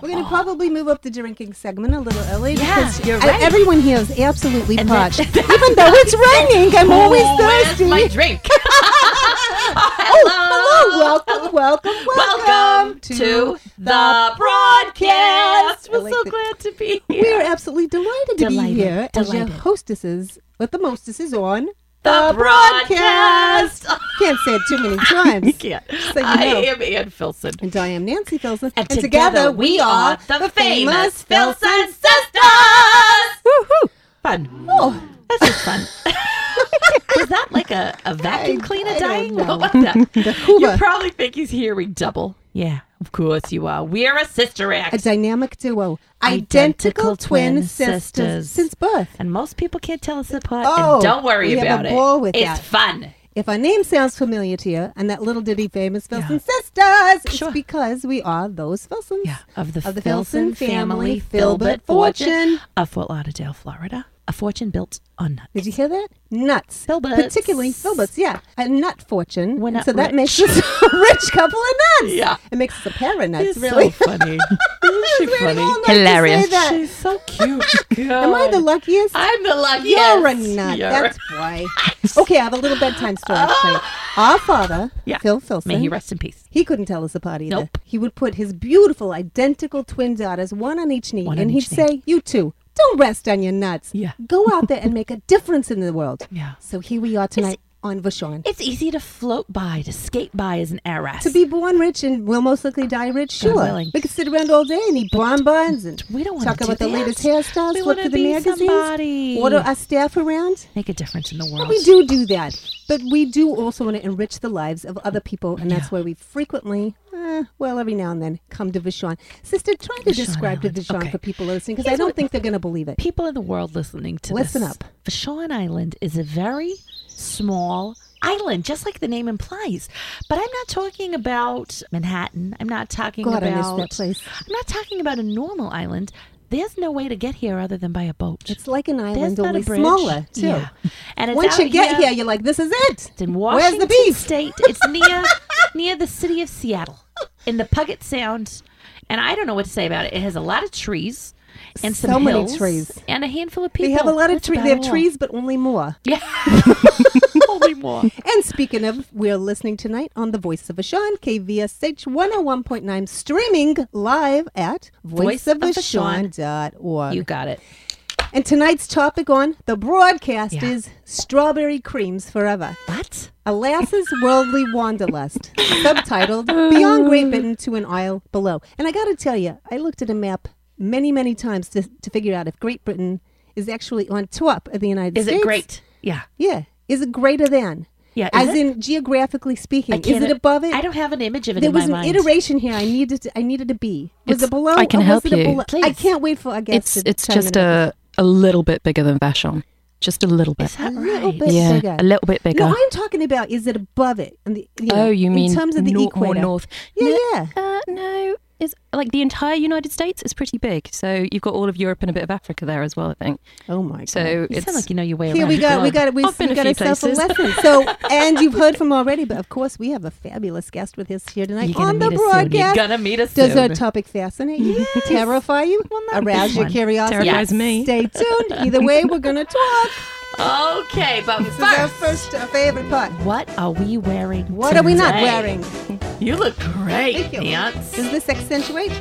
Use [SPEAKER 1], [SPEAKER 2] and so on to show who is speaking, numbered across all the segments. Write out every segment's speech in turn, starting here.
[SPEAKER 1] We're going to probably move up the drinking segment a little early
[SPEAKER 2] Yeah,
[SPEAKER 1] because
[SPEAKER 2] you're
[SPEAKER 1] I-
[SPEAKER 2] right.
[SPEAKER 1] everyone here is absolutely
[SPEAKER 2] And
[SPEAKER 1] parched.
[SPEAKER 2] that-
[SPEAKER 1] Even though it's raining, I'm always
[SPEAKER 2] Oh,
[SPEAKER 1] thirsty.
[SPEAKER 2] Where's my drink?
[SPEAKER 1] Oh, hello, welcome, welcome, welcome,
[SPEAKER 2] Welcome to the broadcast.
[SPEAKER 1] I
[SPEAKER 2] We're
[SPEAKER 1] like
[SPEAKER 2] so
[SPEAKER 1] that-
[SPEAKER 2] glad to be
[SPEAKER 1] We are
[SPEAKER 2] here.
[SPEAKER 1] absolutely delighted to
[SPEAKER 2] Delighted,
[SPEAKER 1] be here as your
[SPEAKER 2] delighted.
[SPEAKER 1] hostesses with the mostesses on
[SPEAKER 2] The broadcast.
[SPEAKER 1] Can't say it too many times.
[SPEAKER 2] You can't.
[SPEAKER 1] So you
[SPEAKER 2] I
[SPEAKER 1] know.
[SPEAKER 2] am Ann Filson.
[SPEAKER 1] And I am Nancy Filson,
[SPEAKER 2] And, together, we are the famous Filson Sisters.
[SPEAKER 1] Woohoo!
[SPEAKER 2] Fun.
[SPEAKER 1] Oh,
[SPEAKER 2] That's just fun. Was that like a, a vacuum
[SPEAKER 1] I-
[SPEAKER 2] cleaner
[SPEAKER 1] I don't
[SPEAKER 2] dying?
[SPEAKER 1] know.
[SPEAKER 2] What was that?
[SPEAKER 1] the hoover.
[SPEAKER 2] You probably think he's hearing double. Yeah, of course you are. We're a sister act.
[SPEAKER 1] a dynamic duo, identical,
[SPEAKER 2] Identical
[SPEAKER 1] twin,
[SPEAKER 2] twin
[SPEAKER 1] sisters,
[SPEAKER 2] sisters.
[SPEAKER 1] since birth.
[SPEAKER 2] and most people can't tell us apart.
[SPEAKER 1] Oh,
[SPEAKER 2] and don't worry
[SPEAKER 1] we have a
[SPEAKER 2] about it.
[SPEAKER 1] ball with
[SPEAKER 2] it's
[SPEAKER 1] that.
[SPEAKER 2] fun.
[SPEAKER 1] If our name sounds familiar to you, and that little ditty famous Filson sisters,
[SPEAKER 2] Sure.
[SPEAKER 1] it's because we are those Filsons.
[SPEAKER 2] Yeah, of the,
[SPEAKER 1] Of the Filson
[SPEAKER 2] Filson
[SPEAKER 1] family,
[SPEAKER 2] family,
[SPEAKER 1] Filbert
[SPEAKER 2] Filbert
[SPEAKER 1] fortune.
[SPEAKER 2] fortune of Fort Lauderdale, Florida. A fortune built on nuts.
[SPEAKER 1] Did you hear that? Nuts.
[SPEAKER 2] Filberts.
[SPEAKER 1] Particularly filberts, yeah. A nut fortune.
[SPEAKER 2] We're
[SPEAKER 1] And
[SPEAKER 2] not
[SPEAKER 1] so that makes
[SPEAKER 2] rich.
[SPEAKER 1] us a rich couple of nuts.
[SPEAKER 2] Yeah.
[SPEAKER 1] It makes us a pair of nuts,
[SPEAKER 2] It's
[SPEAKER 1] really.
[SPEAKER 2] so funny. Isn't she
[SPEAKER 1] It's really
[SPEAKER 2] funny?
[SPEAKER 1] all nuts to say that.
[SPEAKER 2] She's so cute.
[SPEAKER 1] Am I the luckiest?
[SPEAKER 2] I'm the luckiest.
[SPEAKER 1] You're a nut.
[SPEAKER 2] You're-
[SPEAKER 1] That's why. Okay, I have a little bedtime story actually. Our father,
[SPEAKER 2] Ah. Yeah.
[SPEAKER 1] Phil Filson,
[SPEAKER 2] May he rest in peace.
[SPEAKER 1] He couldn't tell us apart either.
[SPEAKER 2] Nope.
[SPEAKER 1] He would put his beautiful, identical twin daughters, one on each knee,
[SPEAKER 2] One on
[SPEAKER 1] and
[SPEAKER 2] each
[SPEAKER 1] he'd
[SPEAKER 2] knee.
[SPEAKER 1] say, You two, don't rest on your nuts.
[SPEAKER 2] Yeah.
[SPEAKER 1] Go out there and make a difference in the world.
[SPEAKER 2] Yeah.
[SPEAKER 1] So here we are tonight on Vashon.
[SPEAKER 2] It's easy to float by, to skate by as an heiress.
[SPEAKER 1] To be born rich and will most likely die rich,
[SPEAKER 2] God
[SPEAKER 1] sure.
[SPEAKER 2] willing.
[SPEAKER 1] We could sit around all day and eat bonbons and
[SPEAKER 2] we don't wanna
[SPEAKER 1] talk
[SPEAKER 2] do
[SPEAKER 1] about the
[SPEAKER 2] that.
[SPEAKER 1] latest hairstyles,
[SPEAKER 2] We
[SPEAKER 1] look
[SPEAKER 2] wanna
[SPEAKER 1] for the
[SPEAKER 2] be
[SPEAKER 1] magazines,
[SPEAKER 2] somebody.
[SPEAKER 1] order our staff around.
[SPEAKER 2] make a difference in the world.
[SPEAKER 1] We do do that, but we do also want to enrich the lives of other people, and that's why we frequently, eh, well, every now and then, come to Vishon. Sister, try to describe to
[SPEAKER 2] Island.
[SPEAKER 1] Vishon
[SPEAKER 2] Okay.
[SPEAKER 1] for people listening, because I
[SPEAKER 2] Here's
[SPEAKER 1] don't
[SPEAKER 2] what-
[SPEAKER 1] think they're going to believe it.
[SPEAKER 2] people in the world listening to
[SPEAKER 1] Listen
[SPEAKER 2] this.
[SPEAKER 1] up.
[SPEAKER 2] Vashon Island is a very small island, just like the name implies. But I'm not talking about Manhattan. I'm not talking
[SPEAKER 1] God, I
[SPEAKER 2] about
[SPEAKER 1] miss that place.
[SPEAKER 2] I'm not talking about a normal island. There's no way to get here other than by a boat.
[SPEAKER 1] It's like an
[SPEAKER 2] There's
[SPEAKER 1] island,
[SPEAKER 2] not
[SPEAKER 1] only
[SPEAKER 2] a bridge.
[SPEAKER 1] smaller, too.
[SPEAKER 2] Yeah. And it's
[SPEAKER 1] Once you
[SPEAKER 2] out
[SPEAKER 1] get
[SPEAKER 2] here,
[SPEAKER 1] here, you're like, this is it.
[SPEAKER 2] it's in
[SPEAKER 1] Where's
[SPEAKER 2] Washington
[SPEAKER 1] the beef?
[SPEAKER 2] State. It's near near the city of Seattle in the Puget Sound. And I don't know what to say about it. It has a lot of trees and some
[SPEAKER 1] So many
[SPEAKER 2] hills
[SPEAKER 1] trees.
[SPEAKER 2] and a handful of people.
[SPEAKER 1] They have a lot of
[SPEAKER 2] That's
[SPEAKER 1] trees. They
[SPEAKER 2] about
[SPEAKER 1] have
[SPEAKER 2] all.
[SPEAKER 1] trees, but only more.
[SPEAKER 2] Yeah. Only more.
[SPEAKER 1] And speaking of, we're listening tonight on the Voice of Vashon, KVSH 101.9, streaming live at voiceofvashon.org.
[SPEAKER 2] You got it.
[SPEAKER 1] And tonight's topic on the broadcast
[SPEAKER 2] Yeah.
[SPEAKER 1] is Strawberry Creams Forever.
[SPEAKER 2] What?
[SPEAKER 1] A lass's worldly wanderlust, subtitled Beyond Great Britain to an Isle Below. And I got to tell you, I looked at a map many, many times to, to figure out if Great Britain is actually on top of the United
[SPEAKER 2] Is
[SPEAKER 1] States.
[SPEAKER 2] it great? Yeah.
[SPEAKER 1] Yeah. Is it greater than?
[SPEAKER 2] Yeah, is
[SPEAKER 1] As
[SPEAKER 2] it?
[SPEAKER 1] in geographically speaking, is
[SPEAKER 2] can't-
[SPEAKER 1] it above it?
[SPEAKER 2] I don't have an image of it
[SPEAKER 1] there
[SPEAKER 2] in
[SPEAKER 1] was an
[SPEAKER 2] my mind.
[SPEAKER 1] iteration here. I needed. To, I needed to be. Was
[SPEAKER 3] It's-
[SPEAKER 1] it below?
[SPEAKER 3] I can
[SPEAKER 1] or was
[SPEAKER 3] help
[SPEAKER 1] it a
[SPEAKER 3] you.
[SPEAKER 1] below- I
[SPEAKER 2] Please.
[SPEAKER 1] can't wait for our guests.
[SPEAKER 3] It's
[SPEAKER 1] to
[SPEAKER 3] it's
[SPEAKER 1] chime
[SPEAKER 3] just
[SPEAKER 1] in.
[SPEAKER 3] a a little bit bigger than Vashon. Just a little bit.
[SPEAKER 2] Is that
[SPEAKER 1] A
[SPEAKER 2] right?
[SPEAKER 1] little bit
[SPEAKER 3] yeah,
[SPEAKER 1] bigger.
[SPEAKER 3] a little bit bigger.
[SPEAKER 1] No, I'm talking about is it above it? And the, you know,
[SPEAKER 3] oh, you mean
[SPEAKER 1] in terms of the
[SPEAKER 3] nor- more
[SPEAKER 1] equator?
[SPEAKER 3] north?
[SPEAKER 1] Yeah,
[SPEAKER 3] no,
[SPEAKER 1] yeah.
[SPEAKER 3] Uh, no, is like the entire United States is pretty big. So you've got all of Europe and a bit of Africa there as well, I think.
[SPEAKER 1] Oh my god.
[SPEAKER 3] So
[SPEAKER 2] You
[SPEAKER 3] it's
[SPEAKER 2] sound like you know your way
[SPEAKER 1] here
[SPEAKER 2] around.
[SPEAKER 1] we
[SPEAKER 2] the
[SPEAKER 1] got, we
[SPEAKER 2] globe.
[SPEAKER 1] got, we,
[SPEAKER 3] I've been
[SPEAKER 1] we
[SPEAKER 3] a
[SPEAKER 1] got
[SPEAKER 3] few
[SPEAKER 1] ourselves a
[SPEAKER 3] places.
[SPEAKER 1] lesson. So, and you've heard from already, but of course, we have a fabulous guest with us here tonight
[SPEAKER 2] You're gonna
[SPEAKER 1] on the
[SPEAKER 2] meet us soon. You're
[SPEAKER 1] broadcast.
[SPEAKER 2] gonna meet us
[SPEAKER 1] Does
[SPEAKER 2] soon.
[SPEAKER 1] our topic fascinate you, terrify you,
[SPEAKER 2] not
[SPEAKER 1] arouse
[SPEAKER 2] this
[SPEAKER 1] your
[SPEAKER 2] one.
[SPEAKER 1] curiosity?
[SPEAKER 3] Terrifies Yes. me.
[SPEAKER 1] Stay tuned. Either way, we're going to talk.
[SPEAKER 2] Okay, but
[SPEAKER 1] This is our
[SPEAKER 2] first,
[SPEAKER 1] first uh, favorite part.
[SPEAKER 2] what are we wearing?
[SPEAKER 1] What are we not
[SPEAKER 2] today?
[SPEAKER 1] wearing?
[SPEAKER 2] You look great,
[SPEAKER 1] Thank you.
[SPEAKER 2] Nance.
[SPEAKER 1] Does this accentuate?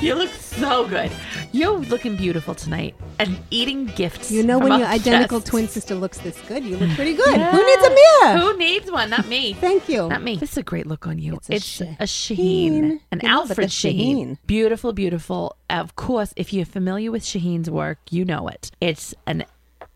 [SPEAKER 2] You look so good. You're looking beautiful tonight and eating gifts.
[SPEAKER 1] You know,
[SPEAKER 2] from
[SPEAKER 1] when
[SPEAKER 2] our
[SPEAKER 1] your identical
[SPEAKER 2] guests.
[SPEAKER 1] twin sister looks this good, you look pretty good.
[SPEAKER 2] Yeah.
[SPEAKER 1] Who needs a mirror?
[SPEAKER 2] Who needs one? Not me.
[SPEAKER 1] Thank you.
[SPEAKER 2] Not me. This is a great look on you.
[SPEAKER 1] It's
[SPEAKER 2] It's
[SPEAKER 1] a
[SPEAKER 2] a,
[SPEAKER 1] Shaheen.
[SPEAKER 2] Shaheen, an
[SPEAKER 1] Yeah, but
[SPEAKER 2] Alfred
[SPEAKER 1] the
[SPEAKER 2] Shaheen.
[SPEAKER 1] Shaheen.
[SPEAKER 2] Beautiful, beautiful. Of course, if you're familiar with Shaheen's work, you know it. It's an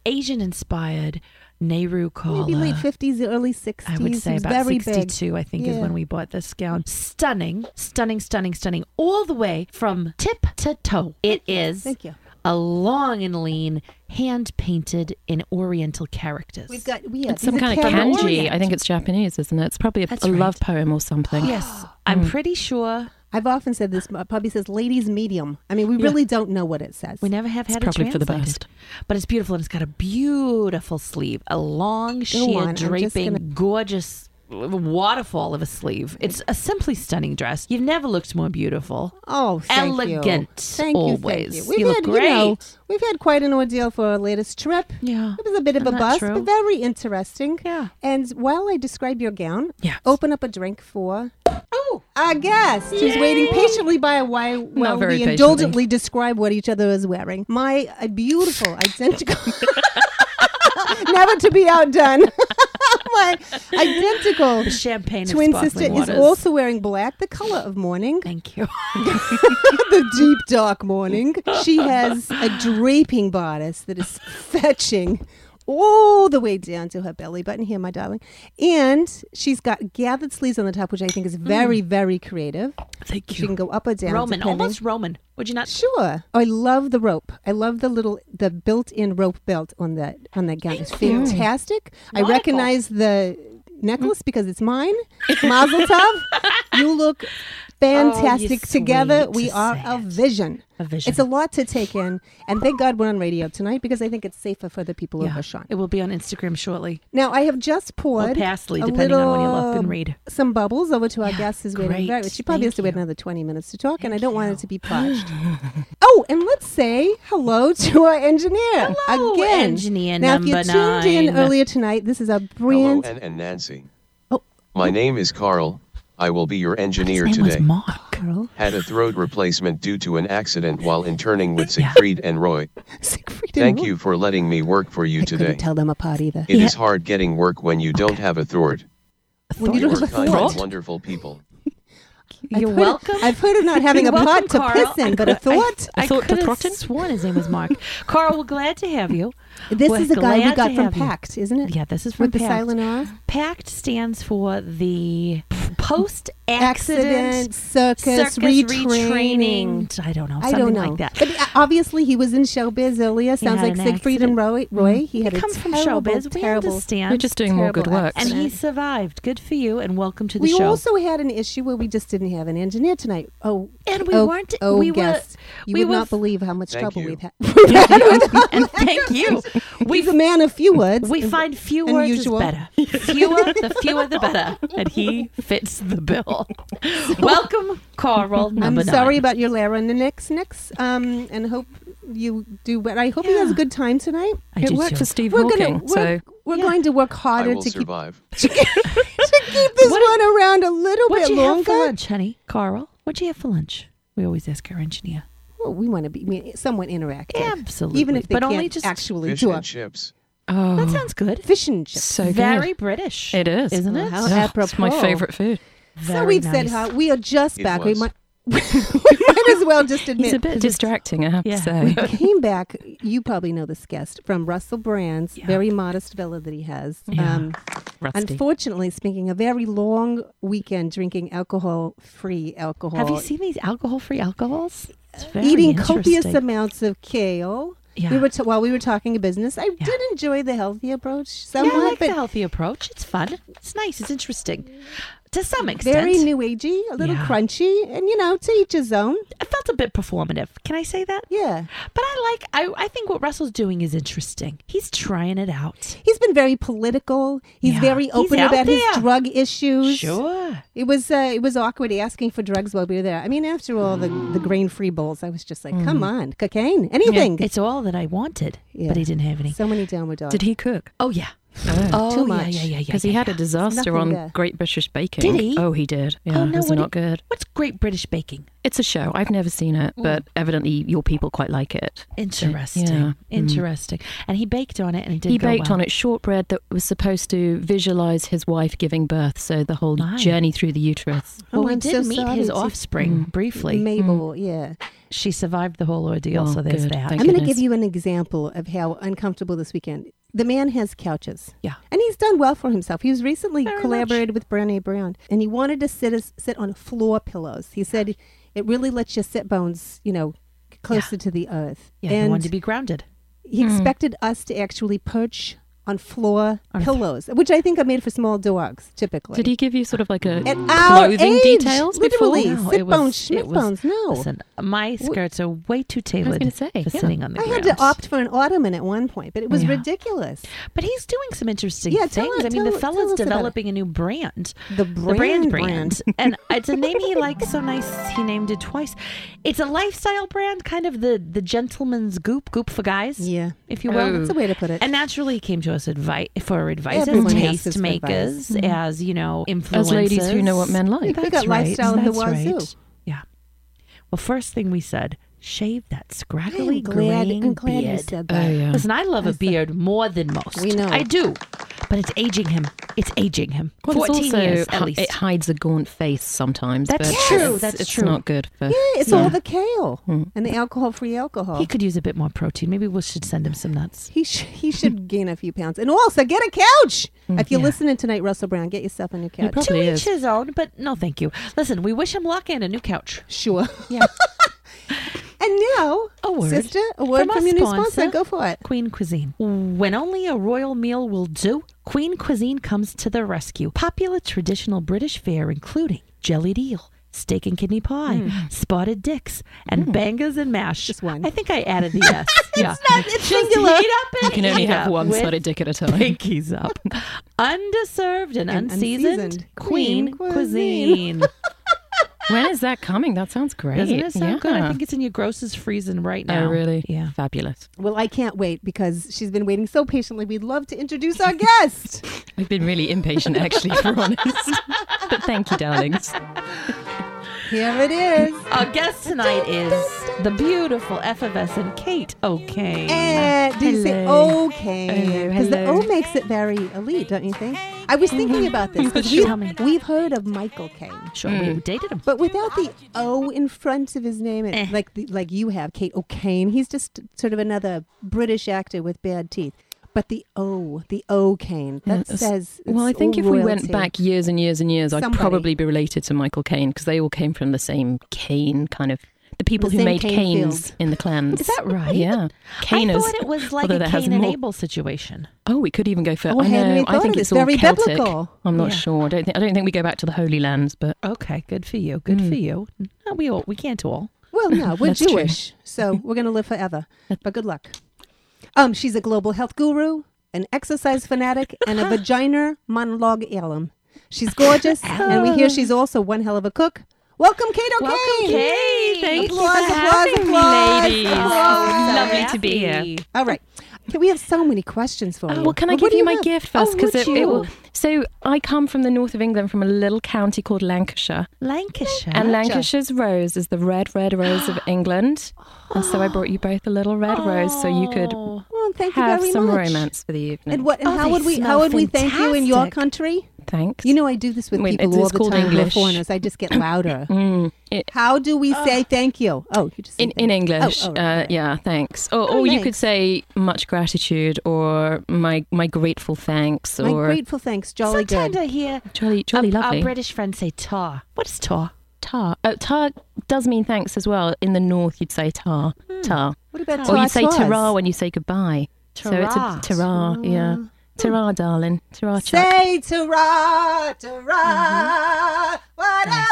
[SPEAKER 2] Asian-inspired Nehru collar.
[SPEAKER 1] Maybe late 50s, early 60s.
[SPEAKER 2] I would say
[SPEAKER 1] It was
[SPEAKER 2] about
[SPEAKER 1] very
[SPEAKER 2] 62, I think, is
[SPEAKER 1] Yeah.
[SPEAKER 2] when we bought this gown. Stunning, stunning, stunning, stunning, all the way from tip to toe. It is
[SPEAKER 1] Thank you.
[SPEAKER 2] a long and lean, hand painted in Oriental characters.
[SPEAKER 1] We've got we have
[SPEAKER 3] It's some
[SPEAKER 1] these are
[SPEAKER 3] kind of
[SPEAKER 1] Cameroon.
[SPEAKER 3] kanji. I think it's Japanese, isn't it? It's probably a,
[SPEAKER 2] That's
[SPEAKER 3] a
[SPEAKER 2] right.
[SPEAKER 3] love poem or something.
[SPEAKER 2] yes, I'm
[SPEAKER 3] Mm.
[SPEAKER 2] pretty sure
[SPEAKER 1] I've often said this. but it Probably says "ladies medium." I mean, we really don't know what it says.
[SPEAKER 2] We never have had
[SPEAKER 3] probably
[SPEAKER 2] it
[SPEAKER 3] for the
[SPEAKER 2] translated.
[SPEAKER 3] best.
[SPEAKER 2] But it's beautiful and it's got a beautiful sleeve, a long sheer
[SPEAKER 1] on, I'm just
[SPEAKER 2] draping,
[SPEAKER 1] gonna-
[SPEAKER 2] gorgeous waterfall of a sleeve. It's a simply stunning dress. You've never looked more beautiful.
[SPEAKER 1] Oh, thank You.
[SPEAKER 2] Elegant,
[SPEAKER 1] Thank
[SPEAKER 2] always.
[SPEAKER 1] you. Thank you. We've
[SPEAKER 2] You look
[SPEAKER 1] had, You know,
[SPEAKER 2] great.
[SPEAKER 1] we've had quite an ordeal for our latest trip.
[SPEAKER 2] Yeah.
[SPEAKER 1] It was a bit of
[SPEAKER 2] Isn't
[SPEAKER 1] a
[SPEAKER 2] that
[SPEAKER 1] bust,
[SPEAKER 2] true?
[SPEAKER 1] but very interesting.
[SPEAKER 2] Yeah.
[SPEAKER 1] And while I describe your gown,
[SPEAKER 2] Yes.
[SPEAKER 1] open up a drink for
[SPEAKER 2] Oh,
[SPEAKER 1] our guest who's waiting patiently by while, while
[SPEAKER 3] very
[SPEAKER 1] we indulgently describe what each other is wearing. My uh, beautiful, identical, never to be outdone. My identical
[SPEAKER 2] champagne and
[SPEAKER 1] twin
[SPEAKER 2] sparkling
[SPEAKER 1] sister is
[SPEAKER 2] waters.
[SPEAKER 1] also wearing black, the color of mourning
[SPEAKER 2] Thank you.
[SPEAKER 1] the deep dark morning. She has a draping bodice that is fetching all the way down to her belly button here, my darling. And she's got gathered sleeves on the top, which I think is very, very creative.
[SPEAKER 2] Thank
[SPEAKER 1] She can go up or down.
[SPEAKER 2] Hmm. Roman,
[SPEAKER 1] depending.
[SPEAKER 2] almost Roman. Would you not?
[SPEAKER 1] Sure. Oh, I love the rope. I love the little the built-in rope belt on that on that gown. It's fantastic. I
[SPEAKER 2] Wonderful. Hmm.
[SPEAKER 1] recognize the necklace because it's mine. It's Mazel Tov. you look fantastic together.
[SPEAKER 2] Oh, sweet
[SPEAKER 1] We
[SPEAKER 2] to
[SPEAKER 1] are
[SPEAKER 2] say
[SPEAKER 1] a vision.
[SPEAKER 2] A vision.
[SPEAKER 1] It's a lot to take in, and thank God we're on radio tonight because I think it's safer for the people of Bashan.
[SPEAKER 2] It will be on Instagram shortly.
[SPEAKER 1] Now I have just poured
[SPEAKER 2] parsley,
[SPEAKER 1] a
[SPEAKER 2] depending on when you look
[SPEAKER 1] little-
[SPEAKER 2] and read.
[SPEAKER 1] some bubbles over to our guest who's waiting.
[SPEAKER 2] great.
[SPEAKER 1] Very, she probably has
[SPEAKER 2] Thank
[SPEAKER 1] to wait
[SPEAKER 2] you.
[SPEAKER 1] another twenty minutes to talk, and I don't want it to be parched. oh, and let's say hello to our engineer
[SPEAKER 2] Hello,
[SPEAKER 1] again.
[SPEAKER 2] engineer
[SPEAKER 1] now, if you tuned
[SPEAKER 2] number
[SPEAKER 1] in
[SPEAKER 2] nine.
[SPEAKER 1] earlier tonight, this is a
[SPEAKER 4] Hello,
[SPEAKER 1] brilliant.
[SPEAKER 4] Ann and Nancy.
[SPEAKER 1] Oh.
[SPEAKER 4] My name is Carl. I will be your engineer
[SPEAKER 2] His name was
[SPEAKER 4] today.
[SPEAKER 2] Mark.
[SPEAKER 4] Had a throat replacement due to an accident while interning with Siegfried and Roy.
[SPEAKER 1] Siegfried and
[SPEAKER 4] Thank
[SPEAKER 1] Roy.
[SPEAKER 4] you for letting me work for you
[SPEAKER 1] I
[SPEAKER 4] today.
[SPEAKER 1] couldn't tell them apart either.
[SPEAKER 4] It is
[SPEAKER 2] Yeah.
[SPEAKER 4] hard getting work when you don't have a throat.
[SPEAKER 1] When you
[SPEAKER 4] You
[SPEAKER 1] don't
[SPEAKER 4] are
[SPEAKER 1] have a
[SPEAKER 4] kind
[SPEAKER 1] thought,
[SPEAKER 4] and wonderful people.
[SPEAKER 1] I've
[SPEAKER 2] You're
[SPEAKER 1] heard-
[SPEAKER 2] welcome.
[SPEAKER 1] I've heard of not having a
[SPEAKER 2] You're
[SPEAKER 1] pot
[SPEAKER 2] welcome,
[SPEAKER 1] to
[SPEAKER 2] Carl.
[SPEAKER 1] piss in, but a thought.
[SPEAKER 2] I,
[SPEAKER 3] I thought to
[SPEAKER 2] could have
[SPEAKER 3] Throtten?
[SPEAKER 2] sworn his name was Mark. Carl, we're glad to have you.
[SPEAKER 1] This
[SPEAKER 2] We're
[SPEAKER 1] is the guy we
[SPEAKER 2] glad
[SPEAKER 1] got
[SPEAKER 2] to
[SPEAKER 1] from
[SPEAKER 2] have you.
[SPEAKER 1] Pact, isn't it?
[SPEAKER 2] Yeah, this is from
[SPEAKER 1] With the
[SPEAKER 2] PACT.
[SPEAKER 1] silent R.
[SPEAKER 2] PACT stands for the Post
[SPEAKER 1] Accident,
[SPEAKER 2] Accident
[SPEAKER 1] circus, retraining.
[SPEAKER 2] Retraining. I don't know.
[SPEAKER 1] I don't
[SPEAKER 2] Something
[SPEAKER 1] know.
[SPEAKER 2] like that.
[SPEAKER 1] But uh, obviously, he was in showbiz earlier. Sounds
[SPEAKER 2] had
[SPEAKER 1] like
[SPEAKER 2] an
[SPEAKER 1] Siegfried and Roy. Roy. He had
[SPEAKER 2] They
[SPEAKER 1] a
[SPEAKER 2] come from
[SPEAKER 1] terrible,
[SPEAKER 2] showbiz. We
[SPEAKER 1] terrible.
[SPEAKER 2] understand.
[SPEAKER 3] You're just doing more
[SPEAKER 1] terrible
[SPEAKER 3] good work.
[SPEAKER 2] and he
[SPEAKER 1] accident.
[SPEAKER 2] survived. Good for you, and welcome to the
[SPEAKER 1] we
[SPEAKER 2] show.
[SPEAKER 1] also had an issue where we just didn't have an engineer tonight. Oh,
[SPEAKER 2] And we
[SPEAKER 1] oh,
[SPEAKER 2] weren't-
[SPEAKER 1] Oh,
[SPEAKER 2] we were-
[SPEAKER 1] guest, you
[SPEAKER 2] we
[SPEAKER 1] would
[SPEAKER 2] were
[SPEAKER 1] not
[SPEAKER 2] f-
[SPEAKER 1] believe how much
[SPEAKER 4] Thank
[SPEAKER 1] trouble
[SPEAKER 4] you.
[SPEAKER 1] we've had. We've had with him.
[SPEAKER 2] and thank you.
[SPEAKER 1] He's
[SPEAKER 2] We
[SPEAKER 1] a man of few words.
[SPEAKER 2] we find few words is
[SPEAKER 1] unusual.
[SPEAKER 2] better. Fewer, the fewer, the better. And he fits the bill. Welcome, Carl.
[SPEAKER 1] I'm
[SPEAKER 2] Number
[SPEAKER 1] sorry
[SPEAKER 2] nine.
[SPEAKER 1] about your Lara and the next, next, um, and hope you do. But I hope he has a
[SPEAKER 2] Yeah.
[SPEAKER 1] good time tonight.
[SPEAKER 2] I
[SPEAKER 3] It
[SPEAKER 2] do
[SPEAKER 3] worked
[SPEAKER 2] too.
[SPEAKER 3] for Steve
[SPEAKER 1] we're
[SPEAKER 3] Hawking.
[SPEAKER 1] gonna we're,
[SPEAKER 3] so
[SPEAKER 1] we're
[SPEAKER 2] Yeah.
[SPEAKER 1] going to work harder
[SPEAKER 4] I will
[SPEAKER 1] to keep,
[SPEAKER 4] survive.
[SPEAKER 1] to keep to keep this
[SPEAKER 2] What-
[SPEAKER 1] one around a little
[SPEAKER 2] What'd
[SPEAKER 1] bit
[SPEAKER 2] you have for
[SPEAKER 1] longer.
[SPEAKER 2] lunch, honey? Carl, what'd you have for lunch? We always ask our engineer.
[SPEAKER 1] Well, we want to be we- somewhat interactive.
[SPEAKER 2] Absolutely.
[SPEAKER 1] Even if they
[SPEAKER 2] but
[SPEAKER 1] can't
[SPEAKER 2] only just
[SPEAKER 1] actually
[SPEAKER 4] Fish
[SPEAKER 1] do
[SPEAKER 4] and
[SPEAKER 1] it.
[SPEAKER 4] chips.
[SPEAKER 3] oh,
[SPEAKER 2] That sounds good.
[SPEAKER 1] Fish and chips.
[SPEAKER 3] so good.
[SPEAKER 2] Very British.
[SPEAKER 3] It is.
[SPEAKER 2] Isn't
[SPEAKER 1] Oh,
[SPEAKER 2] it?
[SPEAKER 1] how
[SPEAKER 3] Oh, It's my
[SPEAKER 1] apropos.
[SPEAKER 3] favorite food.
[SPEAKER 1] so
[SPEAKER 2] Very
[SPEAKER 1] we've said
[SPEAKER 2] nice.
[SPEAKER 1] how we are just
[SPEAKER 4] It
[SPEAKER 1] back. We
[SPEAKER 4] was.
[SPEAKER 1] might, we might as well just admit
[SPEAKER 3] It's a bit
[SPEAKER 1] 'cause it's-
[SPEAKER 3] distracting, I have
[SPEAKER 2] Yeah.
[SPEAKER 3] to say.
[SPEAKER 1] we came back. You probably know this guest from Russell Brand's
[SPEAKER 2] Yeah.
[SPEAKER 1] very modest villa that he has.
[SPEAKER 2] Yeah.
[SPEAKER 1] Um,
[SPEAKER 3] Rusty.
[SPEAKER 1] unfortunately, speaking a very long weekend drinking alcohol-free alcohol.
[SPEAKER 2] Have you seen these alcohol-free alcohols? It's very
[SPEAKER 1] eating copious
[SPEAKER 2] interesting.
[SPEAKER 1] amounts of kale.
[SPEAKER 2] Yeah.
[SPEAKER 1] We were t- while we were talking business. I
[SPEAKER 2] Yeah.
[SPEAKER 1] did enjoy the healthy approach somewhat,
[SPEAKER 2] Yeah, I like
[SPEAKER 1] but
[SPEAKER 2] the healthy approach. It's fun. It's nice. It's interesting to some extent.
[SPEAKER 1] very new agey, a little
[SPEAKER 2] Yeah.
[SPEAKER 1] crunchy, and you know, to each his own.
[SPEAKER 2] I felt a bit performative. Can I say that?
[SPEAKER 1] Yeah,
[SPEAKER 2] But I like. I I think what Russell's doing is interesting. He's trying it out.
[SPEAKER 1] he's been very political. He's
[SPEAKER 2] Yeah.
[SPEAKER 1] very
[SPEAKER 2] He's
[SPEAKER 1] open
[SPEAKER 2] out
[SPEAKER 1] about his
[SPEAKER 2] there.
[SPEAKER 1] drug issues.
[SPEAKER 2] Sure.
[SPEAKER 1] It was uh, it was awkward asking for drugs while we were there. I mean, after all the the grain free bowls, I was just like, come on, cocaine, anything.
[SPEAKER 2] Mm. It's all that I wanted,
[SPEAKER 1] Yeah.
[SPEAKER 2] but he didn't have any.
[SPEAKER 1] so many downward dogs.
[SPEAKER 3] Did he cook?
[SPEAKER 2] Oh yeah.
[SPEAKER 3] Oh,
[SPEAKER 2] Oh
[SPEAKER 1] Too
[SPEAKER 2] yeah,
[SPEAKER 1] much.
[SPEAKER 2] yeah, yeah, yeah.
[SPEAKER 3] because
[SPEAKER 2] yeah,
[SPEAKER 3] he had
[SPEAKER 2] yeah.
[SPEAKER 3] a disaster
[SPEAKER 1] nothing
[SPEAKER 3] on
[SPEAKER 1] there.
[SPEAKER 3] Great British Baking.
[SPEAKER 2] Did he?
[SPEAKER 3] Oh, he did. Yeah,
[SPEAKER 2] oh no,
[SPEAKER 3] it was
[SPEAKER 2] what
[SPEAKER 3] not
[SPEAKER 2] do you-
[SPEAKER 3] good.
[SPEAKER 2] What's Great British Baking?
[SPEAKER 3] It's a show. I've never seen it,
[SPEAKER 2] Mm.
[SPEAKER 3] but evidently your people quite like it.
[SPEAKER 2] Interesting.
[SPEAKER 3] Mm.
[SPEAKER 2] Interesting. And he baked on it, and it did.
[SPEAKER 3] he baked on it shortbread that was supposed to visualize his wife giving birth, so the whole
[SPEAKER 2] My.
[SPEAKER 3] journey through the uterus.
[SPEAKER 2] Well,
[SPEAKER 1] Oh,
[SPEAKER 2] we
[SPEAKER 1] I'm
[SPEAKER 2] did
[SPEAKER 1] so
[SPEAKER 2] meet
[SPEAKER 1] sorry
[SPEAKER 2] his Mm.
[SPEAKER 1] to-
[SPEAKER 2] offspring briefly.
[SPEAKER 1] Mabel, yeah.
[SPEAKER 2] She survived the whole ordeal,
[SPEAKER 3] Oh,
[SPEAKER 2] so there's
[SPEAKER 3] good.
[SPEAKER 2] that.
[SPEAKER 3] Thank
[SPEAKER 1] I'm going to
[SPEAKER 3] goodness.
[SPEAKER 1] give you an example of how uncomfortable this weekend. The man has couches.
[SPEAKER 2] Yeah.
[SPEAKER 1] And he's done well for himself. He was recently
[SPEAKER 2] Very much.
[SPEAKER 1] collaborated with Brené Brown, and he wanted to sit as, sit on floor pillows. He said it really lets your sit bones, you know, closer to the earth.
[SPEAKER 2] Yeah, he
[SPEAKER 1] and
[SPEAKER 2] wanted to be Mm. grounded.
[SPEAKER 1] he expected us to actually perch on floor pillows, which I think are made for small dogs typically.
[SPEAKER 3] Did he give you sort of like a
[SPEAKER 1] At
[SPEAKER 2] Mm.
[SPEAKER 1] our
[SPEAKER 3] clothing
[SPEAKER 1] age,
[SPEAKER 3] details
[SPEAKER 1] literally.
[SPEAKER 3] before?
[SPEAKER 2] No,
[SPEAKER 1] Sit
[SPEAKER 2] it was-
[SPEAKER 1] bones,
[SPEAKER 2] it
[SPEAKER 1] schmick
[SPEAKER 2] was-
[SPEAKER 1] bones, no.
[SPEAKER 2] Listen, my skirts are way too tailored
[SPEAKER 3] gonna say,
[SPEAKER 2] for
[SPEAKER 3] yeah.
[SPEAKER 2] sitting on the
[SPEAKER 1] I
[SPEAKER 2] ground.
[SPEAKER 1] had to opt for an ottoman at one point, but it was
[SPEAKER 2] Yeah.
[SPEAKER 1] ridiculous.
[SPEAKER 2] But he's doing some interesting
[SPEAKER 1] Yeah, tell
[SPEAKER 2] things.
[SPEAKER 1] us-
[SPEAKER 2] I mean, the
[SPEAKER 1] tell- tell
[SPEAKER 2] fella's
[SPEAKER 1] us about it.
[SPEAKER 2] developing a new brand.
[SPEAKER 1] The brand
[SPEAKER 2] brand brand. and it's a name he likes so nice he named it twice. It's a lifestyle brand, kind of the the gentleman's goop, goop for guys.
[SPEAKER 1] Yeah. Oh.
[SPEAKER 2] If you will.
[SPEAKER 1] That's the way to put it.
[SPEAKER 2] And naturally he came to us advice for advice
[SPEAKER 1] Everyone
[SPEAKER 2] as
[SPEAKER 1] asks us
[SPEAKER 2] taste
[SPEAKER 1] for
[SPEAKER 2] makers, as, you know, influencers.
[SPEAKER 3] as ladies who know what men like?
[SPEAKER 1] We Mm-hmm. got lifestyle in the wazoo.
[SPEAKER 2] Yeah. Well, first thing we said, shave that
[SPEAKER 1] I'm
[SPEAKER 2] scraggly
[SPEAKER 1] glad,
[SPEAKER 2] graying
[SPEAKER 1] I'm glad you
[SPEAKER 2] beard.
[SPEAKER 1] said that.
[SPEAKER 2] Listen, I love a beard more than most.
[SPEAKER 1] We know.
[SPEAKER 2] I do. But it's aging him. It's aging him.
[SPEAKER 3] Well, it's
[SPEAKER 2] 14
[SPEAKER 3] also,
[SPEAKER 2] years at
[SPEAKER 3] hi-
[SPEAKER 2] least.
[SPEAKER 3] It hides a gaunt face sometimes.
[SPEAKER 2] That's
[SPEAKER 3] but
[SPEAKER 2] true,
[SPEAKER 3] It's,
[SPEAKER 2] that's
[SPEAKER 3] it's
[SPEAKER 2] true.
[SPEAKER 3] not good for.
[SPEAKER 1] Yeah, it's all the kale and the alcohol-free alcohol.
[SPEAKER 2] He could use a bit more protein. Maybe we should send him some nuts.
[SPEAKER 1] He, sh- he should gain a few pounds. And also, get a couch! if you're
[SPEAKER 2] Mm, yeah.
[SPEAKER 1] listening tonight, Russell Brown, get yourself a new couch.
[SPEAKER 3] probably-
[SPEAKER 2] Two
[SPEAKER 3] He
[SPEAKER 2] each
[SPEAKER 3] is.
[SPEAKER 2] his own, but no, thank you. Listen, we wish him luck and a new couch.
[SPEAKER 1] Sure.
[SPEAKER 2] Yeah.
[SPEAKER 1] And now,
[SPEAKER 2] A word
[SPEAKER 1] sister, a word
[SPEAKER 2] from
[SPEAKER 1] from,
[SPEAKER 2] our
[SPEAKER 1] your new
[SPEAKER 2] sponsor.
[SPEAKER 1] sponsor. Go for it.
[SPEAKER 2] Queen Cuisine. When only a royal meal will do, Queen Cuisine comes to the rescue. Popular traditional British fare, including jellied eel, steak and kidney pie, spotted dicks, and bangers and mash.
[SPEAKER 1] Just one.
[SPEAKER 2] I think I added the S. yeah.
[SPEAKER 1] It's
[SPEAKER 2] Just heat up and
[SPEAKER 3] You can only
[SPEAKER 2] eat
[SPEAKER 3] have
[SPEAKER 2] up
[SPEAKER 3] one
[SPEAKER 2] with
[SPEAKER 3] spotted dick at a time.
[SPEAKER 2] pinkies up. Underserved and,
[SPEAKER 1] And
[SPEAKER 2] unseasoned,
[SPEAKER 1] unseasoned.
[SPEAKER 2] Queen,
[SPEAKER 1] Queen
[SPEAKER 2] Cuisine.
[SPEAKER 1] cuisine.
[SPEAKER 3] when is that coming? That sounds great.
[SPEAKER 2] Doesn't it sound
[SPEAKER 3] yeah.
[SPEAKER 2] good? I think it's in your grocer's freezing right now.
[SPEAKER 3] Oh, really?
[SPEAKER 2] Yeah.
[SPEAKER 3] Fabulous.
[SPEAKER 1] Well, I can't wait because she's been waiting so patiently. We'd love to introduce our guest.
[SPEAKER 3] I've been really impatient, actually, for honest. but thank you, darlings.
[SPEAKER 1] Here it is.
[SPEAKER 2] Our guest tonight is the beautiful, effervescent Kate O'Kane.
[SPEAKER 1] Eh, did you say
[SPEAKER 3] Hello.
[SPEAKER 1] okay?
[SPEAKER 3] Hello,
[SPEAKER 1] Because the O
[SPEAKER 3] hello. Mm-hmm.
[SPEAKER 1] makes it very elite, don't you think? I was thinking about this because
[SPEAKER 2] Sure. Tell me.
[SPEAKER 1] we've, we've heard of Michael Caine,
[SPEAKER 2] Sure,
[SPEAKER 3] Mm.
[SPEAKER 2] we dated him.
[SPEAKER 1] but without the O in front of his name,
[SPEAKER 3] Eh.
[SPEAKER 1] it, like the, like you have Kate O'Kane, he's just sort of another British actor with bad teeth. But the O, the O'Kane, that
[SPEAKER 3] Yes.
[SPEAKER 1] says.
[SPEAKER 3] Well, I
[SPEAKER 1] it's
[SPEAKER 3] think if we went
[SPEAKER 1] royalty.
[SPEAKER 3] back years and years and years,
[SPEAKER 1] Somebody.
[SPEAKER 3] I'd probably be related to Michael Caine because they all came from the same Caine kind of the people
[SPEAKER 1] The
[SPEAKER 3] who
[SPEAKER 1] same
[SPEAKER 3] made
[SPEAKER 1] Caine
[SPEAKER 3] canes
[SPEAKER 1] field.
[SPEAKER 3] in the clans.
[SPEAKER 2] Is that right?
[SPEAKER 3] Yeah,
[SPEAKER 2] I
[SPEAKER 3] Caners.
[SPEAKER 2] thought it was like
[SPEAKER 3] although
[SPEAKER 2] a
[SPEAKER 3] that has
[SPEAKER 2] Cain and
[SPEAKER 3] more-
[SPEAKER 2] Abel situation.
[SPEAKER 3] Oh, we could even go further.
[SPEAKER 1] Oh,
[SPEAKER 3] I know.
[SPEAKER 1] Henry
[SPEAKER 3] I
[SPEAKER 1] thought
[SPEAKER 3] think
[SPEAKER 1] it
[SPEAKER 3] it's
[SPEAKER 1] was
[SPEAKER 3] all
[SPEAKER 1] very
[SPEAKER 3] Celtic.
[SPEAKER 1] biblical.
[SPEAKER 3] I'm not
[SPEAKER 2] Yeah.
[SPEAKER 3] sure. I don't think I don't think we go back to the Holy Lands, but
[SPEAKER 2] Okay, good for you. Good for you. No, we all, we can't all.
[SPEAKER 1] Well, no, we're
[SPEAKER 3] That's true.
[SPEAKER 1] Jewish, so we're going to live forever. But good luck. Um, she's a global health guru, an exercise fanatic, and a vagina monologue alum. She's gorgeous, and
[SPEAKER 3] Oh.
[SPEAKER 1] we hear she's also one hell of a cook. Welcome, Kate O'Kane.
[SPEAKER 2] Welcome, Kate. Thank you
[SPEAKER 1] Applause,
[SPEAKER 2] for
[SPEAKER 1] applause,
[SPEAKER 2] having me, Oh,
[SPEAKER 1] applause,
[SPEAKER 3] ladies.
[SPEAKER 1] applause.
[SPEAKER 3] Lovely to be here.
[SPEAKER 1] All right, Okay, we have so many questions for you.
[SPEAKER 3] Oh, Well, can I
[SPEAKER 1] What
[SPEAKER 3] give
[SPEAKER 1] do
[SPEAKER 3] you, my
[SPEAKER 1] have?
[SPEAKER 3] gift first?
[SPEAKER 2] Oh,
[SPEAKER 3] Because
[SPEAKER 2] would
[SPEAKER 3] it, it will.
[SPEAKER 2] you?
[SPEAKER 3] So I come from the north of England, from a little county called Lancashire,
[SPEAKER 2] Lancashire.
[SPEAKER 3] and Lancashire's rose is the red, red rose of England. And so I brought you both a little red rose, so you could
[SPEAKER 2] Oh.
[SPEAKER 1] Well, thank you
[SPEAKER 3] have
[SPEAKER 1] very
[SPEAKER 3] some
[SPEAKER 1] much.
[SPEAKER 3] romance for the evening.
[SPEAKER 1] And what? And
[SPEAKER 2] Oh,
[SPEAKER 1] how
[SPEAKER 2] they
[SPEAKER 1] would we?
[SPEAKER 2] smell
[SPEAKER 1] How would we thank you in your
[SPEAKER 2] fantastic.
[SPEAKER 1] country?
[SPEAKER 3] Thanks.
[SPEAKER 1] You know, I do this with
[SPEAKER 3] Wait,
[SPEAKER 1] people
[SPEAKER 3] it's-
[SPEAKER 1] all
[SPEAKER 3] it's
[SPEAKER 1] the
[SPEAKER 3] called
[SPEAKER 1] time. who are
[SPEAKER 3] English.
[SPEAKER 1] Foreigners, I just get louder.
[SPEAKER 3] Mm. I-
[SPEAKER 1] How do we say thank you? Oh, you just said
[SPEAKER 3] in,
[SPEAKER 1] thank
[SPEAKER 3] in
[SPEAKER 1] you.
[SPEAKER 3] English,
[SPEAKER 1] Oh, oh, right,
[SPEAKER 3] uh,
[SPEAKER 1] right, right.
[SPEAKER 3] yeah, thanks. Or,
[SPEAKER 1] Oh,
[SPEAKER 3] or you
[SPEAKER 1] nice.
[SPEAKER 3] could say much gratitude, or my my grateful thanks,
[SPEAKER 1] My
[SPEAKER 3] or
[SPEAKER 1] grateful thanks, jolly
[SPEAKER 2] Sometimes
[SPEAKER 1] good.
[SPEAKER 2] I hear
[SPEAKER 3] jolly jolly
[SPEAKER 2] our, our
[SPEAKER 3] lovely.
[SPEAKER 2] British friends say tar. What is tar?
[SPEAKER 3] tar, oh, tar does mean thanks as well. In the north, you'd say tar,
[SPEAKER 2] Hmm.
[SPEAKER 3] tar.
[SPEAKER 1] What about
[SPEAKER 3] or you say
[SPEAKER 1] tartars?
[SPEAKER 3] ta-ra when you say goodbye. So it's
[SPEAKER 2] Ta-ra. Hmm.
[SPEAKER 3] a ta-ra, yeah. Ta-ra, darling. Ta-ra, Chuck.
[SPEAKER 1] Say ta-ra, ta-ra,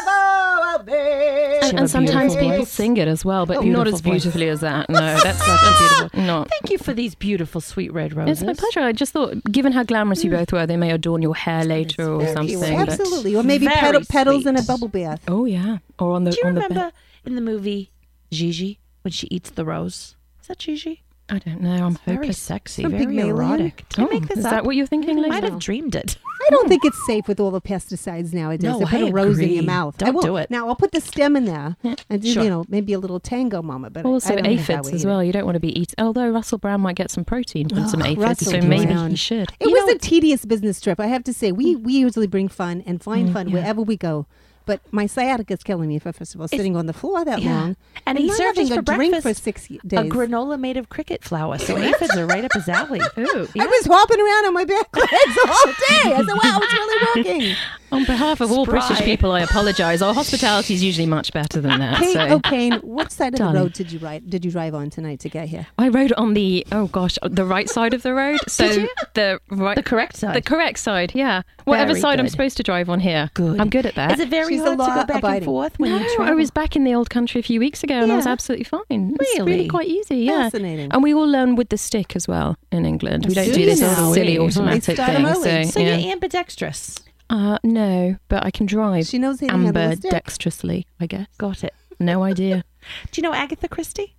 [SPEAKER 3] Mm-hmm.
[SPEAKER 1] whatever
[SPEAKER 2] She
[SPEAKER 1] will
[SPEAKER 2] have a
[SPEAKER 3] And sometimes
[SPEAKER 2] beautiful
[SPEAKER 3] people
[SPEAKER 2] voice.
[SPEAKER 3] sing it as well, but
[SPEAKER 2] Oh,
[SPEAKER 3] not
[SPEAKER 2] beautiful
[SPEAKER 3] as
[SPEAKER 2] voice.
[SPEAKER 3] beautifully as that. No, that's such a beautiful. Not.
[SPEAKER 2] Thank you for these beautiful sweet red
[SPEAKER 3] It's
[SPEAKER 2] roses. Hmm.
[SPEAKER 3] my pleasure. I just thought, given how glamorous you both were, they may adorn your hair later or
[SPEAKER 1] be.
[SPEAKER 3] something. but-
[SPEAKER 1] Absolutely, or maybe
[SPEAKER 2] Very
[SPEAKER 1] pedal, petals in a
[SPEAKER 2] sweet.
[SPEAKER 1] bubble bath.
[SPEAKER 3] Oh yeah, or on the
[SPEAKER 2] Do you
[SPEAKER 3] on the
[SPEAKER 2] remember
[SPEAKER 3] bed.
[SPEAKER 2] in the movie Gigi when she eats the rose? Is that Gigi?
[SPEAKER 3] I don't know. I'm
[SPEAKER 2] Very
[SPEAKER 3] hopeless.
[SPEAKER 2] sexy,
[SPEAKER 1] From
[SPEAKER 2] very
[SPEAKER 1] Pygmalion?
[SPEAKER 2] erotic. Did
[SPEAKER 3] Oh,
[SPEAKER 2] I make this
[SPEAKER 3] is
[SPEAKER 2] up?
[SPEAKER 3] that what you're thinking?
[SPEAKER 2] I might
[SPEAKER 3] Lisa?
[SPEAKER 2] have dreamed it.
[SPEAKER 1] I don't think it's safe with all the pesticides nowadays.
[SPEAKER 2] No,
[SPEAKER 1] to put a
[SPEAKER 2] I
[SPEAKER 1] rose in
[SPEAKER 2] agree.
[SPEAKER 1] your mouth. I
[SPEAKER 2] Don't
[SPEAKER 1] won't.
[SPEAKER 2] do it.
[SPEAKER 1] Now I'll put the stem in there and do
[SPEAKER 2] Sure.
[SPEAKER 1] you know maybe a little tango mama. But I- I
[SPEAKER 3] Also,
[SPEAKER 1] don't think I
[SPEAKER 3] aphids
[SPEAKER 1] would
[SPEAKER 3] as
[SPEAKER 1] either.
[SPEAKER 3] well. You don't want to be eating. Although Russell Brown might get some protein from some aphids,
[SPEAKER 1] Russell
[SPEAKER 3] so maybe
[SPEAKER 1] Brown.
[SPEAKER 3] he should.
[SPEAKER 1] It
[SPEAKER 2] You
[SPEAKER 1] was
[SPEAKER 2] know-
[SPEAKER 1] a tedious business trip, I have to say. We we usually bring fun and find fun wherever we go. But my sciatica's killing me for first of all sitting on the floor that
[SPEAKER 2] Yeah.
[SPEAKER 1] long,
[SPEAKER 2] And he
[SPEAKER 1] not
[SPEAKER 2] served
[SPEAKER 1] having
[SPEAKER 2] us
[SPEAKER 1] a
[SPEAKER 2] for
[SPEAKER 1] drink for
[SPEAKER 2] breakfast
[SPEAKER 1] six y-
[SPEAKER 2] A
[SPEAKER 1] days.
[SPEAKER 2] granola made of cricket flour, so aphids are right up his alley.
[SPEAKER 3] Ooh,
[SPEAKER 1] I was hopping around on my back legs all day. I said, "Wow, it's really working."
[SPEAKER 3] On behalf of all British people, I apologise. Our hospitality is usually much better than that.
[SPEAKER 1] Kate
[SPEAKER 2] oh.
[SPEAKER 3] so.
[SPEAKER 1] O'Kane, what side of the
[SPEAKER 3] Darling.
[SPEAKER 1] road did you ride? Did you drive on tonight to get here?
[SPEAKER 3] I rode on the oh gosh, the right side of the road. So the right,
[SPEAKER 2] The correct side.
[SPEAKER 3] the correct side. Yeah, whatever
[SPEAKER 2] Very
[SPEAKER 3] side I'm
[SPEAKER 2] good.
[SPEAKER 3] supposed to drive on here.
[SPEAKER 2] Good.
[SPEAKER 3] I'm good at that.
[SPEAKER 2] Is it very
[SPEAKER 1] She's a
[SPEAKER 2] hard to go
[SPEAKER 1] law
[SPEAKER 2] back and
[SPEAKER 1] abiding.
[SPEAKER 2] forth when
[SPEAKER 3] no,
[SPEAKER 2] you travel?
[SPEAKER 3] I was back in the old country a few weeks ago, and I was
[SPEAKER 2] Yeah.
[SPEAKER 3] absolutely fine. It's really
[SPEAKER 2] Really?
[SPEAKER 3] quite easy. Yeah,
[SPEAKER 1] Fascinating.
[SPEAKER 3] And we all learn with the stick as well in England. We
[SPEAKER 1] As
[SPEAKER 3] don't
[SPEAKER 1] soon
[SPEAKER 3] do this
[SPEAKER 1] as we-
[SPEAKER 3] silly
[SPEAKER 1] They
[SPEAKER 3] automatic
[SPEAKER 1] start 'em
[SPEAKER 3] thing.
[SPEAKER 1] early.
[SPEAKER 3] So,
[SPEAKER 2] So
[SPEAKER 3] yeah.
[SPEAKER 2] you're ambidextrous.
[SPEAKER 3] uh, no, but I can drive
[SPEAKER 1] She knows how to handle
[SPEAKER 3] amber
[SPEAKER 1] a stick.
[SPEAKER 3] dexterously. I guess.
[SPEAKER 2] Got it.
[SPEAKER 3] No idea.
[SPEAKER 2] Do you know Agatha Christie?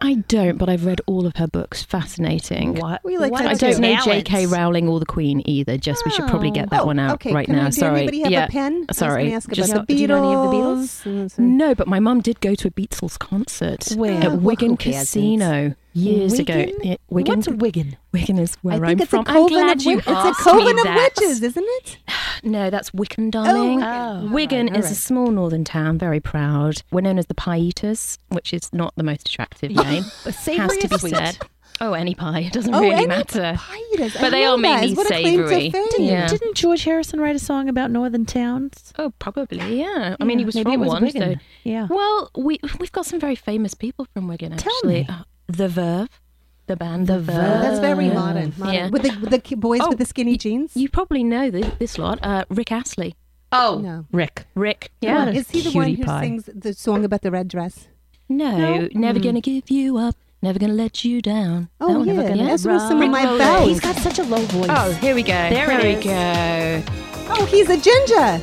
[SPEAKER 3] I don't, but I've read all of her books. Fascinating.
[SPEAKER 2] What?
[SPEAKER 1] We like to
[SPEAKER 2] what
[SPEAKER 1] know
[SPEAKER 3] I
[SPEAKER 2] a
[SPEAKER 3] don't know
[SPEAKER 2] talent.
[SPEAKER 3] J.K. Rowling or the Queen either. Just we should probably get that
[SPEAKER 1] Oh,
[SPEAKER 3] one out
[SPEAKER 1] okay.
[SPEAKER 3] right
[SPEAKER 1] Can we-
[SPEAKER 3] now.
[SPEAKER 1] do
[SPEAKER 3] Sorry.
[SPEAKER 1] anybody have a
[SPEAKER 3] yeah.
[SPEAKER 1] pen? I was
[SPEAKER 3] Sorry.
[SPEAKER 1] gonna ask
[SPEAKER 3] Just-
[SPEAKER 1] about the
[SPEAKER 2] do you know any of the
[SPEAKER 1] Beatles.
[SPEAKER 3] no, but my mum did go to a Beatles concert
[SPEAKER 2] Where?
[SPEAKER 1] Well,
[SPEAKER 3] at Wigan
[SPEAKER 1] who hasn't?
[SPEAKER 3] Casino years ago.
[SPEAKER 2] Wigan?
[SPEAKER 3] Yeah, Wigan.
[SPEAKER 2] What's Wigan?
[SPEAKER 3] Wigan is where
[SPEAKER 1] I
[SPEAKER 3] am
[SPEAKER 1] think it's
[SPEAKER 3] from.
[SPEAKER 1] a coven
[SPEAKER 3] I'm
[SPEAKER 1] of
[SPEAKER 3] glad you
[SPEAKER 1] witches. It's a
[SPEAKER 3] asked
[SPEAKER 1] coven
[SPEAKER 3] me
[SPEAKER 1] of
[SPEAKER 3] that.
[SPEAKER 1] witches, isn't it?
[SPEAKER 3] No, that's Wickham, darling.
[SPEAKER 2] Oh,
[SPEAKER 3] Wigan
[SPEAKER 1] all
[SPEAKER 3] is
[SPEAKER 1] right.
[SPEAKER 3] a small northern town, very proud. We're known as the Pie Eaters, which is not the most attractive name.
[SPEAKER 2] Savory
[SPEAKER 3] Has to
[SPEAKER 2] or
[SPEAKER 3] be
[SPEAKER 2] sweet?
[SPEAKER 3] said. Oh, any pie. It doesn't
[SPEAKER 1] Oh,
[SPEAKER 3] really
[SPEAKER 1] any
[SPEAKER 3] matter.
[SPEAKER 1] Pieters. I
[SPEAKER 3] But they
[SPEAKER 1] know
[SPEAKER 3] are
[SPEAKER 1] that.
[SPEAKER 3] mainly
[SPEAKER 1] What a claim to
[SPEAKER 3] savoury.
[SPEAKER 1] fame.
[SPEAKER 3] Didn't- Yeah.
[SPEAKER 2] Didn't George Harrison write a song about northern towns?
[SPEAKER 3] Oh, probably, yeah. I
[SPEAKER 2] Yeah,
[SPEAKER 3] mean, he was
[SPEAKER 2] maybe
[SPEAKER 3] from
[SPEAKER 2] it was
[SPEAKER 3] one,
[SPEAKER 2] Wigan.
[SPEAKER 3] so-
[SPEAKER 2] Yeah.
[SPEAKER 3] Well, we we've got some very famous people from Wigan.
[SPEAKER 2] Tell
[SPEAKER 3] Actually,
[SPEAKER 2] me.
[SPEAKER 3] Uh, the Verve, the band, the, Verve.
[SPEAKER 1] That's very modern. modern.
[SPEAKER 3] Yeah.
[SPEAKER 1] With the, with the ki- boys
[SPEAKER 3] Oh,
[SPEAKER 1] with the skinny jeans.
[SPEAKER 3] You probably know this, this lot. Uh, Rick Astley.
[SPEAKER 2] Oh,
[SPEAKER 1] No.
[SPEAKER 2] Rick.
[SPEAKER 3] Rick. Yeah.
[SPEAKER 1] Is he the one
[SPEAKER 2] Cutie
[SPEAKER 1] who
[SPEAKER 2] pie.
[SPEAKER 1] sings the song about the red dress?
[SPEAKER 3] No, never gonna give you up. Never gonna let you down.
[SPEAKER 1] Oh,
[SPEAKER 3] That one, never
[SPEAKER 1] yeah.
[SPEAKER 3] gonna
[SPEAKER 1] That's one of some of
[SPEAKER 3] run
[SPEAKER 1] my
[SPEAKER 3] away.
[SPEAKER 1] bells.
[SPEAKER 2] He's got such a low voice.
[SPEAKER 3] Oh, here we go. There,
[SPEAKER 2] it
[SPEAKER 3] we
[SPEAKER 2] is.
[SPEAKER 3] go.
[SPEAKER 1] Oh, he's a ginger.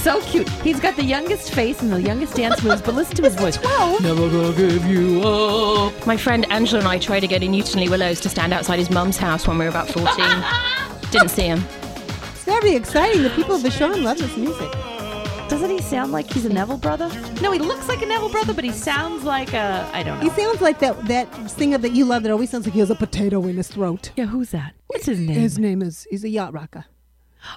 [SPEAKER 2] so cute. He's got the youngest face and the youngest dance moves, but listen to his voice.
[SPEAKER 3] Never gonna give you up. My friend Angela and I tried to get in Newtonley Willows to stand outside his mum's house when we were about 14. Didn't see him.
[SPEAKER 1] It's very exciting. The people of Bashan love this music.
[SPEAKER 2] Doesn't he sound like he's a Neville brother? No, he looks like a Neville brother, but he sounds like a I don't
[SPEAKER 1] He
[SPEAKER 2] know.
[SPEAKER 1] sounds like that that singer that you love that always sounds like he has a potato in his throat.
[SPEAKER 2] Yeah, who's that? What's his name?
[SPEAKER 1] His name is he's a yacht rocker.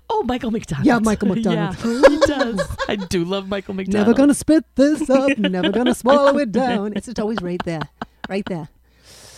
[SPEAKER 2] oh, Michael McDonald.
[SPEAKER 1] Yeah, Michael McDonald.
[SPEAKER 2] yeah, Oh, he does. I do love Michael McDonald.
[SPEAKER 1] Never gonna spit this up. never gonna swallow it down. It's just always right there, right there.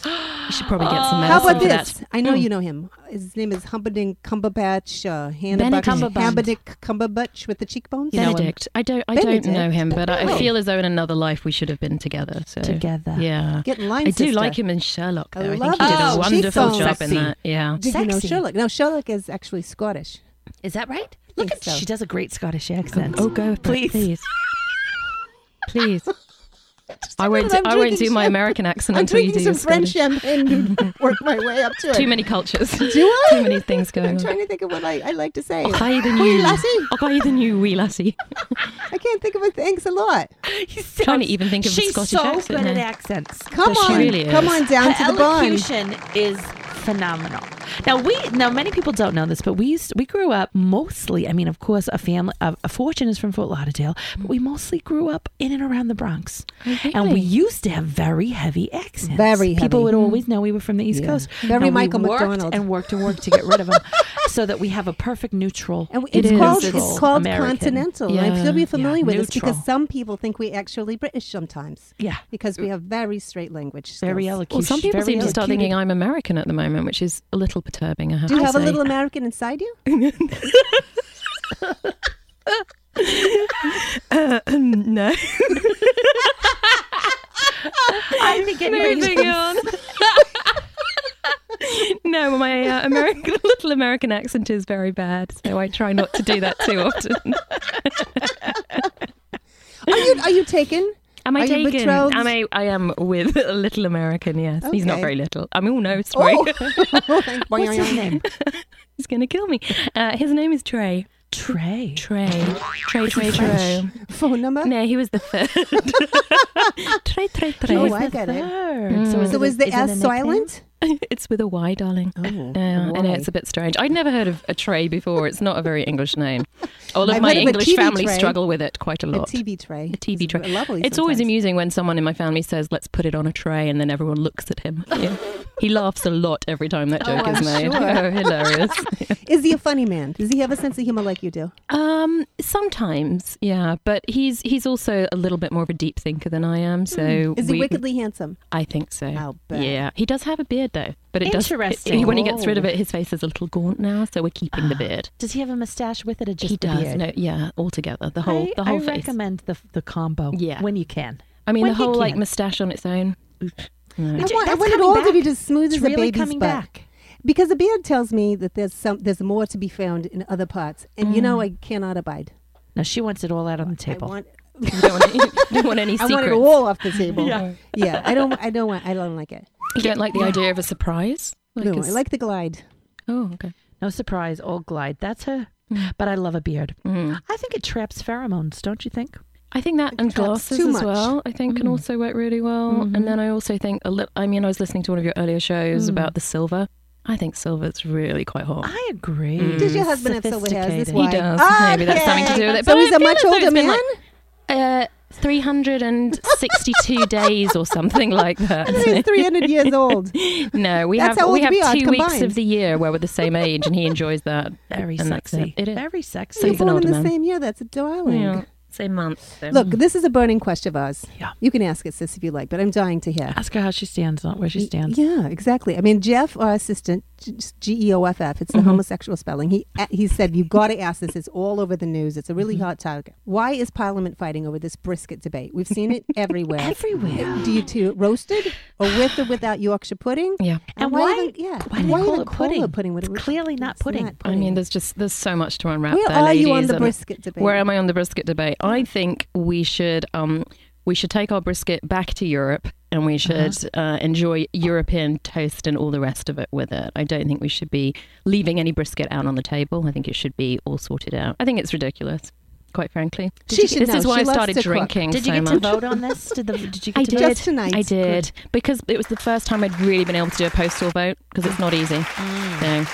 [SPEAKER 3] You should probably get some medicine
[SPEAKER 1] Oh. How about
[SPEAKER 3] for
[SPEAKER 1] this?
[SPEAKER 3] that.
[SPEAKER 1] I know you know him. His name is Humperdinck Cumberbatch. Uh, Hannibal-
[SPEAKER 3] Cumberbatch.
[SPEAKER 1] Humperdinck Cumberbatch with the cheekbones.
[SPEAKER 2] You know him.
[SPEAKER 3] Benedict. I don't. I
[SPEAKER 1] Benedict?
[SPEAKER 3] don't know him, but I,
[SPEAKER 1] Oh.
[SPEAKER 3] I feel as though in another life we should have been together. So
[SPEAKER 2] Together.
[SPEAKER 3] Yeah.
[SPEAKER 1] Get in line,
[SPEAKER 3] I do
[SPEAKER 1] sister.
[SPEAKER 3] like him in Sherlock. Though.
[SPEAKER 1] I
[SPEAKER 3] I,
[SPEAKER 1] love Oh,
[SPEAKER 3] think he did
[SPEAKER 2] his
[SPEAKER 3] a wonderful
[SPEAKER 1] cheekbones.
[SPEAKER 3] job
[SPEAKER 2] Sexy.
[SPEAKER 3] in that. Yeah.
[SPEAKER 1] Did you know
[SPEAKER 2] Sexy.
[SPEAKER 1] Sherlock? No, Sherlock is actually Scottish.
[SPEAKER 2] Is that right? Look at
[SPEAKER 1] think so.
[SPEAKER 2] she does a great Scottish accent.
[SPEAKER 3] Oh, go for
[SPEAKER 2] please.
[SPEAKER 3] it, please. please. I won't.
[SPEAKER 1] I'm
[SPEAKER 3] I won't do
[SPEAKER 1] drinking
[SPEAKER 3] my
[SPEAKER 1] champagne.
[SPEAKER 3] American accent
[SPEAKER 1] I'm
[SPEAKER 3] until you do
[SPEAKER 1] drinking some
[SPEAKER 3] your Scottish.
[SPEAKER 1] French champagne and work my way up to it.
[SPEAKER 3] Too many cultures.
[SPEAKER 1] Do I?
[SPEAKER 3] Too many things
[SPEAKER 1] I'm
[SPEAKER 3] going on.
[SPEAKER 1] trying to think of what I, I like to say.
[SPEAKER 3] I'll buy you the
[SPEAKER 1] Wee
[SPEAKER 3] new
[SPEAKER 1] lassie.
[SPEAKER 3] I'll buy you the new wee lassie.
[SPEAKER 1] I can't think of it. Thanks a lot.
[SPEAKER 2] He sounds-
[SPEAKER 3] Trying to even think of a
[SPEAKER 2] she's
[SPEAKER 3] Scottish
[SPEAKER 2] so
[SPEAKER 3] accent
[SPEAKER 2] good at
[SPEAKER 3] now.
[SPEAKER 2] accents.
[SPEAKER 1] Come
[SPEAKER 2] Does she
[SPEAKER 1] on,
[SPEAKER 3] really
[SPEAKER 1] come
[SPEAKER 3] is.
[SPEAKER 1] on down to
[SPEAKER 2] Her
[SPEAKER 1] the barn.
[SPEAKER 2] elocution is phenomenal. Now we now many people don't know this, but we used we grew up mostly. I mean, of course, a family a, a fortune is from Fort Lauderdale, but we mostly grew up in and around the Bronx, and we
[SPEAKER 3] really?
[SPEAKER 2] used to have very heavy accents.
[SPEAKER 1] Very
[SPEAKER 2] people
[SPEAKER 1] heavy. Mm-hmm.
[SPEAKER 2] would always know we were from the East
[SPEAKER 1] Yeah.
[SPEAKER 2] Coast.
[SPEAKER 1] Very
[SPEAKER 2] And we
[SPEAKER 1] Michael
[SPEAKER 2] worked
[SPEAKER 1] McDonald.
[SPEAKER 2] and worked and worked to get rid of them, so that we have a perfect neutral.
[SPEAKER 1] And we-
[SPEAKER 3] It
[SPEAKER 1] it's
[SPEAKER 3] is
[SPEAKER 1] called
[SPEAKER 3] neutral
[SPEAKER 1] it's called
[SPEAKER 2] American.
[SPEAKER 1] continental.
[SPEAKER 3] Yeah.
[SPEAKER 1] I'm sure you're familiar
[SPEAKER 2] Yeah,
[SPEAKER 1] with this
[SPEAKER 2] neutral.
[SPEAKER 1] because some people think we're actually British sometimes
[SPEAKER 2] Yeah,
[SPEAKER 1] because we have very straight language. Skills.
[SPEAKER 2] very eloquent.
[SPEAKER 3] Well, some people seem to start thinking I'm American at the moment, which is a little perturbing. I have
[SPEAKER 1] Do you
[SPEAKER 3] to
[SPEAKER 1] have a
[SPEAKER 3] say.
[SPEAKER 1] little American inside you?
[SPEAKER 3] no.
[SPEAKER 2] I think anybody
[SPEAKER 3] Moving on. no, my uh, American little American accent is very bad, so I try not to do that too often.
[SPEAKER 1] Are you are you taken?
[SPEAKER 3] Am I
[SPEAKER 1] Are you
[SPEAKER 3] taken?
[SPEAKER 1] betrothed?
[SPEAKER 3] Am I? I am with a little American. Yes, he's not
[SPEAKER 1] Okay.
[SPEAKER 3] very little. I mean, oh no, sorry,
[SPEAKER 2] what's his name?
[SPEAKER 3] he's going to kill me. Uh, his name is Trey.
[SPEAKER 2] Trey.
[SPEAKER 3] Trey. Trey. Trey. Trey.
[SPEAKER 1] phone number?
[SPEAKER 3] No, he was the third. Trey. Trey. Trey.
[SPEAKER 1] Oh, I get it.
[SPEAKER 2] Third.
[SPEAKER 1] So is the
[SPEAKER 2] it a
[SPEAKER 1] S
[SPEAKER 2] nickname? Oh,
[SPEAKER 1] silent?
[SPEAKER 3] It's with a Y, darling.
[SPEAKER 1] Oh,
[SPEAKER 3] Yeah, I know
[SPEAKER 1] why?
[SPEAKER 3] it's a bit strange. I'd never heard of a tray before. It's not a very English name. All of
[SPEAKER 1] I've
[SPEAKER 3] my
[SPEAKER 1] heard of a
[SPEAKER 3] English
[SPEAKER 1] TV
[SPEAKER 3] family
[SPEAKER 1] tray.
[SPEAKER 3] struggle with it quite a
[SPEAKER 1] A
[SPEAKER 3] lot.
[SPEAKER 1] TV tray.
[SPEAKER 3] A TV
[SPEAKER 1] It's
[SPEAKER 3] tray.
[SPEAKER 1] Lovely.
[SPEAKER 3] It's always
[SPEAKER 1] sometimes.
[SPEAKER 3] amusing when someone in my family says, "Let's put it on a tray," and then everyone looks at him. Yeah. he laughs a lot every time that joke
[SPEAKER 1] I'm
[SPEAKER 3] is made.
[SPEAKER 1] sure.
[SPEAKER 3] Oh, hilarious.
[SPEAKER 1] Is he a funny man? Does he have a sense of humor like you do?
[SPEAKER 3] um, sometimes, yeah, but he's he's also a little bit more of a deep thinker than I am.
[SPEAKER 1] Hmm.
[SPEAKER 3] So
[SPEAKER 1] Is he
[SPEAKER 3] we-
[SPEAKER 1] wickedly handsome?
[SPEAKER 3] I think so.
[SPEAKER 1] I'll bet.
[SPEAKER 3] Yeah, he does have a beard beard though. But it does.
[SPEAKER 2] Interesting.
[SPEAKER 3] when he gets rid of
[SPEAKER 1] Oh.
[SPEAKER 3] it, his face is a little gaunt now, so we're keeping the
[SPEAKER 1] Ah,
[SPEAKER 3] beard.
[SPEAKER 2] Does he have a mustache with it or just
[SPEAKER 3] He
[SPEAKER 2] the
[SPEAKER 3] does.
[SPEAKER 2] beard?
[SPEAKER 3] No, yeah, altogether, the whole,
[SPEAKER 2] I,
[SPEAKER 3] the whole
[SPEAKER 2] I
[SPEAKER 3] face.
[SPEAKER 2] recommend the the combo.
[SPEAKER 3] Yeah.
[SPEAKER 2] when you can.
[SPEAKER 3] I mean,
[SPEAKER 2] when
[SPEAKER 3] the
[SPEAKER 2] you
[SPEAKER 3] whole like
[SPEAKER 2] can.
[SPEAKER 3] moustache on its own.
[SPEAKER 1] I
[SPEAKER 2] Ju-
[SPEAKER 1] want, I
[SPEAKER 2] that's
[SPEAKER 1] want it
[SPEAKER 2] coming
[SPEAKER 1] all to
[SPEAKER 2] back.
[SPEAKER 1] be just smooth
[SPEAKER 2] It's
[SPEAKER 1] as a
[SPEAKER 2] really
[SPEAKER 1] baby's
[SPEAKER 2] coming
[SPEAKER 1] butt.
[SPEAKER 2] back.
[SPEAKER 1] Because the beard tells me that there's some, there's more to be found in other parts, and you
[SPEAKER 3] Mm.
[SPEAKER 1] know I cannot abide.
[SPEAKER 2] Now she wants it all out on the
[SPEAKER 1] I
[SPEAKER 2] table.
[SPEAKER 1] want,
[SPEAKER 3] You don't want, you don't want any
[SPEAKER 1] I
[SPEAKER 3] secrets.
[SPEAKER 1] want it all off the table.
[SPEAKER 3] Yeah.
[SPEAKER 1] yeah. I don't, I don't want, I don't like it.
[SPEAKER 3] You don't like the idea of a surprise?
[SPEAKER 1] No,
[SPEAKER 3] a s-
[SPEAKER 1] I like the glide.
[SPEAKER 3] Oh, okay.
[SPEAKER 2] no surprise, all glide. That's her. But I love a beard. I think it traps pheromones, don't you think?
[SPEAKER 3] I think that and
[SPEAKER 1] traps
[SPEAKER 3] glasses
[SPEAKER 1] too
[SPEAKER 3] as
[SPEAKER 1] much. Mm. Mm-hmm.
[SPEAKER 3] well. I think can also work really well. And then I also think a little. I mean, I was listening to one of your earlier
[SPEAKER 1] Mm.
[SPEAKER 3] shows about the silver. I think silver's really quite hot.
[SPEAKER 2] I agree.
[SPEAKER 1] Does your husband have silver hair? Is this
[SPEAKER 2] Oh. Mm. Sophisticated.
[SPEAKER 1] why?
[SPEAKER 3] He does. Maybe that's something to do with it.
[SPEAKER 1] So
[SPEAKER 3] But
[SPEAKER 1] he's
[SPEAKER 3] I
[SPEAKER 1] a
[SPEAKER 3] feel
[SPEAKER 1] much
[SPEAKER 3] as though it's
[SPEAKER 1] older man.
[SPEAKER 3] been like- Uh, 362 days or something like that.
[SPEAKER 1] he's 300 years old.
[SPEAKER 3] No, we
[SPEAKER 1] That's
[SPEAKER 3] have
[SPEAKER 1] how
[SPEAKER 3] we
[SPEAKER 1] old
[SPEAKER 3] have
[SPEAKER 1] we are
[SPEAKER 3] two weeks
[SPEAKER 1] combined.
[SPEAKER 3] of the year where we're the same age, and he enjoys that.
[SPEAKER 2] Very
[SPEAKER 3] And that's
[SPEAKER 2] sexy.
[SPEAKER 3] It It is
[SPEAKER 2] Very
[SPEAKER 1] You're
[SPEAKER 2] sexy.
[SPEAKER 3] He's an
[SPEAKER 1] born in
[SPEAKER 3] older
[SPEAKER 1] the
[SPEAKER 3] man.
[SPEAKER 1] same year. That's darling.
[SPEAKER 3] Yeah. same month. so-
[SPEAKER 1] Look, this is a burning question of ours.
[SPEAKER 2] Yeah.
[SPEAKER 1] You can ask it, sis, if you like, but I'm dying to hear.
[SPEAKER 2] Ask her how she stands, not where she stands.
[SPEAKER 1] Yeah, exactly. I mean, Jeff, our assistant, G E O F F. It's
[SPEAKER 2] Mm-hmm.
[SPEAKER 1] the homosexual spelling. He he said you got to ask this. It's all over the news. It's a really
[SPEAKER 2] Mm-hmm.
[SPEAKER 1] hot topic. Why is Parliament fighting over this brisket debate? We've seen it everywhere. Uh,
[SPEAKER 2] Everywhere.
[SPEAKER 1] Do you two roasted or with or without Yorkshire pudding?
[SPEAKER 3] Yeah.
[SPEAKER 2] And
[SPEAKER 1] why?
[SPEAKER 2] why-
[SPEAKER 1] even- yeah.
[SPEAKER 2] why do they call
[SPEAKER 1] even
[SPEAKER 2] it
[SPEAKER 1] call
[SPEAKER 2] pudding?
[SPEAKER 1] when
[SPEAKER 2] It's
[SPEAKER 1] it was-
[SPEAKER 2] clearly not
[SPEAKER 1] it's
[SPEAKER 2] pudding.
[SPEAKER 1] not
[SPEAKER 3] I mean, there's just there's so much to unwrap.
[SPEAKER 1] Where
[SPEAKER 3] there,
[SPEAKER 1] are you on
[SPEAKER 3] ladies,
[SPEAKER 1] the
[SPEAKER 3] and
[SPEAKER 1] brisket debate?
[SPEAKER 3] Where am I on the brisket debate? I
[SPEAKER 1] Mm.
[SPEAKER 3] think we should um we should take our brisket back to Europe and we
[SPEAKER 1] Uh-huh.
[SPEAKER 3] should uh enjoy European toast and all the rest of it with it. I don't think we should be leaving any brisket out on the table. I think it should be all sorted out. I think it's ridiculous, quite frankly.
[SPEAKER 1] She should
[SPEAKER 3] this
[SPEAKER 1] know.
[SPEAKER 3] is why
[SPEAKER 1] She
[SPEAKER 3] I
[SPEAKER 1] loves
[SPEAKER 3] started
[SPEAKER 1] to cook.
[SPEAKER 3] drinking.
[SPEAKER 2] Did you
[SPEAKER 3] so
[SPEAKER 2] get
[SPEAKER 3] much.
[SPEAKER 2] to vote on this? Did, the, did you get
[SPEAKER 3] I
[SPEAKER 2] to
[SPEAKER 3] did.
[SPEAKER 2] vote?
[SPEAKER 1] Just tonight.
[SPEAKER 3] I did because it was the first time I'd really been able to do a postal vote because it's not easy.
[SPEAKER 1] Mm.
[SPEAKER 3] So,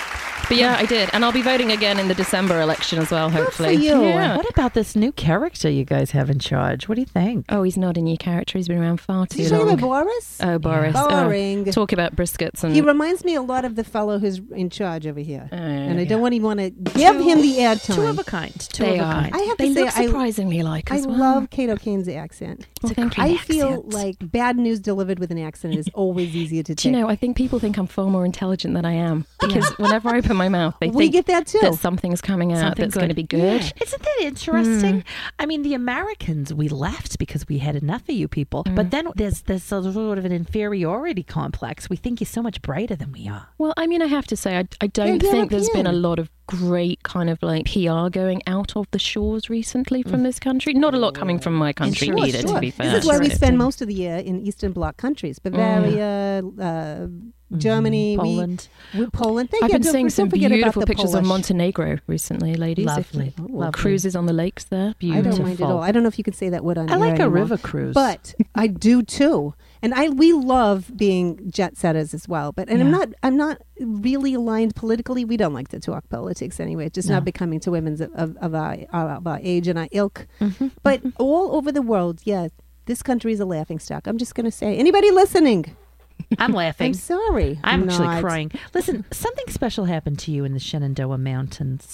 [SPEAKER 3] but yeah, I did, and I'll be voting again in the December election as well. Hopefully,
[SPEAKER 1] you.
[SPEAKER 3] Yeah.
[SPEAKER 2] What about this new character you guys have in charge? What do you think?
[SPEAKER 3] Oh, he's not a new character. He's been around far
[SPEAKER 1] Did you
[SPEAKER 3] too
[SPEAKER 1] talk about
[SPEAKER 3] long.
[SPEAKER 1] Boris?
[SPEAKER 2] Uh,
[SPEAKER 3] Oh, Boris. Oh,
[SPEAKER 1] Boring.
[SPEAKER 3] talk about briskets and
[SPEAKER 1] He reminds me a lot of the fellow who's in charge over here,
[SPEAKER 3] Oh, yeah,
[SPEAKER 1] and I don't even want to give him the airtime.
[SPEAKER 2] Two of a kind. Two
[SPEAKER 3] they
[SPEAKER 2] of a
[SPEAKER 3] are.
[SPEAKER 2] kind.
[SPEAKER 1] I have to
[SPEAKER 3] they
[SPEAKER 1] say,
[SPEAKER 3] look
[SPEAKER 1] I-
[SPEAKER 3] surprisingly like
[SPEAKER 1] I
[SPEAKER 3] as well.
[SPEAKER 1] love Kate O'Kane's accent.
[SPEAKER 3] Well, thank you.
[SPEAKER 1] I feel like bad news delivered with an accent is always easier to
[SPEAKER 3] Do
[SPEAKER 1] take.
[SPEAKER 3] you know? I think people think I'm far more intelligent than I am because whenever I open my mouth, they
[SPEAKER 1] We
[SPEAKER 3] think
[SPEAKER 1] get that too.
[SPEAKER 3] That something's coming out
[SPEAKER 2] Something
[SPEAKER 3] that's going to be good.
[SPEAKER 2] Yeah. Isn't that interesting? I mean, the Americans we left because we had enough of you people. But then there's there's a sort of an inferiority complex. We think you're so much brighter than we are.
[SPEAKER 3] Well, I mean, I have to say, I, I don't
[SPEAKER 1] They're
[SPEAKER 3] think there's been a
[SPEAKER 1] European.
[SPEAKER 3] lot of great kind of like PR going out of the shores recently from this country. Not a lot coming from my country
[SPEAKER 1] Mm. Sure,
[SPEAKER 3] either,
[SPEAKER 1] sure.
[SPEAKER 3] to be fair.
[SPEAKER 1] This is why we
[SPEAKER 3] Sure. Mm.
[SPEAKER 1] spend most of the year in Eastern Bloc countries: Bavaria, uh, Germany, we-
[SPEAKER 2] Hmm. Poland.
[SPEAKER 1] we, Poland. They
[SPEAKER 3] I've
[SPEAKER 1] get
[SPEAKER 3] been seeing some beautiful pictures
[SPEAKER 1] Polish.
[SPEAKER 3] of Montenegro recently, ladies. If-
[SPEAKER 2] Lovely, lovely.
[SPEAKER 3] Cruises on the lakes there.
[SPEAKER 1] I
[SPEAKER 2] Beautiful.
[SPEAKER 1] don't mind at all. I don't know if you can say that word on
[SPEAKER 2] I
[SPEAKER 1] air
[SPEAKER 2] like a
[SPEAKER 1] anymore.
[SPEAKER 2] river cruise.
[SPEAKER 1] but I do too. And I we love being jet setters as well. But and I'm
[SPEAKER 2] Yeah.
[SPEAKER 1] not I'm not really aligned politically. We don't like to talk politics anyway. It's just not becoming to women's of, of, of our of our age and our ilk.
[SPEAKER 2] Mm-hmm.
[SPEAKER 1] But all over the world, yeah, this country is a laughing stock. I'm just gonna say anybody listening,
[SPEAKER 2] I'm laughing.
[SPEAKER 1] I'm sorry.
[SPEAKER 2] I'm actually
[SPEAKER 1] not.
[SPEAKER 2] crying. Listen, something special happened to you in the Shenandoah Mountains.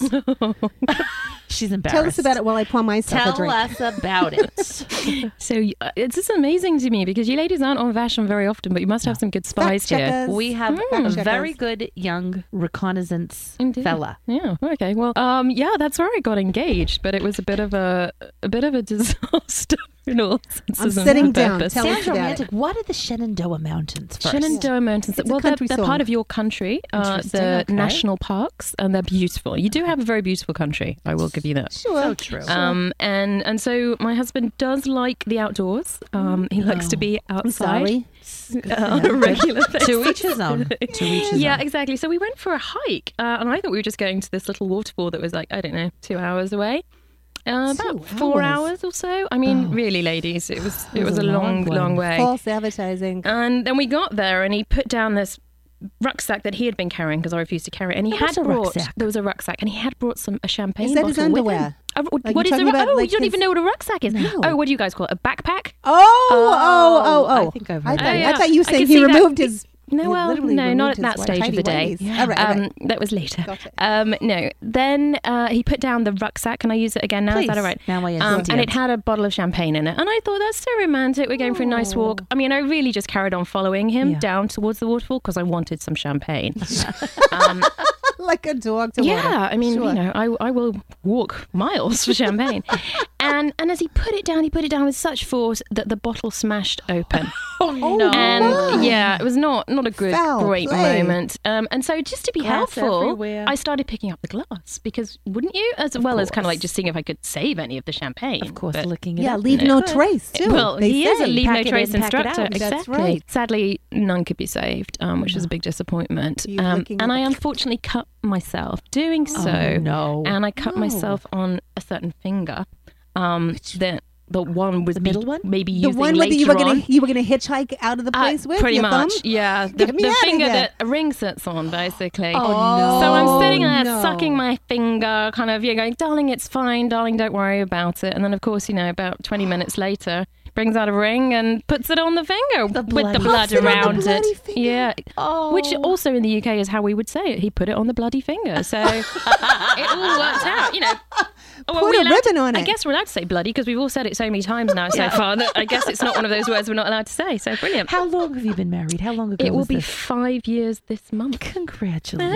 [SPEAKER 2] She's embarrassed.
[SPEAKER 1] Tell us about it while I pour myself a
[SPEAKER 2] Tell
[SPEAKER 1] drink.
[SPEAKER 2] us about it.
[SPEAKER 3] So uh, it's just amazing to me because you ladies aren't on Vashon very often, but you must have some good spies here.
[SPEAKER 1] checkers.
[SPEAKER 2] we have
[SPEAKER 1] Fact
[SPEAKER 2] a
[SPEAKER 1] checkers.
[SPEAKER 2] very good young reconnaissance
[SPEAKER 3] Indeed.
[SPEAKER 2] fella.
[SPEAKER 3] Yeah. Okay. Well, um, yeah, that's where I got engaged, but it was a bit of a a bit of a disaster in all senses and
[SPEAKER 1] sitting down.
[SPEAKER 3] purpose.
[SPEAKER 1] Tell us
[SPEAKER 2] Sounds
[SPEAKER 1] about
[SPEAKER 2] romantic. What are the Shenandoah Mountains first?
[SPEAKER 3] Shenandoah Mountains.
[SPEAKER 1] It's a
[SPEAKER 3] well, they're,
[SPEAKER 1] country
[SPEAKER 3] they're
[SPEAKER 1] song.
[SPEAKER 3] part of your country. Uh,
[SPEAKER 2] Interesting,
[SPEAKER 3] the
[SPEAKER 2] okay.
[SPEAKER 3] national parks, and they're beautiful. You do have a very beautiful country. I will give you that.
[SPEAKER 1] Sure.
[SPEAKER 2] So true.
[SPEAKER 3] Um, and and so my husband does like the outdoors. Um, he likes to be
[SPEAKER 1] I'm
[SPEAKER 3] outside
[SPEAKER 1] sorry.
[SPEAKER 3] uh, on a regular basis.
[SPEAKER 2] to each his own. To each his
[SPEAKER 3] Yeah,
[SPEAKER 2] own.
[SPEAKER 3] exactly. So we went for a hike, uh, and I thought we were just going to this little waterfall that was like I don't know, two hours away. Uh,
[SPEAKER 1] Two
[SPEAKER 3] about four
[SPEAKER 1] hours?
[SPEAKER 3] hours or so. I mean, really, ladies, it was it was a long,
[SPEAKER 2] one.
[SPEAKER 3] long way.
[SPEAKER 1] False advertising.
[SPEAKER 3] And then we got there, and he put down this rucksack that he had been carrying because I refused to carry it. And he
[SPEAKER 2] There
[SPEAKER 3] had
[SPEAKER 2] was a
[SPEAKER 3] brought
[SPEAKER 2] rucksack.
[SPEAKER 3] there was a rucksack, and he had brought some a champagne.
[SPEAKER 1] Is that his
[SPEAKER 3] bottle with
[SPEAKER 1] underwear?
[SPEAKER 3] him. A-
[SPEAKER 1] Are
[SPEAKER 3] what
[SPEAKER 1] you
[SPEAKER 3] is a,
[SPEAKER 1] talking
[SPEAKER 3] ru-
[SPEAKER 1] about,
[SPEAKER 3] oh,
[SPEAKER 1] like
[SPEAKER 3] you don't even
[SPEAKER 1] this-
[SPEAKER 3] know what a rucksack is.
[SPEAKER 1] No.
[SPEAKER 3] Oh, what do you guys call it? A backpack?
[SPEAKER 1] Oh, oh, oh,
[SPEAKER 2] Oh,
[SPEAKER 1] oh!
[SPEAKER 2] I think I've heard
[SPEAKER 1] thought,
[SPEAKER 2] that.
[SPEAKER 3] Yeah,
[SPEAKER 1] I thought you
[SPEAKER 3] I
[SPEAKER 1] said
[SPEAKER 3] can
[SPEAKER 1] he
[SPEAKER 3] see that.
[SPEAKER 1] removed his And it
[SPEAKER 3] No, well,
[SPEAKER 1] literally
[SPEAKER 3] no,
[SPEAKER 1] removed
[SPEAKER 3] not at
[SPEAKER 1] his
[SPEAKER 3] that
[SPEAKER 1] wife.
[SPEAKER 3] stage of
[SPEAKER 1] Tidy
[SPEAKER 3] the day.
[SPEAKER 1] whities. All right, all right.
[SPEAKER 3] Um, that was later.
[SPEAKER 1] Gotcha.
[SPEAKER 3] Um, no, then uh, he put down the rucksack. Can I use it again now? Is that
[SPEAKER 2] Please.
[SPEAKER 3] all right?
[SPEAKER 2] Now I
[SPEAKER 3] um,
[SPEAKER 2] understand.
[SPEAKER 3] And it had a bottle of champagne in it. And I thought, that's so romantic. We're going for a nice walk. I mean, I really just carried on following him
[SPEAKER 2] Yeah.
[SPEAKER 3] down towards the waterfall because I wanted some champagne.
[SPEAKER 1] like a dog to water.
[SPEAKER 3] yeah, I mean,
[SPEAKER 1] Sure.
[SPEAKER 3] you know, I, I will walk miles for champagne. and, and as he put it down, he put it down with such force that the bottle smashed open.
[SPEAKER 2] Oh, no.
[SPEAKER 3] and
[SPEAKER 1] my.
[SPEAKER 3] yeah, it was not not a good
[SPEAKER 1] Foul
[SPEAKER 3] great
[SPEAKER 1] play.
[SPEAKER 3] moment. Um, and so just to be
[SPEAKER 2] Glass
[SPEAKER 3] helpful,
[SPEAKER 2] everywhere.
[SPEAKER 3] I started picking up the glass because wouldn't you, as well as kind of like just seeing if I could save any of the champagne.
[SPEAKER 2] of course,
[SPEAKER 3] But-
[SPEAKER 2] looking it
[SPEAKER 1] Yeah,
[SPEAKER 2] up.
[SPEAKER 1] leave no trace too.
[SPEAKER 3] well,
[SPEAKER 1] they
[SPEAKER 3] he is a
[SPEAKER 1] say.
[SPEAKER 3] leave no
[SPEAKER 2] pack it
[SPEAKER 3] trace
[SPEAKER 2] in, pack it
[SPEAKER 3] instructor.
[SPEAKER 2] out.
[SPEAKER 3] Exactly.
[SPEAKER 1] That's right.
[SPEAKER 3] Sadly, none could be saved, um,
[SPEAKER 2] Ah.
[SPEAKER 3] which was a big disappointment.
[SPEAKER 1] You
[SPEAKER 3] Um,
[SPEAKER 1] looking
[SPEAKER 3] and
[SPEAKER 1] at-
[SPEAKER 3] I unfortunately cut myself doing
[SPEAKER 2] Oh,
[SPEAKER 3] so.
[SPEAKER 2] no.
[SPEAKER 3] And I cut
[SPEAKER 1] No.
[SPEAKER 3] myself on a certain finger. Um, that the one was
[SPEAKER 2] The
[SPEAKER 3] be-
[SPEAKER 2] middle one?
[SPEAKER 3] maybe
[SPEAKER 1] the
[SPEAKER 3] using
[SPEAKER 1] one where
[SPEAKER 3] later
[SPEAKER 1] you were
[SPEAKER 3] on.
[SPEAKER 1] gonna you were gonna hitchhike out of the
[SPEAKER 3] Uh,
[SPEAKER 1] place with
[SPEAKER 3] pretty
[SPEAKER 1] your
[SPEAKER 3] much,
[SPEAKER 1] thumb.
[SPEAKER 3] yeah. The,
[SPEAKER 1] Get me
[SPEAKER 3] the
[SPEAKER 1] outta
[SPEAKER 3] finger
[SPEAKER 1] here.
[SPEAKER 3] that a ring sits on, basically.
[SPEAKER 2] Oh,
[SPEAKER 3] So I'm sitting there
[SPEAKER 1] no.
[SPEAKER 3] sucking my finger, kind of, yeah, going, darling, it's fine, darling, don't worry about it. And then, of course, you know, about 20 minutes later, brings out a ring and puts it on the finger with
[SPEAKER 2] bloody-
[SPEAKER 3] the blood
[SPEAKER 1] Puts it on the
[SPEAKER 3] around
[SPEAKER 1] bloody
[SPEAKER 3] it.
[SPEAKER 1] finger.
[SPEAKER 3] Yeah.
[SPEAKER 2] Oh.
[SPEAKER 3] Which also in the UK is how we would say it. He put it on the bloody finger. So it all worked out, you know. Well,
[SPEAKER 1] Put
[SPEAKER 3] we're
[SPEAKER 1] a
[SPEAKER 3] allowed to-
[SPEAKER 1] ribbon on
[SPEAKER 3] I
[SPEAKER 1] it.
[SPEAKER 3] guess we're allowed to say bloody because we've all said it so many times now so far that I guess it's not one of those words we're not allowed to say. So brilliant.
[SPEAKER 2] How long have you been married? How long ago
[SPEAKER 3] It will
[SPEAKER 2] was
[SPEAKER 3] be
[SPEAKER 2] this?
[SPEAKER 3] five years this month.
[SPEAKER 2] Congratulations.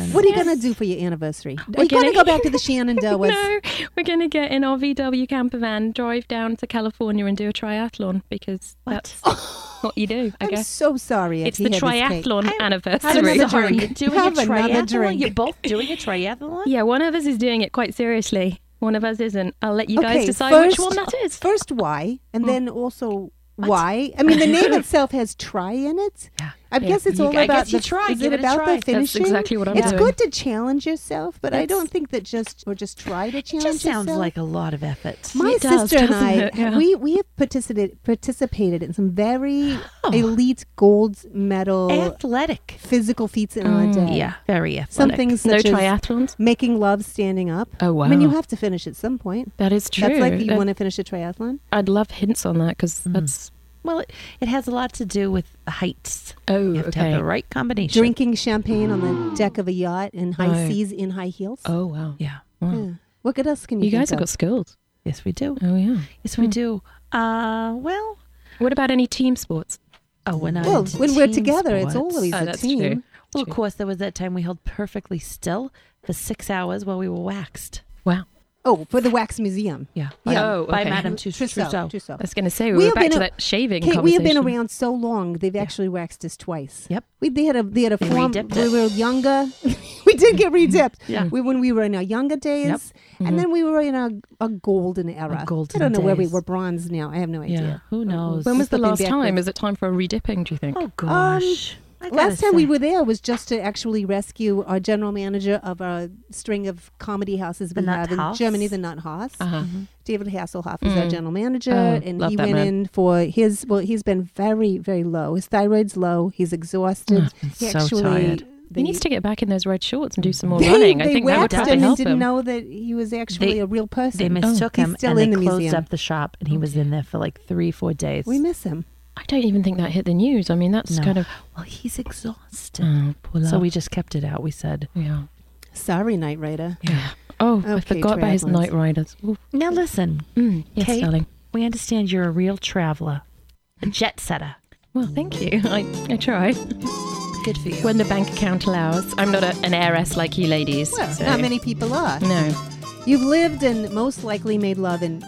[SPEAKER 3] Thanks.
[SPEAKER 1] What are you gonna do for your anniversary? Are you gonna
[SPEAKER 3] gonna-
[SPEAKER 1] go back to the Shenandoahs?
[SPEAKER 3] No, we're going to get in our VW camper van, drive down to California, and do a triathlon because
[SPEAKER 2] What?
[SPEAKER 3] that's what you do, I
[SPEAKER 1] I'm
[SPEAKER 3] guess.
[SPEAKER 1] so sorry. if
[SPEAKER 3] It's
[SPEAKER 1] you
[SPEAKER 3] the
[SPEAKER 1] hear this, Kate.
[SPEAKER 3] triathlon
[SPEAKER 2] I-
[SPEAKER 1] Have another
[SPEAKER 3] anniversary.
[SPEAKER 1] drink.
[SPEAKER 2] Sorry, you're doing
[SPEAKER 1] Have
[SPEAKER 2] a
[SPEAKER 1] another
[SPEAKER 2] triathlon?
[SPEAKER 1] drink.
[SPEAKER 2] You're both doing a triathlon?
[SPEAKER 3] Yeah, one of us is doing it quite seriously. One of us isn't. I'll let you guys
[SPEAKER 1] Okay,
[SPEAKER 3] decide which
[SPEAKER 1] first-
[SPEAKER 3] one that is. Mm.
[SPEAKER 1] First why, and then also why. I mean, the name itself has try in it.
[SPEAKER 2] Yeah.
[SPEAKER 1] I guess it's
[SPEAKER 2] You-
[SPEAKER 1] all
[SPEAKER 2] I
[SPEAKER 1] about
[SPEAKER 2] guess you
[SPEAKER 1] the,
[SPEAKER 2] try,
[SPEAKER 1] is
[SPEAKER 2] give
[SPEAKER 1] it
[SPEAKER 2] it a
[SPEAKER 1] about
[SPEAKER 2] try.
[SPEAKER 1] the
[SPEAKER 2] That's
[SPEAKER 1] finishing.
[SPEAKER 3] exactly what I'm
[SPEAKER 1] It's
[SPEAKER 3] doing.
[SPEAKER 1] good to challenge yourself, but I
[SPEAKER 3] That's-
[SPEAKER 1] don't think that just or just try to
[SPEAKER 2] It
[SPEAKER 1] challenge
[SPEAKER 2] just sounds
[SPEAKER 1] yourself.
[SPEAKER 2] like a lot of effort.
[SPEAKER 1] My
[SPEAKER 3] It does,
[SPEAKER 1] sister and
[SPEAKER 3] doesn't
[SPEAKER 1] I,
[SPEAKER 3] it? Yeah.
[SPEAKER 1] we, we have participated participated in some very
[SPEAKER 3] Oh.
[SPEAKER 1] elite gold medal
[SPEAKER 3] Eh.
[SPEAKER 2] athletic.
[SPEAKER 1] physical feats in our day.
[SPEAKER 2] Yeah, very athletic.
[SPEAKER 1] some things
[SPEAKER 3] Mm, no
[SPEAKER 1] such as
[SPEAKER 3] triathlons.
[SPEAKER 1] making love standing up.
[SPEAKER 3] Oh,
[SPEAKER 1] I mean, you
[SPEAKER 3] wow.
[SPEAKER 1] have to finish at some point.
[SPEAKER 3] That is true.
[SPEAKER 1] That's like you Hmm.
[SPEAKER 3] That-
[SPEAKER 1] want to finish a triathlon.
[SPEAKER 3] I'd love hints on that because that's.
[SPEAKER 2] Well, it, it has a lot to do with heights.
[SPEAKER 3] Oh,
[SPEAKER 2] You have to have
[SPEAKER 3] okay.
[SPEAKER 2] the right combination.
[SPEAKER 1] Drinking champagne on the deck of a yacht in high
[SPEAKER 3] Right.
[SPEAKER 1] seas in high heels.
[SPEAKER 3] Oh, wow.
[SPEAKER 2] Yeah.
[SPEAKER 3] wow.
[SPEAKER 1] Yeah. What else can you?
[SPEAKER 3] You guys have
[SPEAKER 1] think
[SPEAKER 3] got
[SPEAKER 1] of?
[SPEAKER 3] skills.
[SPEAKER 2] Yes, we do.
[SPEAKER 3] Oh, yeah.
[SPEAKER 2] Yes,
[SPEAKER 1] Hmm.
[SPEAKER 2] we do. Uh, well,
[SPEAKER 3] What about any team sports?
[SPEAKER 2] oh, when I Uh,
[SPEAKER 1] Well, when we're together, it's always
[SPEAKER 3] Oh,
[SPEAKER 1] a
[SPEAKER 3] that's
[SPEAKER 1] team.
[SPEAKER 3] true.
[SPEAKER 2] Well, of course, there was that time we held perfectly still for six hours while we were waxed.
[SPEAKER 3] Wow.
[SPEAKER 1] Oh, for the wax museum.
[SPEAKER 2] Yeah.
[SPEAKER 1] Yeah.
[SPEAKER 2] By,
[SPEAKER 3] Oh,
[SPEAKER 2] by
[SPEAKER 3] okay.
[SPEAKER 2] Madame Tus- Trousseau.
[SPEAKER 1] Trousseau.
[SPEAKER 3] I was going to say, we,
[SPEAKER 1] We
[SPEAKER 3] were
[SPEAKER 1] have
[SPEAKER 3] back
[SPEAKER 1] been
[SPEAKER 3] to
[SPEAKER 1] a-
[SPEAKER 3] that shaving
[SPEAKER 1] Kate, we have
[SPEAKER 3] conversation.
[SPEAKER 1] been around so long; they've actually waxed us twice.
[SPEAKER 2] Yep.
[SPEAKER 1] We, they had a they had a form.
[SPEAKER 2] redipped
[SPEAKER 1] when
[SPEAKER 2] it.
[SPEAKER 1] we were younger. we did get redipped.
[SPEAKER 2] Yeah.
[SPEAKER 1] We, when we were in our younger days,
[SPEAKER 2] Yep. Mm-hmm.
[SPEAKER 1] and then we were in our a golden era.
[SPEAKER 2] golden
[SPEAKER 1] I don't know where we
[SPEAKER 2] days.
[SPEAKER 1] were bronze now. I have no
[SPEAKER 2] Yeah.
[SPEAKER 1] idea.
[SPEAKER 2] Who knows?
[SPEAKER 3] When was the
[SPEAKER 1] looking
[SPEAKER 3] last time?
[SPEAKER 1] backwards.
[SPEAKER 3] Is it time for a redipping, do you think?
[SPEAKER 2] Oh gosh. I gotta
[SPEAKER 1] Um, Last time we
[SPEAKER 2] say.
[SPEAKER 1] were there was just to actually rescue our general manager of our string of comedy houses we
[SPEAKER 2] The Nut
[SPEAKER 1] have in
[SPEAKER 2] House?
[SPEAKER 1] Germany, the Nut House.
[SPEAKER 3] Uh-huh.
[SPEAKER 1] David Hasselhoff is our general manager,
[SPEAKER 3] Oh,
[SPEAKER 1] and
[SPEAKER 3] love
[SPEAKER 1] he
[SPEAKER 3] that
[SPEAKER 1] went
[SPEAKER 3] man.
[SPEAKER 1] in for his. Well, he's been very, very low. His thyroid's low. He's
[SPEAKER 3] Oh,
[SPEAKER 1] exhausted. he
[SPEAKER 2] so
[SPEAKER 1] actually,
[SPEAKER 2] tired.
[SPEAKER 1] They,
[SPEAKER 3] He needs to get back in those red shorts and do some more
[SPEAKER 1] they,
[SPEAKER 3] running.
[SPEAKER 1] They
[SPEAKER 3] I think that would
[SPEAKER 1] waxed
[SPEAKER 3] probably
[SPEAKER 1] him and
[SPEAKER 3] help
[SPEAKER 1] didn't
[SPEAKER 3] him.
[SPEAKER 1] know that he was actually
[SPEAKER 2] They-
[SPEAKER 1] a real person.
[SPEAKER 2] They mistook
[SPEAKER 1] oh, He's
[SPEAKER 2] him
[SPEAKER 1] still
[SPEAKER 2] and
[SPEAKER 1] in
[SPEAKER 2] they
[SPEAKER 1] the
[SPEAKER 2] closed
[SPEAKER 1] museum.
[SPEAKER 2] up the shop, and he was in there for like three, four days.
[SPEAKER 1] We miss him.
[SPEAKER 3] I don't even think that hit the news. I mean, that's
[SPEAKER 2] No.
[SPEAKER 3] kind of.
[SPEAKER 2] well, he's exhausted.
[SPEAKER 3] Oh, poor
[SPEAKER 2] So
[SPEAKER 3] love.
[SPEAKER 2] we just kept it out. We said,
[SPEAKER 3] Yeah.
[SPEAKER 1] Sorry, Knight Rider.
[SPEAKER 3] Yeah. Oh, I
[SPEAKER 1] Okay,
[SPEAKER 3] forgot about his
[SPEAKER 1] triathlons.
[SPEAKER 3] night riders. Ooh.
[SPEAKER 2] "Now listen,
[SPEAKER 3] Mm, yes,
[SPEAKER 2] Kate,
[SPEAKER 3] darling.
[SPEAKER 2] we understand you're a real traveler, a jet setter.
[SPEAKER 3] Well, thank you. I,
[SPEAKER 1] Mm.
[SPEAKER 3] I try.
[SPEAKER 2] Good for you.
[SPEAKER 3] When the bank account allows. I'm not a, an heiress like you ladies.
[SPEAKER 1] Well,
[SPEAKER 3] so-
[SPEAKER 1] not many people are.
[SPEAKER 3] No.
[SPEAKER 1] You've lived and most likely made love in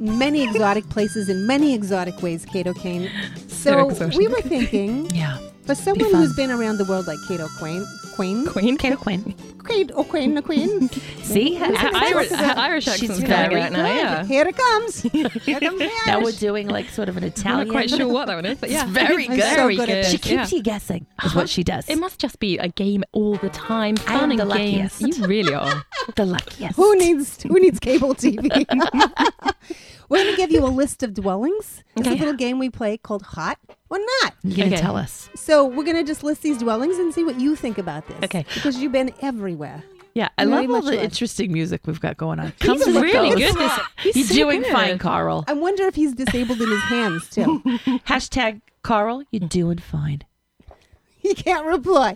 [SPEAKER 1] many exotic places in many exotic ways, Kate O'Kane. So
[SPEAKER 3] exotic.
[SPEAKER 1] we were thinking,
[SPEAKER 2] yeah,
[SPEAKER 1] for someone
[SPEAKER 2] fun.
[SPEAKER 1] who's been around the world like Kate O'Quain, Queen,
[SPEAKER 3] Queen.
[SPEAKER 2] Kate O'Quinn.
[SPEAKER 1] Kate O'Quain, Queen,
[SPEAKER 2] See, her
[SPEAKER 3] Her Irish, her Irish
[SPEAKER 2] She's
[SPEAKER 3] accent's
[SPEAKER 2] very
[SPEAKER 3] there right now, yeah.
[SPEAKER 1] here it comes. Here comes the
[SPEAKER 2] Now we're
[SPEAKER 1] Irish.
[SPEAKER 2] doing like sort of an
[SPEAKER 3] I'm
[SPEAKER 2] Italian.
[SPEAKER 3] not quite sure what that one is, but yeah.
[SPEAKER 2] very
[SPEAKER 1] I'm
[SPEAKER 2] good.
[SPEAKER 1] so
[SPEAKER 3] Very
[SPEAKER 1] good at
[SPEAKER 3] good.
[SPEAKER 1] this.
[SPEAKER 2] She keeps you guessing. Is what she does.
[SPEAKER 3] It must just be a game all the time.
[SPEAKER 2] I am
[SPEAKER 3] Fun
[SPEAKER 2] the
[SPEAKER 3] and games.
[SPEAKER 2] luckiest.
[SPEAKER 3] You really are.
[SPEAKER 2] the luckiest.
[SPEAKER 1] Who needs who needs cable TV? we're gonna give you a list of dwellings. It's a
[SPEAKER 3] Okay.
[SPEAKER 1] little game we play called Hot or Not.
[SPEAKER 2] You're gonna
[SPEAKER 3] Okay.
[SPEAKER 2] tell us.
[SPEAKER 1] So we're gonna just list these dwellings and see what you think about this.
[SPEAKER 3] Okay.
[SPEAKER 1] Because you've been everywhere.
[SPEAKER 2] Yeah, I
[SPEAKER 1] Very
[SPEAKER 2] love all
[SPEAKER 1] much
[SPEAKER 2] the
[SPEAKER 1] love.
[SPEAKER 2] interesting music we've got going on. Comes
[SPEAKER 3] He's
[SPEAKER 2] and
[SPEAKER 3] really
[SPEAKER 2] goes.
[SPEAKER 3] good. This- he's
[SPEAKER 2] You're
[SPEAKER 3] so
[SPEAKER 2] doing
[SPEAKER 3] good.
[SPEAKER 2] fine, Carl.
[SPEAKER 1] I wonder if he's disabled in his hands too.
[SPEAKER 2] Hashtag Carl, you're doing fine.
[SPEAKER 1] you can't reply.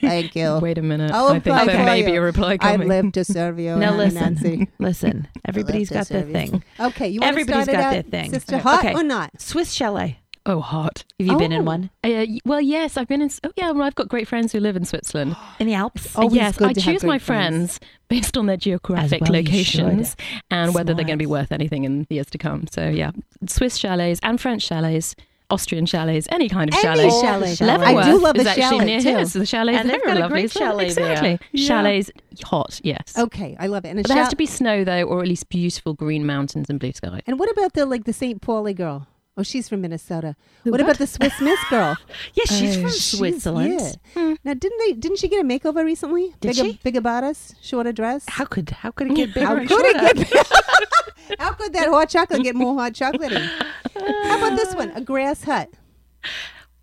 [SPEAKER 1] Thank you.
[SPEAKER 3] Wait a minute.
[SPEAKER 1] I'll
[SPEAKER 3] I think
[SPEAKER 1] apply
[SPEAKER 3] there
[SPEAKER 1] for
[SPEAKER 3] may be
[SPEAKER 1] you.
[SPEAKER 3] a reply
[SPEAKER 1] I
[SPEAKER 3] coming.
[SPEAKER 1] live to serve you.
[SPEAKER 2] Now
[SPEAKER 1] Auntie
[SPEAKER 2] listen,
[SPEAKER 1] Nancy.
[SPEAKER 2] listen. Everybody's
[SPEAKER 1] Left
[SPEAKER 2] got their
[SPEAKER 1] us
[SPEAKER 2] thing.
[SPEAKER 1] Okay, you want to
[SPEAKER 2] Everybody's
[SPEAKER 1] start it
[SPEAKER 2] got
[SPEAKER 1] out,
[SPEAKER 2] their thing.
[SPEAKER 1] Sister, hot
[SPEAKER 2] Okay.
[SPEAKER 1] or not?
[SPEAKER 2] Swiss chalet.
[SPEAKER 3] oh, hot.
[SPEAKER 2] Have you been in
[SPEAKER 1] Oh.
[SPEAKER 2] one
[SPEAKER 3] Uh, y- well, yes, I've been in. S- Oh, yeah. Well, I've got great friends who live in Switzerland.
[SPEAKER 2] in the Alps?
[SPEAKER 1] Always
[SPEAKER 3] yes,
[SPEAKER 1] good
[SPEAKER 3] I
[SPEAKER 1] to have
[SPEAKER 3] choose my
[SPEAKER 1] great friends.
[SPEAKER 3] friends based on their geographic
[SPEAKER 2] well you
[SPEAKER 3] locations
[SPEAKER 2] should.
[SPEAKER 3] and whether they're
[SPEAKER 2] Smart.
[SPEAKER 3] going to be worth anything in the years to come. So yeah, Swiss chalets and French chalets, Austrian chalets, any kind of
[SPEAKER 1] Any
[SPEAKER 3] chalet.
[SPEAKER 1] chalet.
[SPEAKER 3] Leavenworth
[SPEAKER 1] I do love
[SPEAKER 3] is
[SPEAKER 1] a
[SPEAKER 3] actually
[SPEAKER 1] chalet,
[SPEAKER 3] near
[SPEAKER 1] too.
[SPEAKER 3] here, so the chalets
[SPEAKER 2] And
[SPEAKER 3] there
[SPEAKER 2] they've
[SPEAKER 3] are
[SPEAKER 2] got a
[SPEAKER 3] lovely.
[SPEAKER 2] great
[SPEAKER 3] as well.
[SPEAKER 2] chalet there.
[SPEAKER 3] exactly. Oh,
[SPEAKER 2] Yeah.
[SPEAKER 3] Chalets hot, yes.
[SPEAKER 1] Okay, I love it. And a
[SPEAKER 3] But there has
[SPEAKER 1] shout-
[SPEAKER 3] to be snow though, or at least beautiful green mountains and blue sky.
[SPEAKER 1] And what about the like the St. Pauli girl? Oh, she's from Minnesota. what, about the Swiss Miss girl?
[SPEAKER 2] Yeah, she's
[SPEAKER 3] Oh,
[SPEAKER 2] from
[SPEAKER 3] she's-
[SPEAKER 2] Switzerland.
[SPEAKER 1] Yeah. Now, didn't they? Didn't she get a makeover recently?
[SPEAKER 2] Did
[SPEAKER 1] bigger,
[SPEAKER 2] she?
[SPEAKER 1] bigger bodice, shorter dress.
[SPEAKER 2] How could how could it get bigger?
[SPEAKER 1] How
[SPEAKER 2] and
[SPEAKER 1] could
[SPEAKER 2] shorter?
[SPEAKER 1] it get? How could that hot chocolate get more hot chocolatey? How about this one? A grass hut.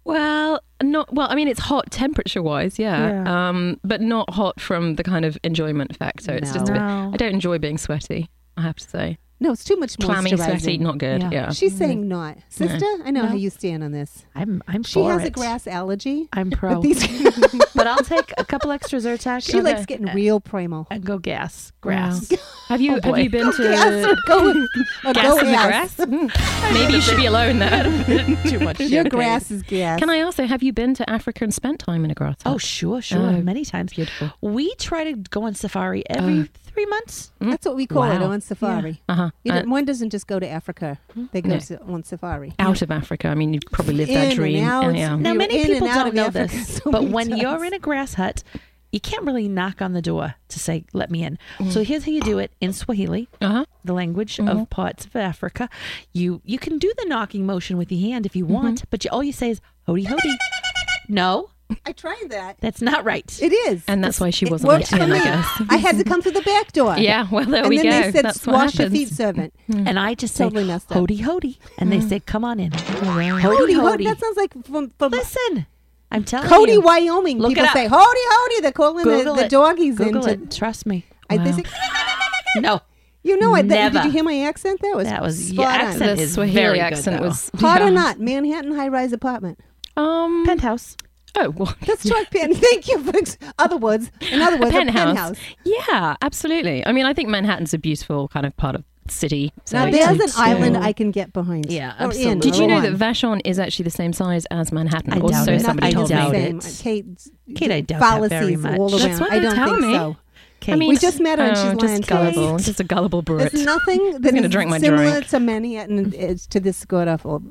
[SPEAKER 3] Well, not well. I mean, it's hot temperature-wise, yeah,
[SPEAKER 2] Yeah.
[SPEAKER 3] Um, but not hot from the kind of enjoyment factor. It's just a bit,
[SPEAKER 2] No.
[SPEAKER 3] I don't enjoy being sweaty. I have to say,
[SPEAKER 1] No, it's too much
[SPEAKER 3] clammy,
[SPEAKER 1] moisturizing.
[SPEAKER 3] sweaty, not good.
[SPEAKER 2] Yeah.
[SPEAKER 3] Yeah,
[SPEAKER 1] She's saying not, sister. I know how you stand on this.
[SPEAKER 2] I'm I'm
[SPEAKER 1] She
[SPEAKER 2] for
[SPEAKER 1] has
[SPEAKER 2] it.
[SPEAKER 1] a grass allergy.
[SPEAKER 2] I'm
[SPEAKER 1] But
[SPEAKER 2] pro.
[SPEAKER 1] these,
[SPEAKER 2] but I'll take a couple extra Zyrtec.
[SPEAKER 1] she likes getting real primal.
[SPEAKER 2] and go gas grass.
[SPEAKER 3] Have you have
[SPEAKER 2] boy.
[SPEAKER 3] you been to
[SPEAKER 1] Yes, or go, or
[SPEAKER 3] Gas
[SPEAKER 1] go
[SPEAKER 3] in the
[SPEAKER 1] ass.
[SPEAKER 3] grass? Hmm. Maybe you should be alone there.
[SPEAKER 2] Too much.
[SPEAKER 1] Your
[SPEAKER 2] champagne.
[SPEAKER 1] grass is gas.
[SPEAKER 3] Can I also have you been to Africa and spent time in a grass?
[SPEAKER 2] Oh
[SPEAKER 3] hut?
[SPEAKER 2] sure, sure,
[SPEAKER 3] Oh,
[SPEAKER 2] many times.
[SPEAKER 3] beautiful.
[SPEAKER 2] We try to go on safari every three months.
[SPEAKER 1] That's what we call it
[SPEAKER 3] Wow.
[SPEAKER 1] on safari.
[SPEAKER 3] Uh-huh.
[SPEAKER 1] You
[SPEAKER 3] Uh,
[SPEAKER 1] don't- one doesn't just go to Africa; they go
[SPEAKER 3] No.
[SPEAKER 1] to, on safari.
[SPEAKER 3] out of Africa. I mean, you'd probably live
[SPEAKER 1] In
[SPEAKER 3] that
[SPEAKER 1] and
[SPEAKER 3] dream.
[SPEAKER 1] out.
[SPEAKER 3] And, yeah.
[SPEAKER 1] No.
[SPEAKER 2] Now
[SPEAKER 1] We were
[SPEAKER 2] many
[SPEAKER 1] in and
[SPEAKER 2] people
[SPEAKER 1] out
[SPEAKER 2] don't
[SPEAKER 1] of
[SPEAKER 2] know
[SPEAKER 1] Africa
[SPEAKER 2] this,
[SPEAKER 1] so
[SPEAKER 2] but
[SPEAKER 1] many
[SPEAKER 2] when you're
[SPEAKER 1] times.
[SPEAKER 2] in a grass hut, you can't really knock on the door to say "let me in."
[SPEAKER 1] Mm.
[SPEAKER 2] So here's how you do it in Swahili.
[SPEAKER 3] Uh-huh.
[SPEAKER 2] the language
[SPEAKER 1] Mm-hmm.
[SPEAKER 2] of parts of Africa. You you can do the knocking motion with your hand if you want,
[SPEAKER 1] Mm-hmm.
[SPEAKER 2] but you, all you say is hody hody. no,
[SPEAKER 1] I tried that.
[SPEAKER 2] that's not right.
[SPEAKER 1] It is,
[SPEAKER 3] And that's why she
[SPEAKER 1] it
[SPEAKER 3] wasn't
[SPEAKER 1] worked
[SPEAKER 3] let
[SPEAKER 1] for
[SPEAKER 3] in, I
[SPEAKER 1] me.
[SPEAKER 3] guess.
[SPEAKER 1] I had to come through the back door.
[SPEAKER 3] Yeah, well, there
[SPEAKER 1] and
[SPEAKER 3] we
[SPEAKER 1] then
[SPEAKER 3] go.
[SPEAKER 1] they said,
[SPEAKER 3] That's what
[SPEAKER 1] "Wash your feet,
[SPEAKER 3] happens.
[SPEAKER 1] servant."
[SPEAKER 2] Mm. And I just say
[SPEAKER 1] Totally messed up. Mm.
[SPEAKER 2] hody hody, and they say come on in.
[SPEAKER 1] Hody,
[SPEAKER 2] Hody
[SPEAKER 1] hody.
[SPEAKER 2] hody.
[SPEAKER 1] That sounds like from, from
[SPEAKER 2] Listen, I'm telling
[SPEAKER 1] Cody,
[SPEAKER 2] you.
[SPEAKER 1] Wyoming.
[SPEAKER 2] Look it
[SPEAKER 1] People
[SPEAKER 2] up.
[SPEAKER 1] say, "Hody, hody." They're calling the,
[SPEAKER 2] Google
[SPEAKER 1] the
[SPEAKER 2] it.
[SPEAKER 1] doggies
[SPEAKER 2] Google
[SPEAKER 1] into.
[SPEAKER 2] it. Trust me.
[SPEAKER 1] I, they
[SPEAKER 2] Wow.
[SPEAKER 1] say,
[SPEAKER 2] no,
[SPEAKER 1] "You know what? That, did
[SPEAKER 2] Never.
[SPEAKER 1] you hear my accent? That was
[SPEAKER 2] that was
[SPEAKER 1] spot
[SPEAKER 2] your
[SPEAKER 1] on.
[SPEAKER 2] accent
[SPEAKER 3] The
[SPEAKER 2] is
[SPEAKER 3] Swahili
[SPEAKER 2] very
[SPEAKER 3] accent
[SPEAKER 2] good, though.
[SPEAKER 3] was
[SPEAKER 1] Hot
[SPEAKER 3] yeah.
[SPEAKER 1] or not? Manhattan high-rise apartment.
[SPEAKER 3] Um,
[SPEAKER 2] penthouse.
[SPEAKER 3] oh, well,
[SPEAKER 1] That's Chuck Penn. Thank you. For other words, in other words,
[SPEAKER 3] penthouse.
[SPEAKER 1] a penthouse.
[SPEAKER 3] Yeah, absolutely. I mean, I think Manhattan's a beautiful kind of part of the city. So
[SPEAKER 1] Now,
[SPEAKER 3] to-
[SPEAKER 1] there's an
[SPEAKER 3] to-
[SPEAKER 1] island I can get behind.
[SPEAKER 2] Yeah,
[SPEAKER 1] Or in,
[SPEAKER 2] absolutely.
[SPEAKER 3] Did you know
[SPEAKER 1] number
[SPEAKER 3] that
[SPEAKER 1] one.
[SPEAKER 3] Vachon is actually the same size as Manhattan?
[SPEAKER 2] I
[SPEAKER 3] or
[SPEAKER 2] doubt
[SPEAKER 3] so
[SPEAKER 2] it.
[SPEAKER 3] somebody
[SPEAKER 2] I
[SPEAKER 3] told
[SPEAKER 2] doubt
[SPEAKER 3] me.
[SPEAKER 2] it.
[SPEAKER 1] Same. Kate,
[SPEAKER 2] Kate, I doubt that
[SPEAKER 1] fallacies
[SPEAKER 2] very much.
[SPEAKER 1] all around.
[SPEAKER 3] That's what
[SPEAKER 1] I
[SPEAKER 3] they
[SPEAKER 1] don't
[SPEAKER 3] tell
[SPEAKER 1] think
[SPEAKER 3] me.
[SPEAKER 1] so.
[SPEAKER 2] Kate.
[SPEAKER 3] I mean,
[SPEAKER 1] We just met her and she's
[SPEAKER 3] oh,
[SPEAKER 1] lying
[SPEAKER 3] just
[SPEAKER 1] to us.
[SPEAKER 3] gullible, just a gullible Brit.
[SPEAKER 1] There's nothing that
[SPEAKER 3] gonna
[SPEAKER 1] is
[SPEAKER 3] drink my
[SPEAKER 1] similar
[SPEAKER 3] drink.
[SPEAKER 1] to Manhattan is to this god awful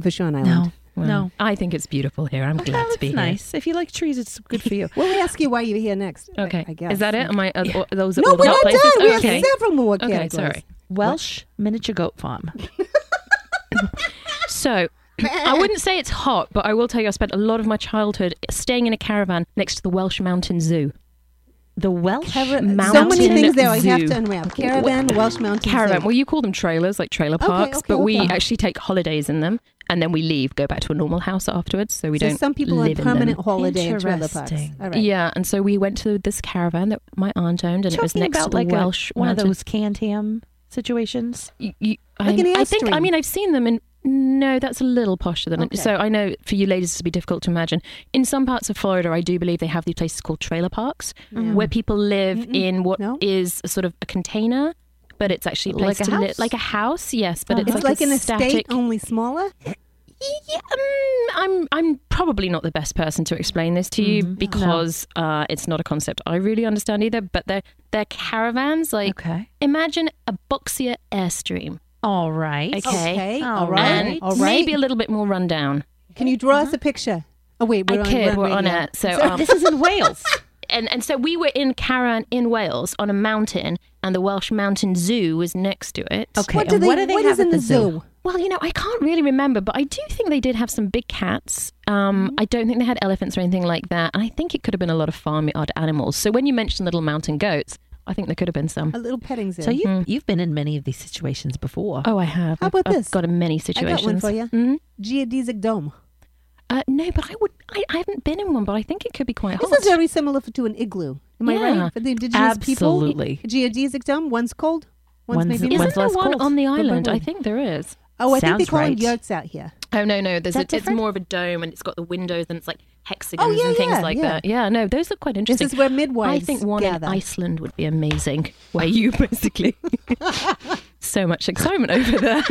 [SPEAKER 1] Vashon Island.
[SPEAKER 2] no,
[SPEAKER 3] Well,
[SPEAKER 2] no.
[SPEAKER 3] I think it's beautiful here.
[SPEAKER 1] Oh,
[SPEAKER 3] I'm glad
[SPEAKER 2] Well,
[SPEAKER 3] to be
[SPEAKER 2] it's
[SPEAKER 3] here.
[SPEAKER 2] nice. If you like trees, it's good for you.
[SPEAKER 1] We'll ask you why you're here next. I-
[SPEAKER 3] Okay,
[SPEAKER 1] I guess.
[SPEAKER 3] is that it? Am I? Are, are those
[SPEAKER 1] No,
[SPEAKER 3] all the
[SPEAKER 1] we're
[SPEAKER 3] hot
[SPEAKER 1] not done.
[SPEAKER 3] places?
[SPEAKER 1] We
[SPEAKER 3] okay.
[SPEAKER 1] have several more
[SPEAKER 3] Okay,
[SPEAKER 1] categories.
[SPEAKER 3] sorry.
[SPEAKER 2] Welsh miniature goat farm.
[SPEAKER 3] So. I wouldn't say it's hot, but I will tell you, I spent a lot of my childhood staying in a caravan next to the Welsh Mountain Zoo.
[SPEAKER 2] The Welsh
[SPEAKER 1] So many
[SPEAKER 3] Mountain
[SPEAKER 1] things there I have
[SPEAKER 3] Zoo.
[SPEAKER 1] to unwrap. Caravan, Welsh Mountain.
[SPEAKER 3] Caravan.
[SPEAKER 1] Zoo.
[SPEAKER 3] Well, you call them trailers, like trailer
[SPEAKER 1] Okay,
[SPEAKER 3] parks,
[SPEAKER 1] okay,
[SPEAKER 3] but we
[SPEAKER 1] okay.
[SPEAKER 3] actually take holidays in them, and then we leave, go back to a normal house afterwards. So we
[SPEAKER 1] So
[SPEAKER 3] don't.
[SPEAKER 1] some people on
[SPEAKER 3] live in them.
[SPEAKER 1] permanent holiday in trailer parks.
[SPEAKER 2] Interesting.
[SPEAKER 1] All right.
[SPEAKER 3] Yeah, and so we went to this caravan that my aunt owned, and it was
[SPEAKER 2] Talking
[SPEAKER 3] next to
[SPEAKER 2] about
[SPEAKER 3] the
[SPEAKER 2] like a-
[SPEAKER 3] Welsh.
[SPEAKER 2] one of
[SPEAKER 3] mountain.
[SPEAKER 2] those canned ham situations.
[SPEAKER 3] You- you-
[SPEAKER 1] Like an
[SPEAKER 3] I, I
[SPEAKER 1] Airstream.
[SPEAKER 3] think. I mean, I've seen them, and no, that's a little posher than.
[SPEAKER 1] Okay.
[SPEAKER 3] It. So I know for you ladies, it'd be difficult to imagine. In some parts of Florida, I do believe they have these places called trailer parks,
[SPEAKER 1] Mm-hmm.
[SPEAKER 3] where people live in what is
[SPEAKER 1] Hmm. No.
[SPEAKER 3] a sort of a container. But it's actually a place
[SPEAKER 2] Like a
[SPEAKER 3] to li-
[SPEAKER 2] house?
[SPEAKER 3] like a house, yes. But
[SPEAKER 1] Oh. It's
[SPEAKER 3] it's
[SPEAKER 1] like
[SPEAKER 3] a
[SPEAKER 1] an
[SPEAKER 3] static,
[SPEAKER 1] estate, only smaller.
[SPEAKER 3] Yeah, um, I'm I'm probably not the best person to explain this to
[SPEAKER 1] Mm-hmm.
[SPEAKER 3] you because uh, it's not a concept I really understand either. But they're they're caravans. Like
[SPEAKER 2] Okay.
[SPEAKER 3] imagine a Boxer Airstream,
[SPEAKER 2] All right.
[SPEAKER 3] Okay.
[SPEAKER 1] All
[SPEAKER 2] All
[SPEAKER 1] right.
[SPEAKER 3] and
[SPEAKER 1] All right.
[SPEAKER 3] maybe a little bit more rundown.
[SPEAKER 1] Can you draw us a picture? Oh wait, we're
[SPEAKER 3] I
[SPEAKER 1] on.
[SPEAKER 3] could. We're
[SPEAKER 1] radio.
[SPEAKER 3] on it. So um,
[SPEAKER 2] This is in Wales.
[SPEAKER 3] and and so we were in Caravan in Wales on a mountain, and the Welsh Mountain Zoo was next to it.
[SPEAKER 2] Okay.
[SPEAKER 1] What do
[SPEAKER 2] and
[SPEAKER 1] they?
[SPEAKER 2] what do they
[SPEAKER 1] what
[SPEAKER 2] have
[SPEAKER 1] is in
[SPEAKER 2] at
[SPEAKER 1] the
[SPEAKER 2] the
[SPEAKER 1] zoo?
[SPEAKER 2] zoo?
[SPEAKER 3] Well, you know, I can't really remember, but I do think they did have some big cats. Um,
[SPEAKER 1] Mm-hmm.
[SPEAKER 3] I don't think they had elephants or anything like that. And I think it could have been a lot of farmyard animals. So when you mentioned little mountain goats, I think there could have been some.
[SPEAKER 1] A little petting zoo.
[SPEAKER 2] So you you've been in many of these situations before.
[SPEAKER 3] Hmm. Oh, I have.
[SPEAKER 1] How
[SPEAKER 3] I've-
[SPEAKER 1] about
[SPEAKER 3] I've
[SPEAKER 1] this?
[SPEAKER 3] got in many
[SPEAKER 1] I
[SPEAKER 3] situations.
[SPEAKER 1] got one for you.
[SPEAKER 3] Mhm.
[SPEAKER 1] Geodesic dome.
[SPEAKER 3] Uh, no, but I would. I, I haven't been in one, but I think it could be quite
[SPEAKER 1] This
[SPEAKER 3] hot.
[SPEAKER 1] is very similar f- to an igloo. Am I
[SPEAKER 3] Yeah.
[SPEAKER 1] right? For the indigenous
[SPEAKER 2] Absolutely.
[SPEAKER 1] people, geodesic dome. One's cold, one's,
[SPEAKER 2] One's-
[SPEAKER 1] maybe
[SPEAKER 3] Isn't
[SPEAKER 1] not.
[SPEAKER 2] one's-
[SPEAKER 3] there
[SPEAKER 2] less
[SPEAKER 3] one
[SPEAKER 2] cold?
[SPEAKER 3] on the
[SPEAKER 2] But
[SPEAKER 3] island?
[SPEAKER 2] when-
[SPEAKER 3] I think there is.
[SPEAKER 1] Oh, I think they
[SPEAKER 2] Sounds
[SPEAKER 1] call them
[SPEAKER 2] right.
[SPEAKER 1] yurts out here.
[SPEAKER 3] Oh no, no. There's
[SPEAKER 2] that
[SPEAKER 3] a, it's
[SPEAKER 2] different?
[SPEAKER 3] more of a dome, and it's got the windows, and it's like hexagons
[SPEAKER 1] yeah,
[SPEAKER 3] and things
[SPEAKER 1] yeah,
[SPEAKER 3] like
[SPEAKER 1] yeah.
[SPEAKER 3] that. Oh, Yeah, no, those are quite
[SPEAKER 1] This
[SPEAKER 3] interesting.
[SPEAKER 1] is where midwives
[SPEAKER 3] I think one
[SPEAKER 1] gather.
[SPEAKER 3] in Iceland would be amazing, where you basically so much excitement over there.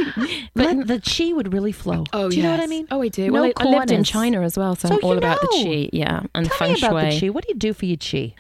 [SPEAKER 2] But the chi would really flow. do you know what I
[SPEAKER 3] yes.
[SPEAKER 2] mean?
[SPEAKER 3] Oh, I do.
[SPEAKER 2] No
[SPEAKER 3] well, I, I lived in
[SPEAKER 2] corners.
[SPEAKER 3] China as well, so,
[SPEAKER 2] So
[SPEAKER 3] I'm all
[SPEAKER 2] you
[SPEAKER 3] about
[SPEAKER 2] know.
[SPEAKER 3] the chi, yeah, and
[SPEAKER 2] Tell
[SPEAKER 3] feng
[SPEAKER 2] me about the
[SPEAKER 3] shui.
[SPEAKER 2] chi. What do you do for your chi?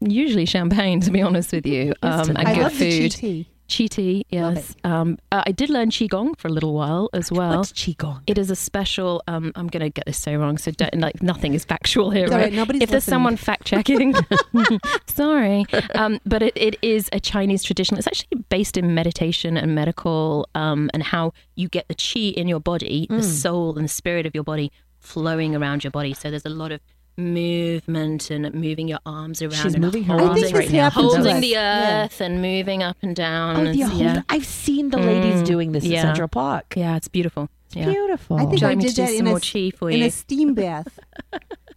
[SPEAKER 3] Usually champagne, to be honest with you, um, and
[SPEAKER 1] I
[SPEAKER 3] good
[SPEAKER 1] love the
[SPEAKER 3] food.
[SPEAKER 1] chi tea.
[SPEAKER 3] Chi tea, yes. Um, uh, I did learn qigong for a little while as well.
[SPEAKER 2] What's qigong?
[SPEAKER 3] It is a special. Um, I'm going to get this so wrong. So don't, like nothing is factual here.
[SPEAKER 1] It's all right, nobody's
[SPEAKER 3] if there's
[SPEAKER 1] listening.
[SPEAKER 3] someone fact checking, sorry. Um, but it, it is a Chinese traditional. It's actually based in meditation and medical, um, and how you get the qi in your body,
[SPEAKER 1] Hmm.
[SPEAKER 3] the soul and the spirit of your body flowing around your body. So there's a lot of movement and moving your arms around.
[SPEAKER 2] She's
[SPEAKER 3] and
[SPEAKER 2] moving her
[SPEAKER 3] holding-
[SPEAKER 2] arms I think this right now. happened to
[SPEAKER 3] holding
[SPEAKER 1] us.
[SPEAKER 3] the
[SPEAKER 1] Yeah.
[SPEAKER 3] earth and moving up and down.
[SPEAKER 2] Oh,
[SPEAKER 3] and
[SPEAKER 2] the
[SPEAKER 3] it's-
[SPEAKER 2] whole,
[SPEAKER 3] yeah. Mm,
[SPEAKER 2] I've seen the ladies doing this in
[SPEAKER 3] yeah.
[SPEAKER 2] Central Park.
[SPEAKER 3] yeah, it's beautiful. Yeah.
[SPEAKER 2] Beautiful.
[SPEAKER 1] I think
[SPEAKER 3] you
[SPEAKER 1] I
[SPEAKER 3] want me
[SPEAKER 1] did
[SPEAKER 3] to do
[SPEAKER 1] that
[SPEAKER 3] some
[SPEAKER 1] in a,
[SPEAKER 3] more
[SPEAKER 1] s-
[SPEAKER 3] chi for
[SPEAKER 1] in a
[SPEAKER 3] you?
[SPEAKER 1] steam bath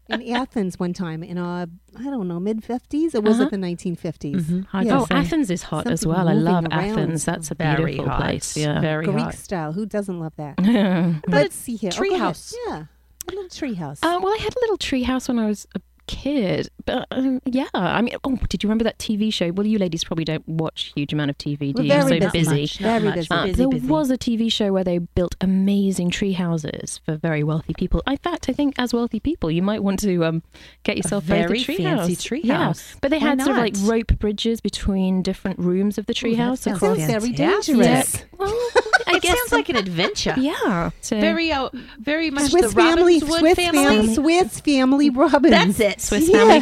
[SPEAKER 1] in Athens one time in uh I don't know mid fifties or was
[SPEAKER 2] Uh-huh.
[SPEAKER 1] it the nineteen
[SPEAKER 2] I
[SPEAKER 1] Yeah.
[SPEAKER 2] guess
[SPEAKER 3] Oh,
[SPEAKER 2] so.
[SPEAKER 3] Athens is hot as
[SPEAKER 1] Something
[SPEAKER 3] well. I love
[SPEAKER 1] moving around.
[SPEAKER 3] Athens. That's a
[SPEAKER 2] Very
[SPEAKER 3] beautiful
[SPEAKER 2] hot.
[SPEAKER 3] place. Yeah.
[SPEAKER 2] Very
[SPEAKER 1] Greek
[SPEAKER 2] hot. Mm-hmm.
[SPEAKER 1] style. Who doesn't love that?
[SPEAKER 3] um,
[SPEAKER 1] Let's see here. Oh, go ahead.
[SPEAKER 2] treehouse.
[SPEAKER 1] yeah, a little treehouse.
[SPEAKER 2] Oh,
[SPEAKER 3] Uh, well, I had a little tree house when I was a kid, but um, yeah, I mean, oh, did you remember that TV show? Well, you ladies probably don't watch huge amount of TV.
[SPEAKER 1] We're
[SPEAKER 3] Do you? You're
[SPEAKER 1] very
[SPEAKER 3] so
[SPEAKER 1] busy.
[SPEAKER 3] busy.
[SPEAKER 1] much, not Very much. busy.
[SPEAKER 3] Uh,
[SPEAKER 2] Busy,
[SPEAKER 3] there
[SPEAKER 2] busy.
[SPEAKER 3] was a TV show where they built amazing tree houses for very wealthy people. In fact, I think as wealthy people, you might want to um, get yourself both
[SPEAKER 2] very
[SPEAKER 3] a tree
[SPEAKER 2] fancy
[SPEAKER 3] house.
[SPEAKER 2] tree
[SPEAKER 3] Yeah.
[SPEAKER 2] house.
[SPEAKER 3] But they
[SPEAKER 2] Why
[SPEAKER 3] had sort of
[SPEAKER 2] not?
[SPEAKER 3] like rope bridges between different rooms of the tree house
[SPEAKER 2] sounds
[SPEAKER 3] across
[SPEAKER 1] Sounds very
[SPEAKER 2] fantastic.
[SPEAKER 1] dangerous.
[SPEAKER 3] Well, I
[SPEAKER 2] It
[SPEAKER 3] guess
[SPEAKER 2] sounds like an adventure.
[SPEAKER 3] yeah. So
[SPEAKER 2] Very, uh, very much
[SPEAKER 1] Swiss
[SPEAKER 2] the
[SPEAKER 1] family,
[SPEAKER 2] Ravenswood
[SPEAKER 1] Swiss
[SPEAKER 2] family.
[SPEAKER 1] family, Swiss family Robbins.
[SPEAKER 2] That's it.
[SPEAKER 3] Swiss
[SPEAKER 1] Yeah.
[SPEAKER 3] Family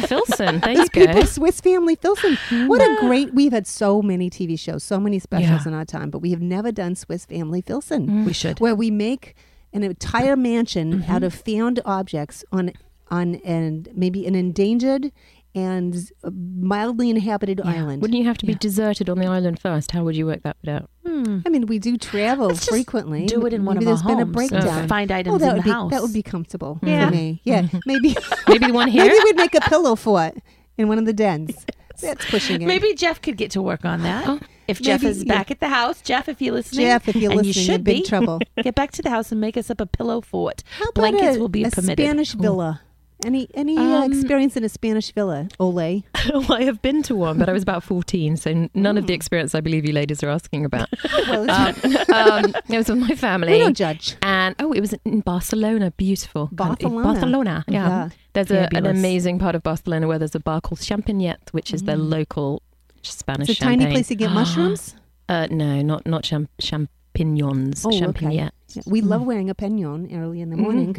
[SPEAKER 3] Filson. There you
[SPEAKER 1] These people,
[SPEAKER 3] go.
[SPEAKER 1] Swiss Family Filson. What a great! We've had so many TV shows, so many specials in our time, but we have never done Swiss Family Filson.
[SPEAKER 3] Mm.
[SPEAKER 2] We should.
[SPEAKER 1] where we make an entire mansion
[SPEAKER 2] Mm-hmm.
[SPEAKER 1] out of found objects on on and maybe an endangered and uh, mildly inhabited island.
[SPEAKER 3] Wouldn't you have to be deserted on the island first? How would you work that bit out?
[SPEAKER 2] Hmm.
[SPEAKER 1] I mean, we do travel
[SPEAKER 2] Let's just
[SPEAKER 1] frequently.
[SPEAKER 2] do it in one of
[SPEAKER 1] maybe
[SPEAKER 2] our
[SPEAKER 1] there's been a
[SPEAKER 2] homes and
[SPEAKER 1] breakdown.
[SPEAKER 2] find items
[SPEAKER 1] oh, that
[SPEAKER 2] in
[SPEAKER 1] would
[SPEAKER 2] the
[SPEAKER 1] be,
[SPEAKER 2] house.
[SPEAKER 1] That would be comfortable
[SPEAKER 2] Yeah. Mm-hmm.
[SPEAKER 1] for me. Yeah, maybe
[SPEAKER 3] Maybe the one here.
[SPEAKER 1] maybe we'd make a pillow fort in one of the dens. That's pushing it.
[SPEAKER 2] Maybe Jeff could get to work on that. If Jeff
[SPEAKER 1] Oh, Maybe,
[SPEAKER 2] is
[SPEAKER 1] yeah.
[SPEAKER 2] back at the house, Jeff, if you're listening,
[SPEAKER 1] Jeff, if you're
[SPEAKER 2] and
[SPEAKER 1] listening,
[SPEAKER 2] you
[SPEAKER 1] you're
[SPEAKER 2] should
[SPEAKER 1] in big
[SPEAKER 2] be,
[SPEAKER 1] trouble.
[SPEAKER 2] Get back to the house and make us up a pillow fort.
[SPEAKER 1] How about
[SPEAKER 2] Blankets
[SPEAKER 1] a,
[SPEAKER 2] will be
[SPEAKER 1] a
[SPEAKER 2] permitted.
[SPEAKER 1] Spanish villa. Any any uh,
[SPEAKER 3] Um,
[SPEAKER 1] experience in a Spanish villa? Ole.
[SPEAKER 3] well, I have been to one, but I was about 14, so none of the experience I believe you ladies are asking about.
[SPEAKER 1] Well, it's-
[SPEAKER 2] Uh,
[SPEAKER 3] um, it was with my family.
[SPEAKER 1] we don't judge.
[SPEAKER 3] And oh, it was in Barcelona. Beautiful. country.
[SPEAKER 1] Barcelona.
[SPEAKER 3] Barcelona. Yeah.
[SPEAKER 1] Yeah.
[SPEAKER 3] There's a, an
[SPEAKER 2] Fabulous.
[SPEAKER 3] amazing part of Barcelona where there's a bar called Champagnat, which is their local Spanish
[SPEAKER 1] It's a
[SPEAKER 3] champagne.
[SPEAKER 1] tiny place to get mushrooms.
[SPEAKER 3] Uh, no, not not champ- champignons.
[SPEAKER 1] Oh, okay.
[SPEAKER 3] champignat.
[SPEAKER 1] Yeah, we love wearing a pinion early in the morning.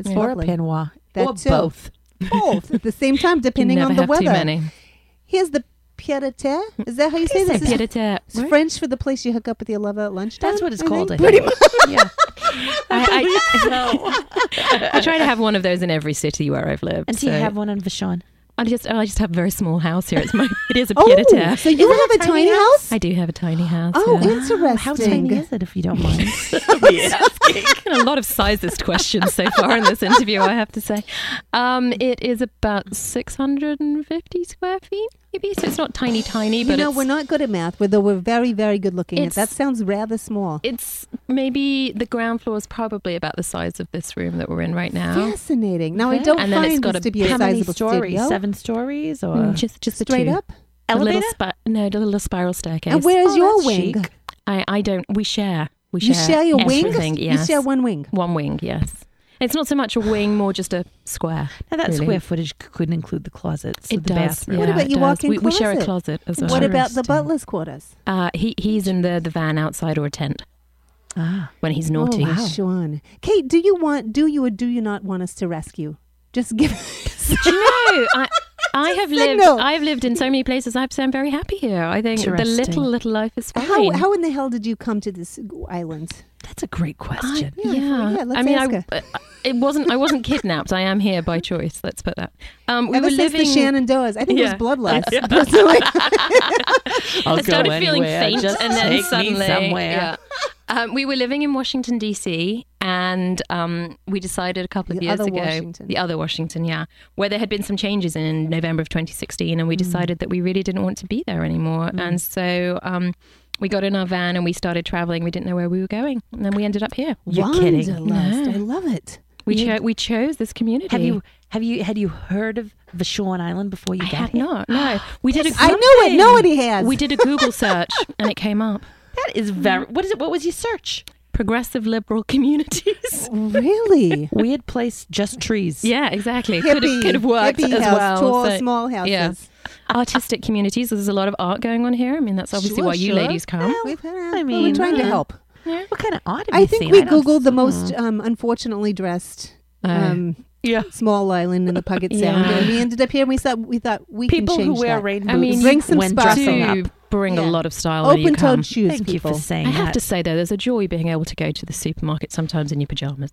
[SPEAKER 1] It's
[SPEAKER 2] Mm-hmm. or a
[SPEAKER 1] lovely.
[SPEAKER 2] peignoir.
[SPEAKER 1] That
[SPEAKER 2] or
[SPEAKER 1] too.
[SPEAKER 2] both.
[SPEAKER 1] Both at the same time, depending
[SPEAKER 3] Never
[SPEAKER 1] on the
[SPEAKER 3] have
[SPEAKER 1] weather.
[SPEAKER 3] Too many.
[SPEAKER 1] Here's the pied à terre. Is that how you say this?
[SPEAKER 3] Pied
[SPEAKER 1] It's-
[SPEAKER 3] à terre.
[SPEAKER 1] It's French for the place you hook up with your lover at lunchtime.
[SPEAKER 2] That's what it's
[SPEAKER 1] I
[SPEAKER 2] called.
[SPEAKER 1] think.
[SPEAKER 2] I
[SPEAKER 1] Pretty
[SPEAKER 2] think.
[SPEAKER 1] much.
[SPEAKER 2] yeah.
[SPEAKER 3] I, I, I try to have one of those in every city where I've lived.
[SPEAKER 2] And do you
[SPEAKER 3] so-
[SPEAKER 2] have one on Vashon?
[SPEAKER 3] I just, I just have a very small house here. It's my, it is a pied à
[SPEAKER 1] Oh,
[SPEAKER 3] terre.
[SPEAKER 1] so you have a tiny, house?
[SPEAKER 3] I do have a tiny house.
[SPEAKER 1] Oh,
[SPEAKER 3] yeah.
[SPEAKER 1] interesting.
[SPEAKER 2] How tiny is it, if you don't mind?
[SPEAKER 3] Been a lot of sizist questions so far in this interview, I have to say. Um, it is about 650 square feet, maybe. So it's not tiny, tiny, but
[SPEAKER 1] You know,
[SPEAKER 3] it's,
[SPEAKER 1] we're not good at math, but though we're very, very good looking at.
[SPEAKER 3] It's-
[SPEAKER 1] That sounds rather small.
[SPEAKER 3] it's maybe the ground floor is probably about the size of this room that we're in right now.
[SPEAKER 1] Fascinating. Now I don't
[SPEAKER 3] And then
[SPEAKER 1] find
[SPEAKER 3] it's got
[SPEAKER 1] this
[SPEAKER 3] a
[SPEAKER 1] to be a
[SPEAKER 3] big-
[SPEAKER 2] How many
[SPEAKER 1] sizable
[SPEAKER 2] stories?
[SPEAKER 1] studio.
[SPEAKER 2] Seven stories or
[SPEAKER 3] Mm, Just, just the
[SPEAKER 1] Straight
[SPEAKER 3] two.
[SPEAKER 1] up.
[SPEAKER 3] A little
[SPEAKER 2] elevator?
[SPEAKER 3] spi- no, the little spiral staircase.
[SPEAKER 1] And where is
[SPEAKER 2] Oh,
[SPEAKER 1] your
[SPEAKER 2] that's
[SPEAKER 1] wing?
[SPEAKER 2] chic.
[SPEAKER 3] I, I don't. We share. We share.
[SPEAKER 1] You share your
[SPEAKER 3] everything,
[SPEAKER 1] wing.
[SPEAKER 3] Yes.
[SPEAKER 1] You share one wing.
[SPEAKER 3] One wing. Yes. It's not so much a wing, more just a square.
[SPEAKER 2] Now that
[SPEAKER 3] really.
[SPEAKER 2] square footage c- couldn't include the closets.
[SPEAKER 3] It
[SPEAKER 2] the
[SPEAKER 3] does.
[SPEAKER 2] Bathroom.
[SPEAKER 1] What
[SPEAKER 3] yeah,
[SPEAKER 1] about
[SPEAKER 3] it
[SPEAKER 1] your
[SPEAKER 3] does.
[SPEAKER 1] walk-in
[SPEAKER 3] we, We share a
[SPEAKER 1] closet?
[SPEAKER 3] closet as well.
[SPEAKER 1] What about the
[SPEAKER 2] Interesting.
[SPEAKER 1] butler's quarters?
[SPEAKER 3] Uh, he he's in the the van outside or a tent
[SPEAKER 2] Ah.
[SPEAKER 3] when he's naughty.
[SPEAKER 1] Oh, Sean. Kate, do you want, do you or do you not want us to rescue? Just give
[SPEAKER 3] Do you know? I, I have lived.
[SPEAKER 1] signal.
[SPEAKER 3] I've lived in so many places. I have to say, I'm very happy here. I think the
[SPEAKER 2] Interesting.
[SPEAKER 3] little little life is fine.
[SPEAKER 1] How, how in the hell did you come to this island?
[SPEAKER 2] That's a great
[SPEAKER 3] I,
[SPEAKER 2] question.
[SPEAKER 3] yeah,
[SPEAKER 1] yeah, let's
[SPEAKER 3] I mean,
[SPEAKER 1] ask
[SPEAKER 3] I, it wasn't. I wasn't kidnapped. I am here by choice. Let's put that. Um, we
[SPEAKER 1] Ever
[SPEAKER 3] were
[SPEAKER 1] since
[SPEAKER 3] living.
[SPEAKER 1] the Shenandoahs, I think it
[SPEAKER 3] Yeah.
[SPEAKER 1] was bloodlust. personally.
[SPEAKER 2] I'll
[SPEAKER 3] I started feeling faint, and then suddenly,
[SPEAKER 2] somewhere.
[SPEAKER 3] yeah. Um, we were living in Washington D.C., and um, we decided a couple of
[SPEAKER 1] The
[SPEAKER 3] years
[SPEAKER 1] other
[SPEAKER 3] ago,
[SPEAKER 1] Washington.
[SPEAKER 3] the other Washington, yeah, where there had been some changes in November of 2016,
[SPEAKER 1] Mm.
[SPEAKER 3] and we decided that we really didn't want to be there anymore, and so. Um, we got in our van and we started traveling. We didn't know where we were going, and then we ended up here.
[SPEAKER 2] You're kidding.
[SPEAKER 1] Wanderlust. I love it.
[SPEAKER 3] We, cho- we chose this community.
[SPEAKER 2] Have you have you had you heard of Vashon Island before you
[SPEAKER 3] I
[SPEAKER 2] got
[SPEAKER 3] had
[SPEAKER 2] here?
[SPEAKER 3] not. No, we did. A,
[SPEAKER 1] I knew it. Nobody has.
[SPEAKER 3] We did a Google search and it came up.
[SPEAKER 2] That is very. What is it? What was your search?
[SPEAKER 3] Progressive liberal communities.
[SPEAKER 1] really.
[SPEAKER 2] Weird place, just trees.
[SPEAKER 3] Yeah, exactly. could
[SPEAKER 1] Hippie-
[SPEAKER 3] have could have worked
[SPEAKER 1] hippie
[SPEAKER 3] as
[SPEAKER 1] house,
[SPEAKER 3] well.
[SPEAKER 1] tall, small houses.
[SPEAKER 3] Artistic communities. There's a lot of art going on here. I mean, that's obviously
[SPEAKER 1] Sure,
[SPEAKER 3] why you
[SPEAKER 1] sure.
[SPEAKER 3] ladies come.
[SPEAKER 1] We've had, uh,
[SPEAKER 2] I
[SPEAKER 1] we're
[SPEAKER 2] mean,
[SPEAKER 1] trying to
[SPEAKER 2] yeah.
[SPEAKER 1] help.
[SPEAKER 2] What kind of art have
[SPEAKER 1] I
[SPEAKER 2] you
[SPEAKER 1] think
[SPEAKER 2] seen?
[SPEAKER 1] we
[SPEAKER 2] I don't-
[SPEAKER 1] googled the most um, unfortunately dressed um,
[SPEAKER 2] Yeah.
[SPEAKER 1] small island in the Puget Sound,
[SPEAKER 3] Yeah.
[SPEAKER 1] and we ended up here. And we thought we thought we
[SPEAKER 2] people
[SPEAKER 1] can
[SPEAKER 2] who
[SPEAKER 1] change
[SPEAKER 2] wear
[SPEAKER 1] that.
[SPEAKER 2] rain boots
[SPEAKER 3] I mean,
[SPEAKER 1] Bring some
[SPEAKER 2] when
[SPEAKER 1] spice.
[SPEAKER 2] dressing up.
[SPEAKER 3] Do bring
[SPEAKER 1] Yeah.
[SPEAKER 3] a lot of style when you come.
[SPEAKER 1] Open-toed shoes,
[SPEAKER 2] Thank
[SPEAKER 1] people.
[SPEAKER 2] you for saying
[SPEAKER 3] I have
[SPEAKER 2] that.
[SPEAKER 3] to say though, there's a joy being able to go to the supermarket sometimes in your pajamas.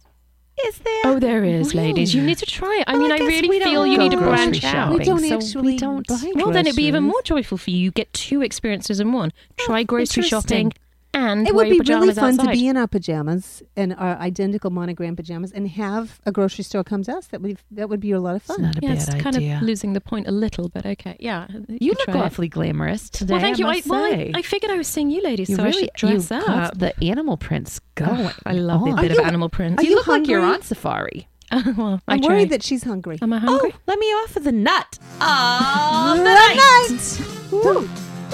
[SPEAKER 2] Is there?
[SPEAKER 3] Oh, there is, ladies. You
[SPEAKER 2] Really?
[SPEAKER 3] need to try it. I
[SPEAKER 2] Well,
[SPEAKER 3] mean,
[SPEAKER 2] I
[SPEAKER 3] I,
[SPEAKER 2] guess
[SPEAKER 3] really
[SPEAKER 2] we don't
[SPEAKER 3] feel you
[SPEAKER 2] go
[SPEAKER 3] need to
[SPEAKER 2] grocery
[SPEAKER 3] branch out.
[SPEAKER 2] shopping.
[SPEAKER 1] we don't
[SPEAKER 3] So
[SPEAKER 1] actually
[SPEAKER 2] don't
[SPEAKER 1] buy
[SPEAKER 2] buy
[SPEAKER 3] well, then it'd be even
[SPEAKER 1] groceries.
[SPEAKER 3] more joyful for you. You Get two experiences in one. Try grocery
[SPEAKER 2] interesting.
[SPEAKER 3] shopping and
[SPEAKER 1] Oh, It
[SPEAKER 3] wear
[SPEAKER 1] would
[SPEAKER 3] your
[SPEAKER 1] be really
[SPEAKER 3] pajamas
[SPEAKER 1] fun
[SPEAKER 3] outside.
[SPEAKER 1] to be in our pajamas and our identical monogram pajamas, and have a grocery store come to us. That would that would be a lot of
[SPEAKER 2] It's
[SPEAKER 1] fun.
[SPEAKER 2] not a
[SPEAKER 3] yeah, it's
[SPEAKER 2] bad idea.
[SPEAKER 3] kind of losing the point a little, but okay. Yeah,
[SPEAKER 2] you
[SPEAKER 3] could
[SPEAKER 2] look
[SPEAKER 3] try it.
[SPEAKER 2] awfully glamorous today.
[SPEAKER 3] Well, thank you.
[SPEAKER 2] I,
[SPEAKER 3] I,
[SPEAKER 2] must
[SPEAKER 3] well, I,
[SPEAKER 2] say.
[SPEAKER 3] I figured I was seeing you, ladies,
[SPEAKER 2] you
[SPEAKER 3] so
[SPEAKER 2] really
[SPEAKER 3] I should dress
[SPEAKER 2] you got
[SPEAKER 3] up.
[SPEAKER 2] the animal prints going.
[SPEAKER 3] I love
[SPEAKER 2] on.
[SPEAKER 3] the bit
[SPEAKER 1] you-
[SPEAKER 3] of animal print.
[SPEAKER 1] are
[SPEAKER 2] You look like you're
[SPEAKER 1] hungry?
[SPEAKER 2] on safari.
[SPEAKER 3] well, I
[SPEAKER 1] I'm
[SPEAKER 3] try.
[SPEAKER 1] worried that Oh. she's hungry.
[SPEAKER 3] Am I hungry?
[SPEAKER 2] Oh, Let me offer the nut of the
[SPEAKER 1] Good
[SPEAKER 2] night.
[SPEAKER 1] night.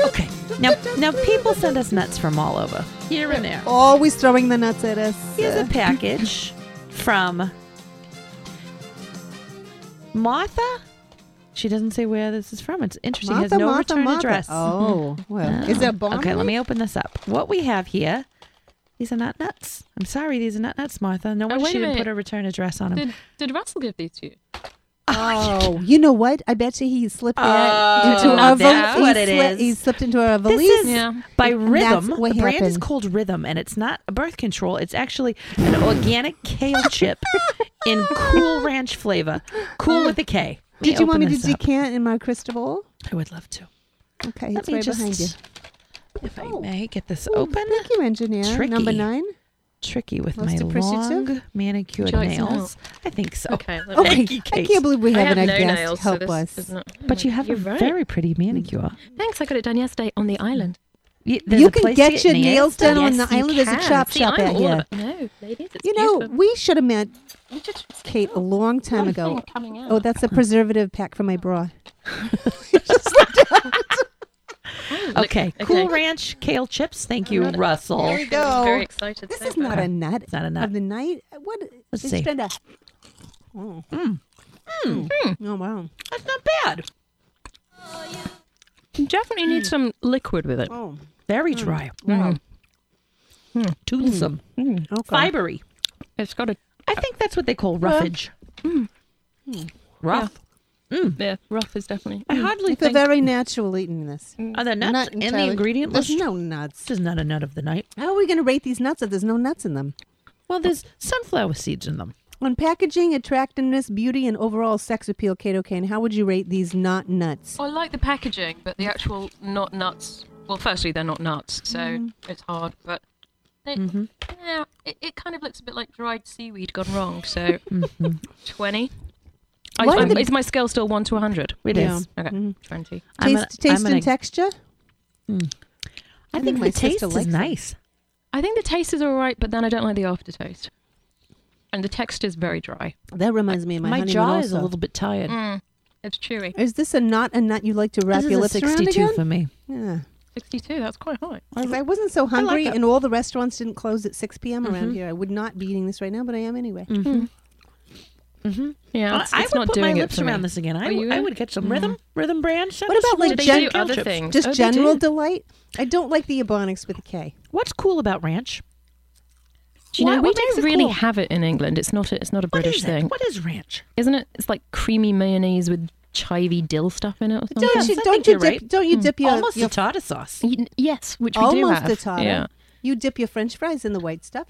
[SPEAKER 2] Okay. Now, now people send us nuts from all over, here and there.
[SPEAKER 1] Always throwing the nuts at us.
[SPEAKER 2] Here's a
[SPEAKER 1] Uh,
[SPEAKER 2] package from Martha. She doesn't say where this is from. It's interesting. it has
[SPEAKER 1] Martha,
[SPEAKER 2] no
[SPEAKER 1] Martha,
[SPEAKER 2] return
[SPEAKER 1] Martha.
[SPEAKER 2] address.
[SPEAKER 1] Oh, well, is there a bomb?
[SPEAKER 2] Okay,
[SPEAKER 1] in
[SPEAKER 2] let
[SPEAKER 1] it?
[SPEAKER 2] me open this up. What we have here, these are not nuts. I'm sorry, these are not nuts, Martha. No one
[SPEAKER 3] wait a
[SPEAKER 2] should have
[SPEAKER 3] minute.
[SPEAKER 2] put a return address on them.
[SPEAKER 3] Did, did Russell give these to you?
[SPEAKER 1] Oh, you know what? I bet you he slipped that
[SPEAKER 2] Oh,
[SPEAKER 1] into our
[SPEAKER 2] that's
[SPEAKER 1] valise.
[SPEAKER 2] what it
[SPEAKER 1] he, sli-
[SPEAKER 2] is.
[SPEAKER 1] he slipped into our valise.
[SPEAKER 2] This is
[SPEAKER 3] Yeah.
[SPEAKER 2] by
[SPEAKER 1] And that's
[SPEAKER 2] Rhythm.
[SPEAKER 1] what
[SPEAKER 2] the brand is
[SPEAKER 1] happened.
[SPEAKER 2] called Rhythm, and it's not a birth control. It's actually an organic kale chip in Cool Ranch flavor. Cool with a K. Let
[SPEAKER 1] Did you want me
[SPEAKER 2] open
[SPEAKER 1] to
[SPEAKER 2] this up.
[SPEAKER 1] decant in my crystal bowl?
[SPEAKER 2] I would love to.
[SPEAKER 1] Okay,
[SPEAKER 2] Let
[SPEAKER 1] it's
[SPEAKER 2] me
[SPEAKER 1] right
[SPEAKER 2] just,
[SPEAKER 1] behind you. Oh.
[SPEAKER 2] if I may, get this open.
[SPEAKER 1] Thank you, engineer. Number
[SPEAKER 2] Tricky.
[SPEAKER 1] nine.
[SPEAKER 2] Tricky with
[SPEAKER 1] Most
[SPEAKER 2] my
[SPEAKER 1] appreciative.
[SPEAKER 2] long manicured
[SPEAKER 3] Would you like some
[SPEAKER 2] nails. I think so.
[SPEAKER 3] Okay.
[SPEAKER 1] Oh,
[SPEAKER 3] lovely.
[SPEAKER 1] wait,
[SPEAKER 2] you,
[SPEAKER 1] I
[SPEAKER 2] Kate.
[SPEAKER 1] can't believe we
[SPEAKER 3] I
[SPEAKER 1] haven't a
[SPEAKER 3] have no
[SPEAKER 1] guest
[SPEAKER 3] nails, so
[SPEAKER 1] help
[SPEAKER 3] this
[SPEAKER 1] us.
[SPEAKER 3] is not- oh
[SPEAKER 2] But
[SPEAKER 3] my-
[SPEAKER 2] you have a
[SPEAKER 3] you're right.
[SPEAKER 2] very pretty manicure.
[SPEAKER 3] Thanks, I got it done yesterday on the island.
[SPEAKER 2] You, there's
[SPEAKER 1] You
[SPEAKER 2] a
[SPEAKER 1] can
[SPEAKER 2] place
[SPEAKER 1] get,
[SPEAKER 2] to
[SPEAKER 1] your nails done on
[SPEAKER 2] Yes,
[SPEAKER 1] the
[SPEAKER 2] you
[SPEAKER 1] island. There's a
[SPEAKER 2] can.
[SPEAKER 1] chop
[SPEAKER 3] See,
[SPEAKER 1] shop
[SPEAKER 3] I'm
[SPEAKER 1] out
[SPEAKER 3] all
[SPEAKER 1] here.
[SPEAKER 3] about- No, ladies, it's
[SPEAKER 1] You know,
[SPEAKER 3] beautiful.
[SPEAKER 1] we should have met
[SPEAKER 3] You just-
[SPEAKER 1] Kate a long time ago.
[SPEAKER 3] Nothing coming out.
[SPEAKER 1] Oh, that's a preservative pack for my bra.
[SPEAKER 2] Okay, Cool Ranch kale chips. Thank you, Russell.
[SPEAKER 1] There we go.
[SPEAKER 3] Very excited.
[SPEAKER 1] This
[SPEAKER 3] so
[SPEAKER 1] is not
[SPEAKER 2] Okay.
[SPEAKER 1] a nut.
[SPEAKER 2] It's not a nut.
[SPEAKER 1] Of the night. What?
[SPEAKER 2] Let's
[SPEAKER 1] it's
[SPEAKER 2] see. Mm.
[SPEAKER 1] been a- Oh. Oh, wow.
[SPEAKER 2] That's not bad.
[SPEAKER 3] You definitely need some liquid with it.
[SPEAKER 1] Oh,
[SPEAKER 2] Very dry, Hmm.
[SPEAKER 1] wow. Hmm.
[SPEAKER 2] toothsome,
[SPEAKER 1] Okay.
[SPEAKER 2] fibery.
[SPEAKER 3] It's got a
[SPEAKER 2] I think that's what they call roughage.
[SPEAKER 1] hmm.
[SPEAKER 2] Hmm. Rough.
[SPEAKER 3] yeah, rough is definitely. hmm.
[SPEAKER 2] I hardly
[SPEAKER 1] I feel
[SPEAKER 2] think.
[SPEAKER 1] very natural eating this.
[SPEAKER 2] are there nuts
[SPEAKER 1] Not
[SPEAKER 2] in
[SPEAKER 1] entirely-
[SPEAKER 2] the ingredient
[SPEAKER 1] There's
[SPEAKER 2] list?
[SPEAKER 1] no nuts.
[SPEAKER 2] This is not a nut of the night.
[SPEAKER 1] How are we going to rate these nuts if there's no nuts in them?
[SPEAKER 2] Well, there's sunflower seeds in them.
[SPEAKER 1] On packaging, attractiveness, beauty, and overall sex appeal, Kato Kane, how would you rate these not nuts?
[SPEAKER 3] I like the packaging, but the actual not nuts. Well, firstly, they're not nuts, so it's hard. But they, yeah, it, it kind of looks a bit like dried seaweed gone wrong. So Mm-hmm. twenty. I,
[SPEAKER 1] Why
[SPEAKER 3] I'm-
[SPEAKER 1] did-
[SPEAKER 3] is my scale still one to hundred?
[SPEAKER 2] It is.
[SPEAKER 1] Yeah.
[SPEAKER 3] Okay, twenty.
[SPEAKER 2] I'm
[SPEAKER 1] Taste,
[SPEAKER 2] gonna-
[SPEAKER 1] taste
[SPEAKER 2] I'm
[SPEAKER 1] and
[SPEAKER 2] gonna-
[SPEAKER 1] texture?
[SPEAKER 2] I
[SPEAKER 1] think
[SPEAKER 2] think
[SPEAKER 1] my
[SPEAKER 2] the
[SPEAKER 1] sister
[SPEAKER 2] taste is
[SPEAKER 1] likes it.
[SPEAKER 2] nice.
[SPEAKER 3] I think the taste is all right, but then I don't like the aftertaste, and the texture is very dry.
[SPEAKER 1] That reminds me of my,
[SPEAKER 2] My
[SPEAKER 1] honeymoon
[SPEAKER 2] jaw
[SPEAKER 1] also. Mm.
[SPEAKER 2] is a little bit tired.
[SPEAKER 3] It's chewy.
[SPEAKER 1] Is this a not a nut you like to wrap
[SPEAKER 2] This
[SPEAKER 1] your
[SPEAKER 2] is a
[SPEAKER 1] lips around
[SPEAKER 2] 62
[SPEAKER 1] again?
[SPEAKER 2] for me.
[SPEAKER 1] Yeah.
[SPEAKER 3] Sixty-two. That's quite high.
[SPEAKER 1] 'Cause I wasn't so hungry,
[SPEAKER 2] it.
[SPEAKER 1] and all the restaurants didn't close at 6 p.m. around here. I would not be eating this right now, but I am anyway.
[SPEAKER 3] Yeah,
[SPEAKER 2] I-
[SPEAKER 3] it's,
[SPEAKER 2] I
[SPEAKER 3] it's
[SPEAKER 2] would
[SPEAKER 3] not
[SPEAKER 2] put
[SPEAKER 3] doing
[SPEAKER 2] my
[SPEAKER 3] it
[SPEAKER 2] lips
[SPEAKER 3] for me.
[SPEAKER 2] around this again. I
[SPEAKER 3] Are
[SPEAKER 2] would-
[SPEAKER 3] you
[SPEAKER 2] I
[SPEAKER 3] in?
[SPEAKER 2] would get some rhythm, rhythm brand. Send
[SPEAKER 1] What
[SPEAKER 2] us
[SPEAKER 1] about,
[SPEAKER 2] some
[SPEAKER 1] like,
[SPEAKER 2] rhythm
[SPEAKER 1] gen-
[SPEAKER 3] They do
[SPEAKER 2] kale
[SPEAKER 3] other
[SPEAKER 2] chips.
[SPEAKER 3] things.
[SPEAKER 1] Just
[SPEAKER 3] Oh, they
[SPEAKER 1] general
[SPEAKER 3] do.
[SPEAKER 1] delight. I don't like the ebonics with a K.
[SPEAKER 2] What's cool about ranch?
[SPEAKER 3] Do you
[SPEAKER 2] Why-
[SPEAKER 3] know, we
[SPEAKER 2] what makes
[SPEAKER 3] don't
[SPEAKER 2] it
[SPEAKER 3] really
[SPEAKER 2] cool?
[SPEAKER 3] have it in England. It's not a, it's not a
[SPEAKER 2] What
[SPEAKER 3] British
[SPEAKER 2] is it?
[SPEAKER 3] thing,
[SPEAKER 2] What is ranch?
[SPEAKER 3] isn't it? It's like creamy mayonnaise with chivy dill stuff in it or something.
[SPEAKER 1] Don't
[SPEAKER 2] yes,
[SPEAKER 1] you
[SPEAKER 2] I
[SPEAKER 1] don't
[SPEAKER 2] think
[SPEAKER 1] you
[SPEAKER 2] you're
[SPEAKER 1] dip
[SPEAKER 2] right.
[SPEAKER 1] don't you dip your
[SPEAKER 2] Almost
[SPEAKER 1] your
[SPEAKER 2] a tartar sauce.
[SPEAKER 3] Y- Yes, which we do
[SPEAKER 1] almost
[SPEAKER 3] have.
[SPEAKER 1] a tartar?
[SPEAKER 3] Yeah,
[SPEAKER 1] You dip your French fries in the white stuff.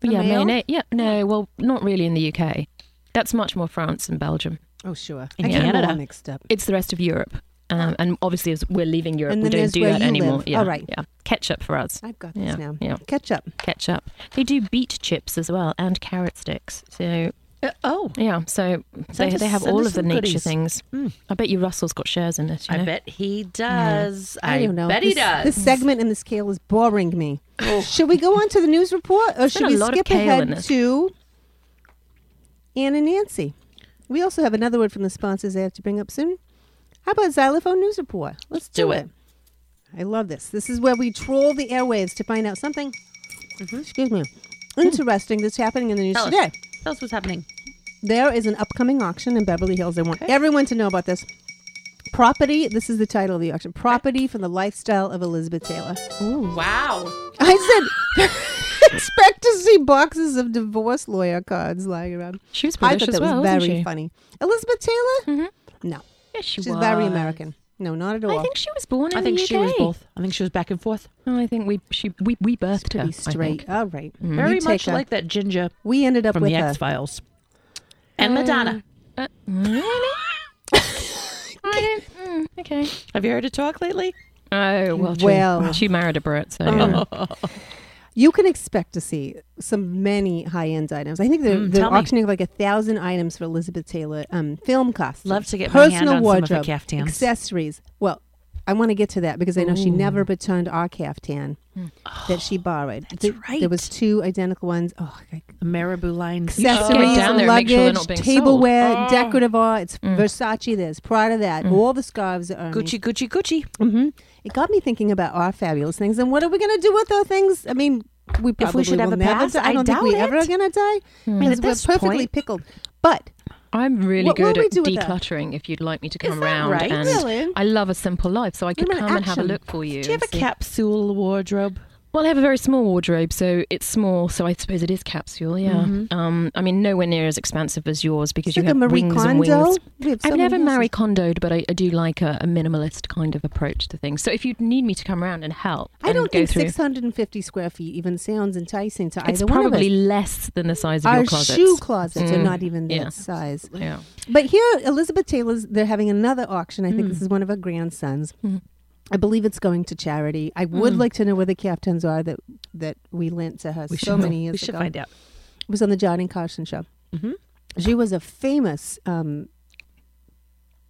[SPEAKER 3] yeah,
[SPEAKER 1] mayo?
[SPEAKER 3] mayonnaise. Yeah, no, well, not really in the UK. That's much more France and Belgium.
[SPEAKER 1] Oh sure,
[SPEAKER 2] In
[SPEAKER 1] I get 'em all
[SPEAKER 2] Canada.
[SPEAKER 1] mixed up.
[SPEAKER 3] It's the rest of Europe, um, and obviously as we're leaving Europe,
[SPEAKER 1] And
[SPEAKER 3] we
[SPEAKER 1] then there's
[SPEAKER 3] don't do
[SPEAKER 1] where
[SPEAKER 3] that
[SPEAKER 1] you
[SPEAKER 3] anymore.
[SPEAKER 1] live.
[SPEAKER 3] Yeah,
[SPEAKER 1] All right.
[SPEAKER 3] Yeah, ketchup for us.
[SPEAKER 1] I've got this
[SPEAKER 3] yeah,
[SPEAKER 1] now.
[SPEAKER 3] Yeah,
[SPEAKER 1] Ketchup.
[SPEAKER 3] ketchup. They do beet chips as well and carrot sticks. So
[SPEAKER 2] Uh, oh,
[SPEAKER 3] yeah, so
[SPEAKER 2] Send
[SPEAKER 3] they,
[SPEAKER 2] us-
[SPEAKER 3] they have
[SPEAKER 2] send
[SPEAKER 3] all
[SPEAKER 2] us
[SPEAKER 3] of the
[SPEAKER 2] some
[SPEAKER 3] nature
[SPEAKER 2] goodies.
[SPEAKER 3] things. I bet you Russell's got shares in it. You
[SPEAKER 2] I
[SPEAKER 3] know?
[SPEAKER 2] bet he does. I,
[SPEAKER 1] don't know.
[SPEAKER 2] bet
[SPEAKER 1] this,
[SPEAKER 2] he does.
[SPEAKER 1] This segment in the scale is boring me. Should we go on to the news report, or should
[SPEAKER 3] been a
[SPEAKER 1] we
[SPEAKER 3] lot of
[SPEAKER 1] skip
[SPEAKER 3] kale in
[SPEAKER 1] ahead
[SPEAKER 3] this.
[SPEAKER 1] to Ann and Nancy. We also have another word from the sponsors I have to bring up soon. How about Xylophone News Report? Let's do,
[SPEAKER 2] do it.
[SPEAKER 1] I love this. This is where we troll the airwaves to find out something. Excuse me. Interesting that's happening in the news
[SPEAKER 2] Tell us.
[SPEAKER 1] today.
[SPEAKER 2] Tell us what's happening.
[SPEAKER 1] There is an upcoming auction in Beverly Hills. I want everyone to know about this. Property, this is the title of the auction. Property from the lifestyle of Elizabeth Taylor.
[SPEAKER 2] Wow.
[SPEAKER 1] I said, expect to see boxes of divorce lawyer cards lying around.
[SPEAKER 3] She was
[SPEAKER 1] I
[SPEAKER 3] British
[SPEAKER 1] thought that
[SPEAKER 3] as well,
[SPEAKER 1] was
[SPEAKER 3] wasn't
[SPEAKER 1] very
[SPEAKER 3] she?
[SPEAKER 1] funny. Elizabeth Taylor? No,
[SPEAKER 3] Yeah, she
[SPEAKER 1] she's
[SPEAKER 3] was.
[SPEAKER 1] very American. No, not at all.
[SPEAKER 3] I think she was born in
[SPEAKER 2] I think
[SPEAKER 3] the
[SPEAKER 2] she was
[SPEAKER 3] UK.
[SPEAKER 2] both. I think she was back and forth.
[SPEAKER 3] Oh, I think we she we, we birthed her.
[SPEAKER 1] Be
[SPEAKER 3] I think. Mm-hmm.
[SPEAKER 1] straight. All right.
[SPEAKER 2] Very
[SPEAKER 1] You
[SPEAKER 2] much
[SPEAKER 1] take her.
[SPEAKER 2] like that ginger
[SPEAKER 1] we ended up
[SPEAKER 2] from
[SPEAKER 1] with
[SPEAKER 2] the
[SPEAKER 1] her.
[SPEAKER 2] X Files. And Madonna.
[SPEAKER 3] Uh, really? I don't. mm, okay.
[SPEAKER 2] Have you heard her talk lately?
[SPEAKER 3] Oh well. She,
[SPEAKER 1] Well.
[SPEAKER 3] she married a Brit, so. yeah.
[SPEAKER 1] You can expect to see some many high end items. I think they're, they're
[SPEAKER 2] Mm, tell me.
[SPEAKER 1] auctioning like a thousand items for Elizabeth Taylor um, film costumes.
[SPEAKER 2] Love to get my hand
[SPEAKER 1] personal
[SPEAKER 2] on some of her
[SPEAKER 1] wardrobe,
[SPEAKER 2] caftans.
[SPEAKER 1] accessories. Well, I want to get to that because I know she never returned our caftan that she borrowed. That's
[SPEAKER 2] Mm. right.
[SPEAKER 1] There was two identical ones. Oh, okay.
[SPEAKER 2] The Marabou line.
[SPEAKER 3] should get
[SPEAKER 1] accessories,
[SPEAKER 3] down there and
[SPEAKER 1] luggage,
[SPEAKER 3] make sure they're not being sold.
[SPEAKER 1] tableware,
[SPEAKER 2] Oh.
[SPEAKER 1] decorative art. It's Versace. There's Prada. That all the scarves are
[SPEAKER 2] Mm. Gucci, Gucci, Gucci.
[SPEAKER 1] hmm It got me thinking about our fabulous things and what are we going to do with our things? I mean, we
[SPEAKER 2] we
[SPEAKER 1] probably
[SPEAKER 2] should
[SPEAKER 1] will
[SPEAKER 2] ever
[SPEAKER 1] never
[SPEAKER 2] pass,
[SPEAKER 1] die.
[SPEAKER 2] I
[SPEAKER 1] I don't think
[SPEAKER 2] doubt
[SPEAKER 1] we ever
[SPEAKER 2] it.
[SPEAKER 1] are going to die
[SPEAKER 3] Hmm.
[SPEAKER 2] mean, at
[SPEAKER 1] because we're
[SPEAKER 2] this
[SPEAKER 1] perfectly
[SPEAKER 2] point-
[SPEAKER 1] pickled. But
[SPEAKER 3] I'm really
[SPEAKER 1] What- what
[SPEAKER 3] good
[SPEAKER 1] do we
[SPEAKER 3] at
[SPEAKER 1] do with that?
[SPEAKER 3] decluttering. If you'd like me to
[SPEAKER 2] Is
[SPEAKER 3] come
[SPEAKER 2] that
[SPEAKER 3] round,
[SPEAKER 2] right?
[SPEAKER 3] and
[SPEAKER 1] Really?
[SPEAKER 3] I love a simple life, so I could
[SPEAKER 1] What about
[SPEAKER 3] come and have a
[SPEAKER 1] action?
[SPEAKER 3] look for you.
[SPEAKER 2] Do you have
[SPEAKER 3] and
[SPEAKER 2] a
[SPEAKER 3] see.
[SPEAKER 2] capsule wardrobe?
[SPEAKER 3] Well, I have a very small wardrobe, so it's small. So I suppose it is capsule. Yeah. Um, I mean, nowhere near as expansive as yours because
[SPEAKER 1] Mm-hmm. it's like
[SPEAKER 3] you
[SPEAKER 1] a
[SPEAKER 3] have
[SPEAKER 1] Marie
[SPEAKER 3] wings and
[SPEAKER 1] Kondo.
[SPEAKER 3] wings.
[SPEAKER 1] We have so
[SPEAKER 3] I've
[SPEAKER 1] many
[SPEAKER 3] never
[SPEAKER 1] houses.
[SPEAKER 3] Marie Kondoed, but I, I do like a, a minimalist kind of approach to things. So if you need me to come around and help,
[SPEAKER 1] I don't
[SPEAKER 3] and go
[SPEAKER 1] think
[SPEAKER 3] through,
[SPEAKER 1] 650 square feet even sounds enticing to
[SPEAKER 3] it's
[SPEAKER 1] either one of
[SPEAKER 3] probably
[SPEAKER 1] us.
[SPEAKER 3] less than the size of
[SPEAKER 1] Our
[SPEAKER 3] your closets.
[SPEAKER 1] shoe closets are
[SPEAKER 3] Mm,
[SPEAKER 1] not even that
[SPEAKER 3] yeah.
[SPEAKER 1] size.
[SPEAKER 3] Yeah.
[SPEAKER 1] But here, Elizabeth Taylor's, they're having another auction. I think
[SPEAKER 2] Mm.
[SPEAKER 1] this is one of her grandsons. I believe it's going to charity. I would like to know where the caftans are that, that we lent to her
[SPEAKER 2] Mm. We
[SPEAKER 1] so
[SPEAKER 2] should,
[SPEAKER 1] many years
[SPEAKER 2] we should
[SPEAKER 1] ago.
[SPEAKER 2] find out. Mm-hmm.
[SPEAKER 1] It was on the Johnny Carson show. She was a famous um,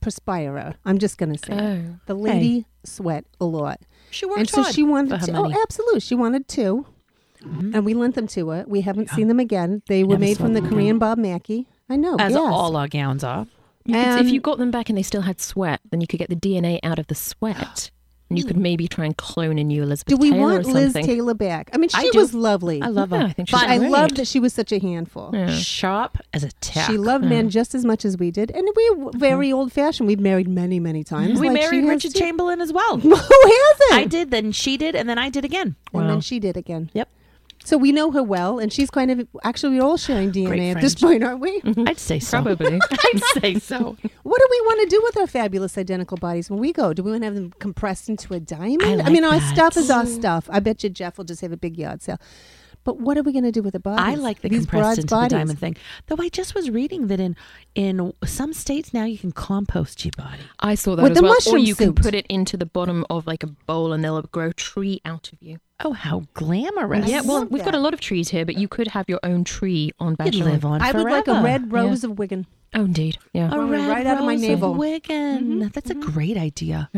[SPEAKER 1] perspirer. I'm just going to say it.
[SPEAKER 3] Oh.
[SPEAKER 1] the lady sweat a lot,
[SPEAKER 2] She worked
[SPEAKER 1] and so
[SPEAKER 2] hard
[SPEAKER 1] she
[SPEAKER 2] for
[SPEAKER 1] wanted
[SPEAKER 2] her
[SPEAKER 1] to.
[SPEAKER 2] money. Mm-hmm.
[SPEAKER 1] Oh, absolutely, she wanted two, and we lent them to her. We haven't seen them again. They were
[SPEAKER 2] Never
[SPEAKER 1] made
[SPEAKER 2] saw
[SPEAKER 1] from the
[SPEAKER 2] them again.
[SPEAKER 1] Korean Bob Mackey. I know.
[SPEAKER 2] As
[SPEAKER 1] Oh, yes.
[SPEAKER 2] all our gowns are.
[SPEAKER 3] You could, if
[SPEAKER 1] Um,
[SPEAKER 3] you got them back and they still had sweat, then you could get the DNA out of the sweat, and you could maybe try and clone a new Elizabeth
[SPEAKER 1] Hmm. Do we
[SPEAKER 3] Taylor
[SPEAKER 1] want
[SPEAKER 3] or
[SPEAKER 1] Liz
[SPEAKER 3] something.
[SPEAKER 1] Taylor back? I mean, she
[SPEAKER 2] I do.
[SPEAKER 1] was lovely.
[SPEAKER 2] I love her.
[SPEAKER 3] Yeah, I think she's
[SPEAKER 1] I
[SPEAKER 3] great.
[SPEAKER 1] love that she was such a handful.
[SPEAKER 3] Yeah.
[SPEAKER 2] Sharp as a tack.
[SPEAKER 1] She loved men just as much as we did, and we were very old-fashioned. We've married many, many times.
[SPEAKER 2] we
[SPEAKER 1] like she
[SPEAKER 2] married
[SPEAKER 1] has
[SPEAKER 2] Richard
[SPEAKER 1] too.
[SPEAKER 2] Chamberlain as well.
[SPEAKER 1] Who hasn't?
[SPEAKER 2] I did, then she did, and then I did again.
[SPEAKER 1] and then she did again.
[SPEAKER 2] Yep.
[SPEAKER 1] So we know her well, and she's kind of actually we're all sharing DNA at this point, aren't we?
[SPEAKER 2] I'd say so.
[SPEAKER 3] Probably.
[SPEAKER 2] I'd say so.
[SPEAKER 1] What do we want to do with our fabulous identical bodies when we go? Do we want to have them compressed into a diamond?
[SPEAKER 2] I like
[SPEAKER 1] mean, our
[SPEAKER 2] that.
[SPEAKER 1] stuff is our stuff. I bet you Jeff will just have a big yard sale. But what are we going to do with the bodies?
[SPEAKER 2] I like the
[SPEAKER 1] These
[SPEAKER 2] compressed
[SPEAKER 1] broads'
[SPEAKER 2] into
[SPEAKER 1] bodies.
[SPEAKER 2] the diamond thing. Though I just was reading that in in some states now you can compost your body.
[SPEAKER 3] I saw that
[SPEAKER 1] With
[SPEAKER 3] as
[SPEAKER 1] the
[SPEAKER 3] well. Or
[SPEAKER 1] mushroom
[SPEAKER 3] you can
[SPEAKER 1] soup.
[SPEAKER 3] put it into the bottom of like a bowl, and they'll grow a tree out of you.
[SPEAKER 2] Oh, how glamorous!
[SPEAKER 1] I
[SPEAKER 3] yeah, well,
[SPEAKER 1] love
[SPEAKER 3] we've got
[SPEAKER 1] that.
[SPEAKER 3] a lot of trees here, but you could have your own tree on
[SPEAKER 2] you
[SPEAKER 3] Bachelor.
[SPEAKER 2] live on
[SPEAKER 1] I would
[SPEAKER 2] forever.
[SPEAKER 1] like a red rose of Wigan.
[SPEAKER 3] Oh, indeed. Yeah.
[SPEAKER 2] a
[SPEAKER 1] growing
[SPEAKER 2] red
[SPEAKER 1] right out of my
[SPEAKER 2] rose
[SPEAKER 1] navel. Mm-hmm,
[SPEAKER 2] Wigan. That's a great idea.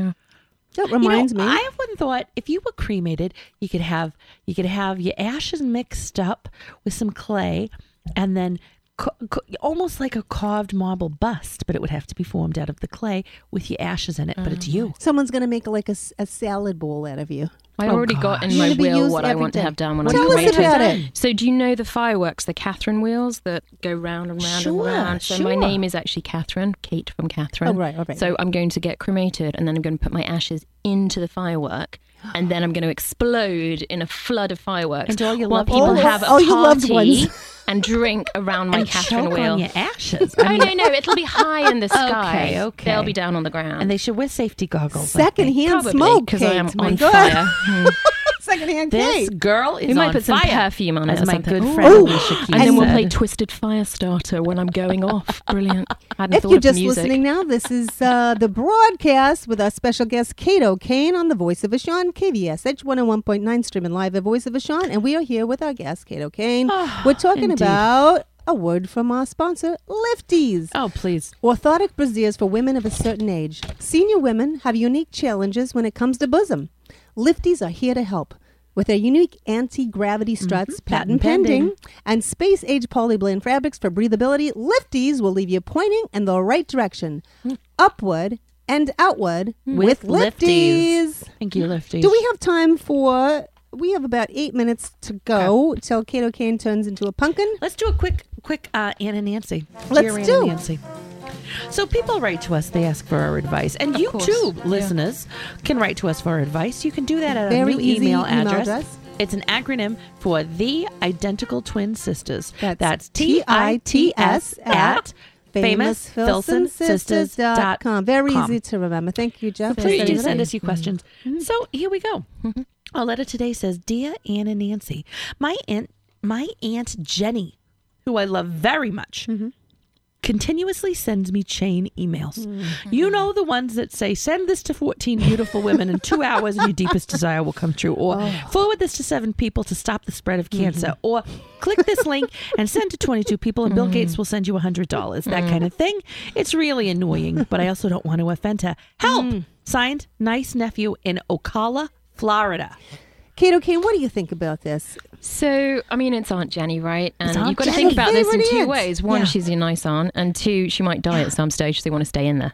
[SPEAKER 1] That reminds
[SPEAKER 2] you know,
[SPEAKER 1] me.
[SPEAKER 2] I have one thought. If you were cremated, you could have you could have your ashes mixed up with some clay, and then co- co- almost like a carved marble bust, but it would have to be formed out of the clay with your ashes in it. But
[SPEAKER 3] Mm.
[SPEAKER 2] it's you.
[SPEAKER 1] Someone's going to make like a, s- a salad bowl out of you.
[SPEAKER 3] I already got in
[SPEAKER 1] oh, You're
[SPEAKER 3] my
[SPEAKER 1] gonna be
[SPEAKER 3] will
[SPEAKER 1] used
[SPEAKER 3] what I
[SPEAKER 1] every
[SPEAKER 3] want
[SPEAKER 1] day.
[SPEAKER 3] to have done when
[SPEAKER 1] Tell
[SPEAKER 3] I'm
[SPEAKER 1] us
[SPEAKER 3] cremated.
[SPEAKER 1] about it.
[SPEAKER 3] So, do you know the fireworks, the Catherine wheels that go round and round
[SPEAKER 2] Sure,
[SPEAKER 3] and round? So, my
[SPEAKER 2] sure.
[SPEAKER 3] name is actually Catherine, Kate from Catherine.
[SPEAKER 1] Oh, right, all right.
[SPEAKER 3] So, I'm going to get cremated and then I'm going to put my ashes into the firework and then I'm going to explode in a flood of fireworks.
[SPEAKER 2] And all your
[SPEAKER 3] while
[SPEAKER 2] loved
[SPEAKER 3] people
[SPEAKER 2] ones.
[SPEAKER 3] have a
[SPEAKER 1] All your loved
[SPEAKER 3] party
[SPEAKER 1] ones.
[SPEAKER 3] and drink around my
[SPEAKER 2] and
[SPEAKER 3] Catherine
[SPEAKER 2] choke
[SPEAKER 3] wheel.
[SPEAKER 2] on your ashes.
[SPEAKER 3] Oh, no, no, it'll be high in the sky.
[SPEAKER 2] Okay, okay.
[SPEAKER 3] They'll be down on the ground.
[SPEAKER 2] and they should wear safety goggles. I think.
[SPEAKER 1] Secondhand
[SPEAKER 3] Probably,
[SPEAKER 1] smoke,
[SPEAKER 3] 'cause
[SPEAKER 1] Kate.
[SPEAKER 3] I am
[SPEAKER 1] My
[SPEAKER 3] on
[SPEAKER 1] God.
[SPEAKER 3] fire. Hmm.
[SPEAKER 1] Secondhand
[SPEAKER 2] This
[SPEAKER 1] cake.
[SPEAKER 2] girl is
[SPEAKER 3] We might
[SPEAKER 2] on
[SPEAKER 3] put some
[SPEAKER 2] fire,
[SPEAKER 3] perfume on it
[SPEAKER 2] as
[SPEAKER 3] or
[SPEAKER 2] my
[SPEAKER 3] something.
[SPEAKER 2] good
[SPEAKER 3] Ooh.
[SPEAKER 2] friend
[SPEAKER 1] Ooh.
[SPEAKER 2] Alicia Keys
[SPEAKER 1] And
[SPEAKER 3] and then we'll
[SPEAKER 2] said.
[SPEAKER 3] play Twisted Firestarter when I'm going off. Brilliant. Hadn't
[SPEAKER 1] If
[SPEAKER 3] thought
[SPEAKER 1] you're
[SPEAKER 3] of
[SPEAKER 1] just
[SPEAKER 3] music.
[SPEAKER 1] listening now, this is uh, the broadcast with our special guest, Kate O'Kane, on the Voice of Ashawn, KVSH 101.9, streaming live at Voice of Ashawn. And we are here with our guest, Kate O'Kane.
[SPEAKER 3] Ah,
[SPEAKER 1] We're talking
[SPEAKER 2] indeed.
[SPEAKER 1] about a word from our sponsor, Lifties.
[SPEAKER 2] Oh, please.
[SPEAKER 1] Orthotic brasiers for women of a certain age. Senior women have unique challenges when it comes to bosom. Lifties are here to help. with their unique anti-gravity struts, Mm-hmm. patent,
[SPEAKER 2] Patent pending.
[SPEAKER 1] pending, and space-age polyblend fabrics for breathability, lifties will leave you pointing in the right direction, upward and outward
[SPEAKER 2] With
[SPEAKER 1] Hmm. with,
[SPEAKER 2] lifties.
[SPEAKER 1] lifties.
[SPEAKER 2] Thank you, Lifty.
[SPEAKER 1] Do we have time for? We have about eight minutes to go till Kato Kane turns into a pumpkin.
[SPEAKER 2] Let's do a quick, quick uh, Anna Nancy.
[SPEAKER 1] Let's
[SPEAKER 2] Dear Anna
[SPEAKER 1] do.
[SPEAKER 2] Nancy. So people write to us; they ask for our advice, and you
[SPEAKER 3] course.
[SPEAKER 2] too, listeners, can write to us for our advice. You can do that at our
[SPEAKER 1] Very
[SPEAKER 2] new
[SPEAKER 1] easy
[SPEAKER 2] email,
[SPEAKER 1] email
[SPEAKER 2] address.
[SPEAKER 1] address.
[SPEAKER 2] It's an acronym for the Identical Twin Sisters.
[SPEAKER 1] That's
[SPEAKER 2] T I T S
[SPEAKER 1] T-I-T-S
[SPEAKER 2] at
[SPEAKER 1] famousfilsonsisters.com.
[SPEAKER 2] famousfilsonsisters.com.
[SPEAKER 1] Very easy to remember. Thank you, Jeff. for
[SPEAKER 2] Please
[SPEAKER 1] setting
[SPEAKER 2] do
[SPEAKER 1] it
[SPEAKER 2] Mm-hmm. send
[SPEAKER 1] up.
[SPEAKER 2] us your questions. So here we go. Our letter today says, "Dear Anne and Nancy, my aunt, my aunt Jenny, who I love very much." Continuously sends me chain emails. You know the ones that say, send this to 14 beautiful women in two hours and your deepest desire will come true. Or forward this to seven people to stop the spread of cancer. Or click this link and send to 22 people and Bill Gates will send you $100. That kind of thing. It's really annoying, but I also don't want to offend her. Help! Signed, nice nephew in Ocala, Florida.
[SPEAKER 1] Kato Kane, what do you think about this?
[SPEAKER 3] So, I mean, it's Aunt Jenny, right? And
[SPEAKER 2] Aunt
[SPEAKER 3] you've got to
[SPEAKER 2] Jenny.
[SPEAKER 3] think about this in
[SPEAKER 1] Favorite
[SPEAKER 3] two
[SPEAKER 1] aunt.
[SPEAKER 3] ways. One,
[SPEAKER 2] Yeah.
[SPEAKER 3] she's your nice aunt, and two, she might die at some stage. So they want to stay in there.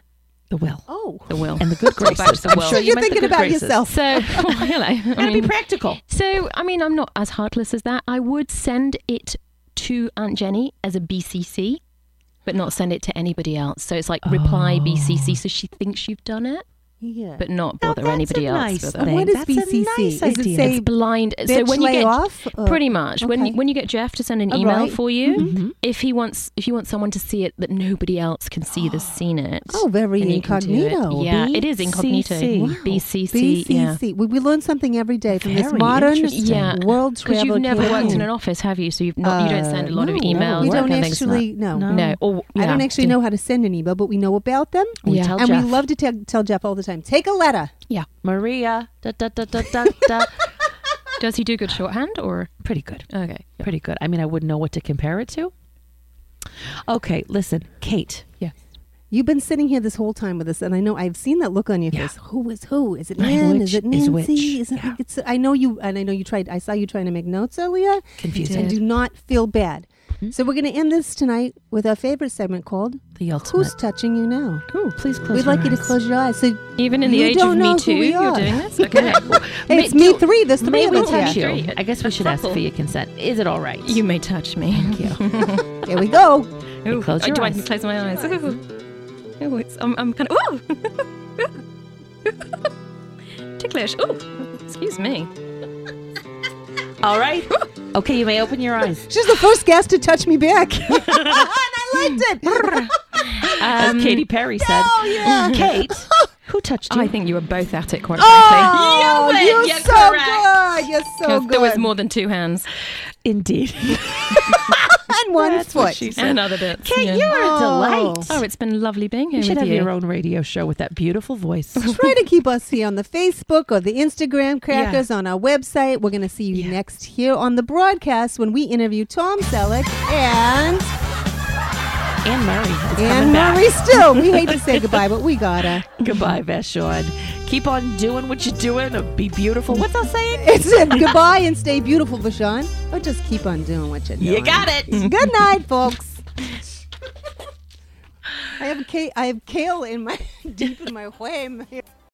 [SPEAKER 2] The will.
[SPEAKER 1] Oh,
[SPEAKER 3] The will
[SPEAKER 2] And the good
[SPEAKER 3] Go
[SPEAKER 2] graces.
[SPEAKER 3] back to the
[SPEAKER 2] I'm
[SPEAKER 3] will.
[SPEAKER 2] sure
[SPEAKER 3] So
[SPEAKER 2] you
[SPEAKER 1] you're
[SPEAKER 2] meant the
[SPEAKER 1] thinking
[SPEAKER 2] good
[SPEAKER 1] about
[SPEAKER 2] graces.
[SPEAKER 1] yourself.
[SPEAKER 3] So, well, hello. I
[SPEAKER 2] Gotta
[SPEAKER 3] mean-
[SPEAKER 2] be practical.
[SPEAKER 3] So, I mean, I'm not as heartless as that. I would send it to Aunt Jenny as a BCC, but not send it to anybody else. So it's like reply BCC, so she thinks you've done it,
[SPEAKER 1] Yeah.
[SPEAKER 3] but not
[SPEAKER 2] Oh. Now
[SPEAKER 3] bother
[SPEAKER 2] that's
[SPEAKER 3] anybody
[SPEAKER 2] a
[SPEAKER 3] else
[SPEAKER 2] nice
[SPEAKER 3] with
[SPEAKER 2] thing.
[SPEAKER 3] it.
[SPEAKER 1] What is
[SPEAKER 2] That's a
[SPEAKER 1] BCC?
[SPEAKER 2] nice
[SPEAKER 1] Does it
[SPEAKER 2] idea.
[SPEAKER 1] say-
[SPEAKER 2] It's
[SPEAKER 3] It's blind. so
[SPEAKER 1] Bitch
[SPEAKER 3] when you
[SPEAKER 1] lay
[SPEAKER 3] get
[SPEAKER 1] off? Uh,
[SPEAKER 3] pretty much when
[SPEAKER 1] okay.
[SPEAKER 3] you, when you get Jeff to send an
[SPEAKER 1] All
[SPEAKER 3] email
[SPEAKER 1] right. Mm-hmm.
[SPEAKER 3] for you, if he wants if you want someone to see it that nobody else can see that's seen it.
[SPEAKER 1] Oh, very
[SPEAKER 3] then you can do it.
[SPEAKER 1] incognito.
[SPEAKER 3] Yeah, it is incognito.
[SPEAKER 2] BCC. Wow.
[SPEAKER 3] BCC. Yeah.
[SPEAKER 1] BCC. We, we learn something every day from this
[SPEAKER 2] Very
[SPEAKER 1] modern
[SPEAKER 2] interesting.
[SPEAKER 3] Yeah,
[SPEAKER 1] world
[SPEAKER 3] Because
[SPEAKER 1] travel.
[SPEAKER 3] you've never
[SPEAKER 1] Kato
[SPEAKER 3] worked in
[SPEAKER 1] Kane.
[SPEAKER 3] an office, have you? So you've not, you don't
[SPEAKER 1] Uh,
[SPEAKER 3] send a lot of
[SPEAKER 2] no, no.
[SPEAKER 3] emails.
[SPEAKER 1] We
[SPEAKER 3] that
[SPEAKER 1] don't
[SPEAKER 3] kind of things like
[SPEAKER 1] actually no.
[SPEAKER 3] that. No, or
[SPEAKER 1] I don't
[SPEAKER 3] yeah.
[SPEAKER 1] actually know how to send an email, but we know about them.
[SPEAKER 3] We Yeah. tell
[SPEAKER 1] and
[SPEAKER 2] Jeff.
[SPEAKER 1] we love to te- tell Jeff all the time. Take a letter.
[SPEAKER 3] Yeah.
[SPEAKER 2] Maria. Da, da, da, da, da, da.
[SPEAKER 3] Does he do good shorthand or?
[SPEAKER 2] Pretty good.
[SPEAKER 3] Okay.
[SPEAKER 2] Pretty good. I mean, I wouldn't know what to compare it to. Okay, listen, Kate.
[SPEAKER 3] Yeah.
[SPEAKER 1] You've been sitting here this whole time with us, and I know I've seen that look on your
[SPEAKER 2] Yeah.
[SPEAKER 1] face. Who is who? Is it
[SPEAKER 2] Right.
[SPEAKER 1] Nan?
[SPEAKER 2] Which
[SPEAKER 1] is it
[SPEAKER 2] is
[SPEAKER 1] Nancy?
[SPEAKER 2] which?
[SPEAKER 1] Is it,
[SPEAKER 2] Yeah.
[SPEAKER 1] it's, I know you, and I know you tried. I saw you trying to make notes earlier.
[SPEAKER 2] Confusing.
[SPEAKER 1] And
[SPEAKER 2] You Mm-hmm.
[SPEAKER 1] do not feel bad. So we're going to end this tonight with our favorite segment called
[SPEAKER 2] The ultimate.
[SPEAKER 1] "Who's Touching You Now."
[SPEAKER 2] Ooh, please close.
[SPEAKER 1] We'd
[SPEAKER 2] your
[SPEAKER 1] like you to
[SPEAKER 2] eyes.
[SPEAKER 1] close your eyes. So
[SPEAKER 3] Even in the
[SPEAKER 1] You
[SPEAKER 3] age
[SPEAKER 1] don't
[SPEAKER 3] of
[SPEAKER 1] know who
[SPEAKER 3] Me Too,
[SPEAKER 1] we
[SPEAKER 3] you're
[SPEAKER 1] are.
[SPEAKER 3] doing this. Okay.
[SPEAKER 1] hey, it's me three. There's three
[SPEAKER 2] May
[SPEAKER 1] of
[SPEAKER 2] we
[SPEAKER 1] us
[SPEAKER 2] touch
[SPEAKER 1] here.
[SPEAKER 2] you?
[SPEAKER 3] Three.
[SPEAKER 2] I guess we should ask for your consent. Is it all right?
[SPEAKER 3] You may touch me. Thank you.
[SPEAKER 1] Here we go.
[SPEAKER 3] Ooh,
[SPEAKER 2] close your
[SPEAKER 3] do I
[SPEAKER 2] eyes.
[SPEAKER 3] can close my eyes. Ooh. Ooh, it's, I'm, I'm kind of. Ooh! Ticklish. Ooh! Excuse me.
[SPEAKER 2] all right. Okay, you may open your eyes.
[SPEAKER 1] She's the first guest to touch me back, and I liked it.
[SPEAKER 2] As Katy Perry said. "Mm,
[SPEAKER 1] oh Um, yeah.
[SPEAKER 2] Kate, who touched you?
[SPEAKER 3] I think you were both at it, quite
[SPEAKER 1] Oh,
[SPEAKER 3] frankly.
[SPEAKER 1] you're,
[SPEAKER 3] You're
[SPEAKER 1] so
[SPEAKER 3] correct.
[SPEAKER 1] good. You're so
[SPEAKER 3] 'Cause
[SPEAKER 1] good.
[SPEAKER 3] There was more than two hands
[SPEAKER 2] Indeed.
[SPEAKER 1] and one
[SPEAKER 2] That's
[SPEAKER 1] foot.
[SPEAKER 2] what she said.
[SPEAKER 3] and other bits.
[SPEAKER 2] Kate,
[SPEAKER 3] yeah.
[SPEAKER 2] you are a
[SPEAKER 1] Oh.
[SPEAKER 2] delight.
[SPEAKER 3] Oh, it's been lovely being here
[SPEAKER 2] you should
[SPEAKER 3] with
[SPEAKER 2] have
[SPEAKER 3] you.
[SPEAKER 2] your own radio show with that beautiful voice.
[SPEAKER 1] Try to keep us here on the Facebook or the Instagram crackers on our website. We're going to see you next here on the broadcast when we interview Tom Selleck and
[SPEAKER 2] Anne Murray. is coming
[SPEAKER 1] and
[SPEAKER 2] back.
[SPEAKER 1] Marie Still. We hate to say goodbye, but we gotta.
[SPEAKER 2] Goodbye, Vashon. Keep on doing what you're doing. or Be beautiful. What's that saying?
[SPEAKER 1] It's it. Goodbye and stay beautiful, Vashon. But just keep on doing what you're doing.
[SPEAKER 2] You got it.
[SPEAKER 1] Good night, folks. I have, ca- I have kale in my deep in my way.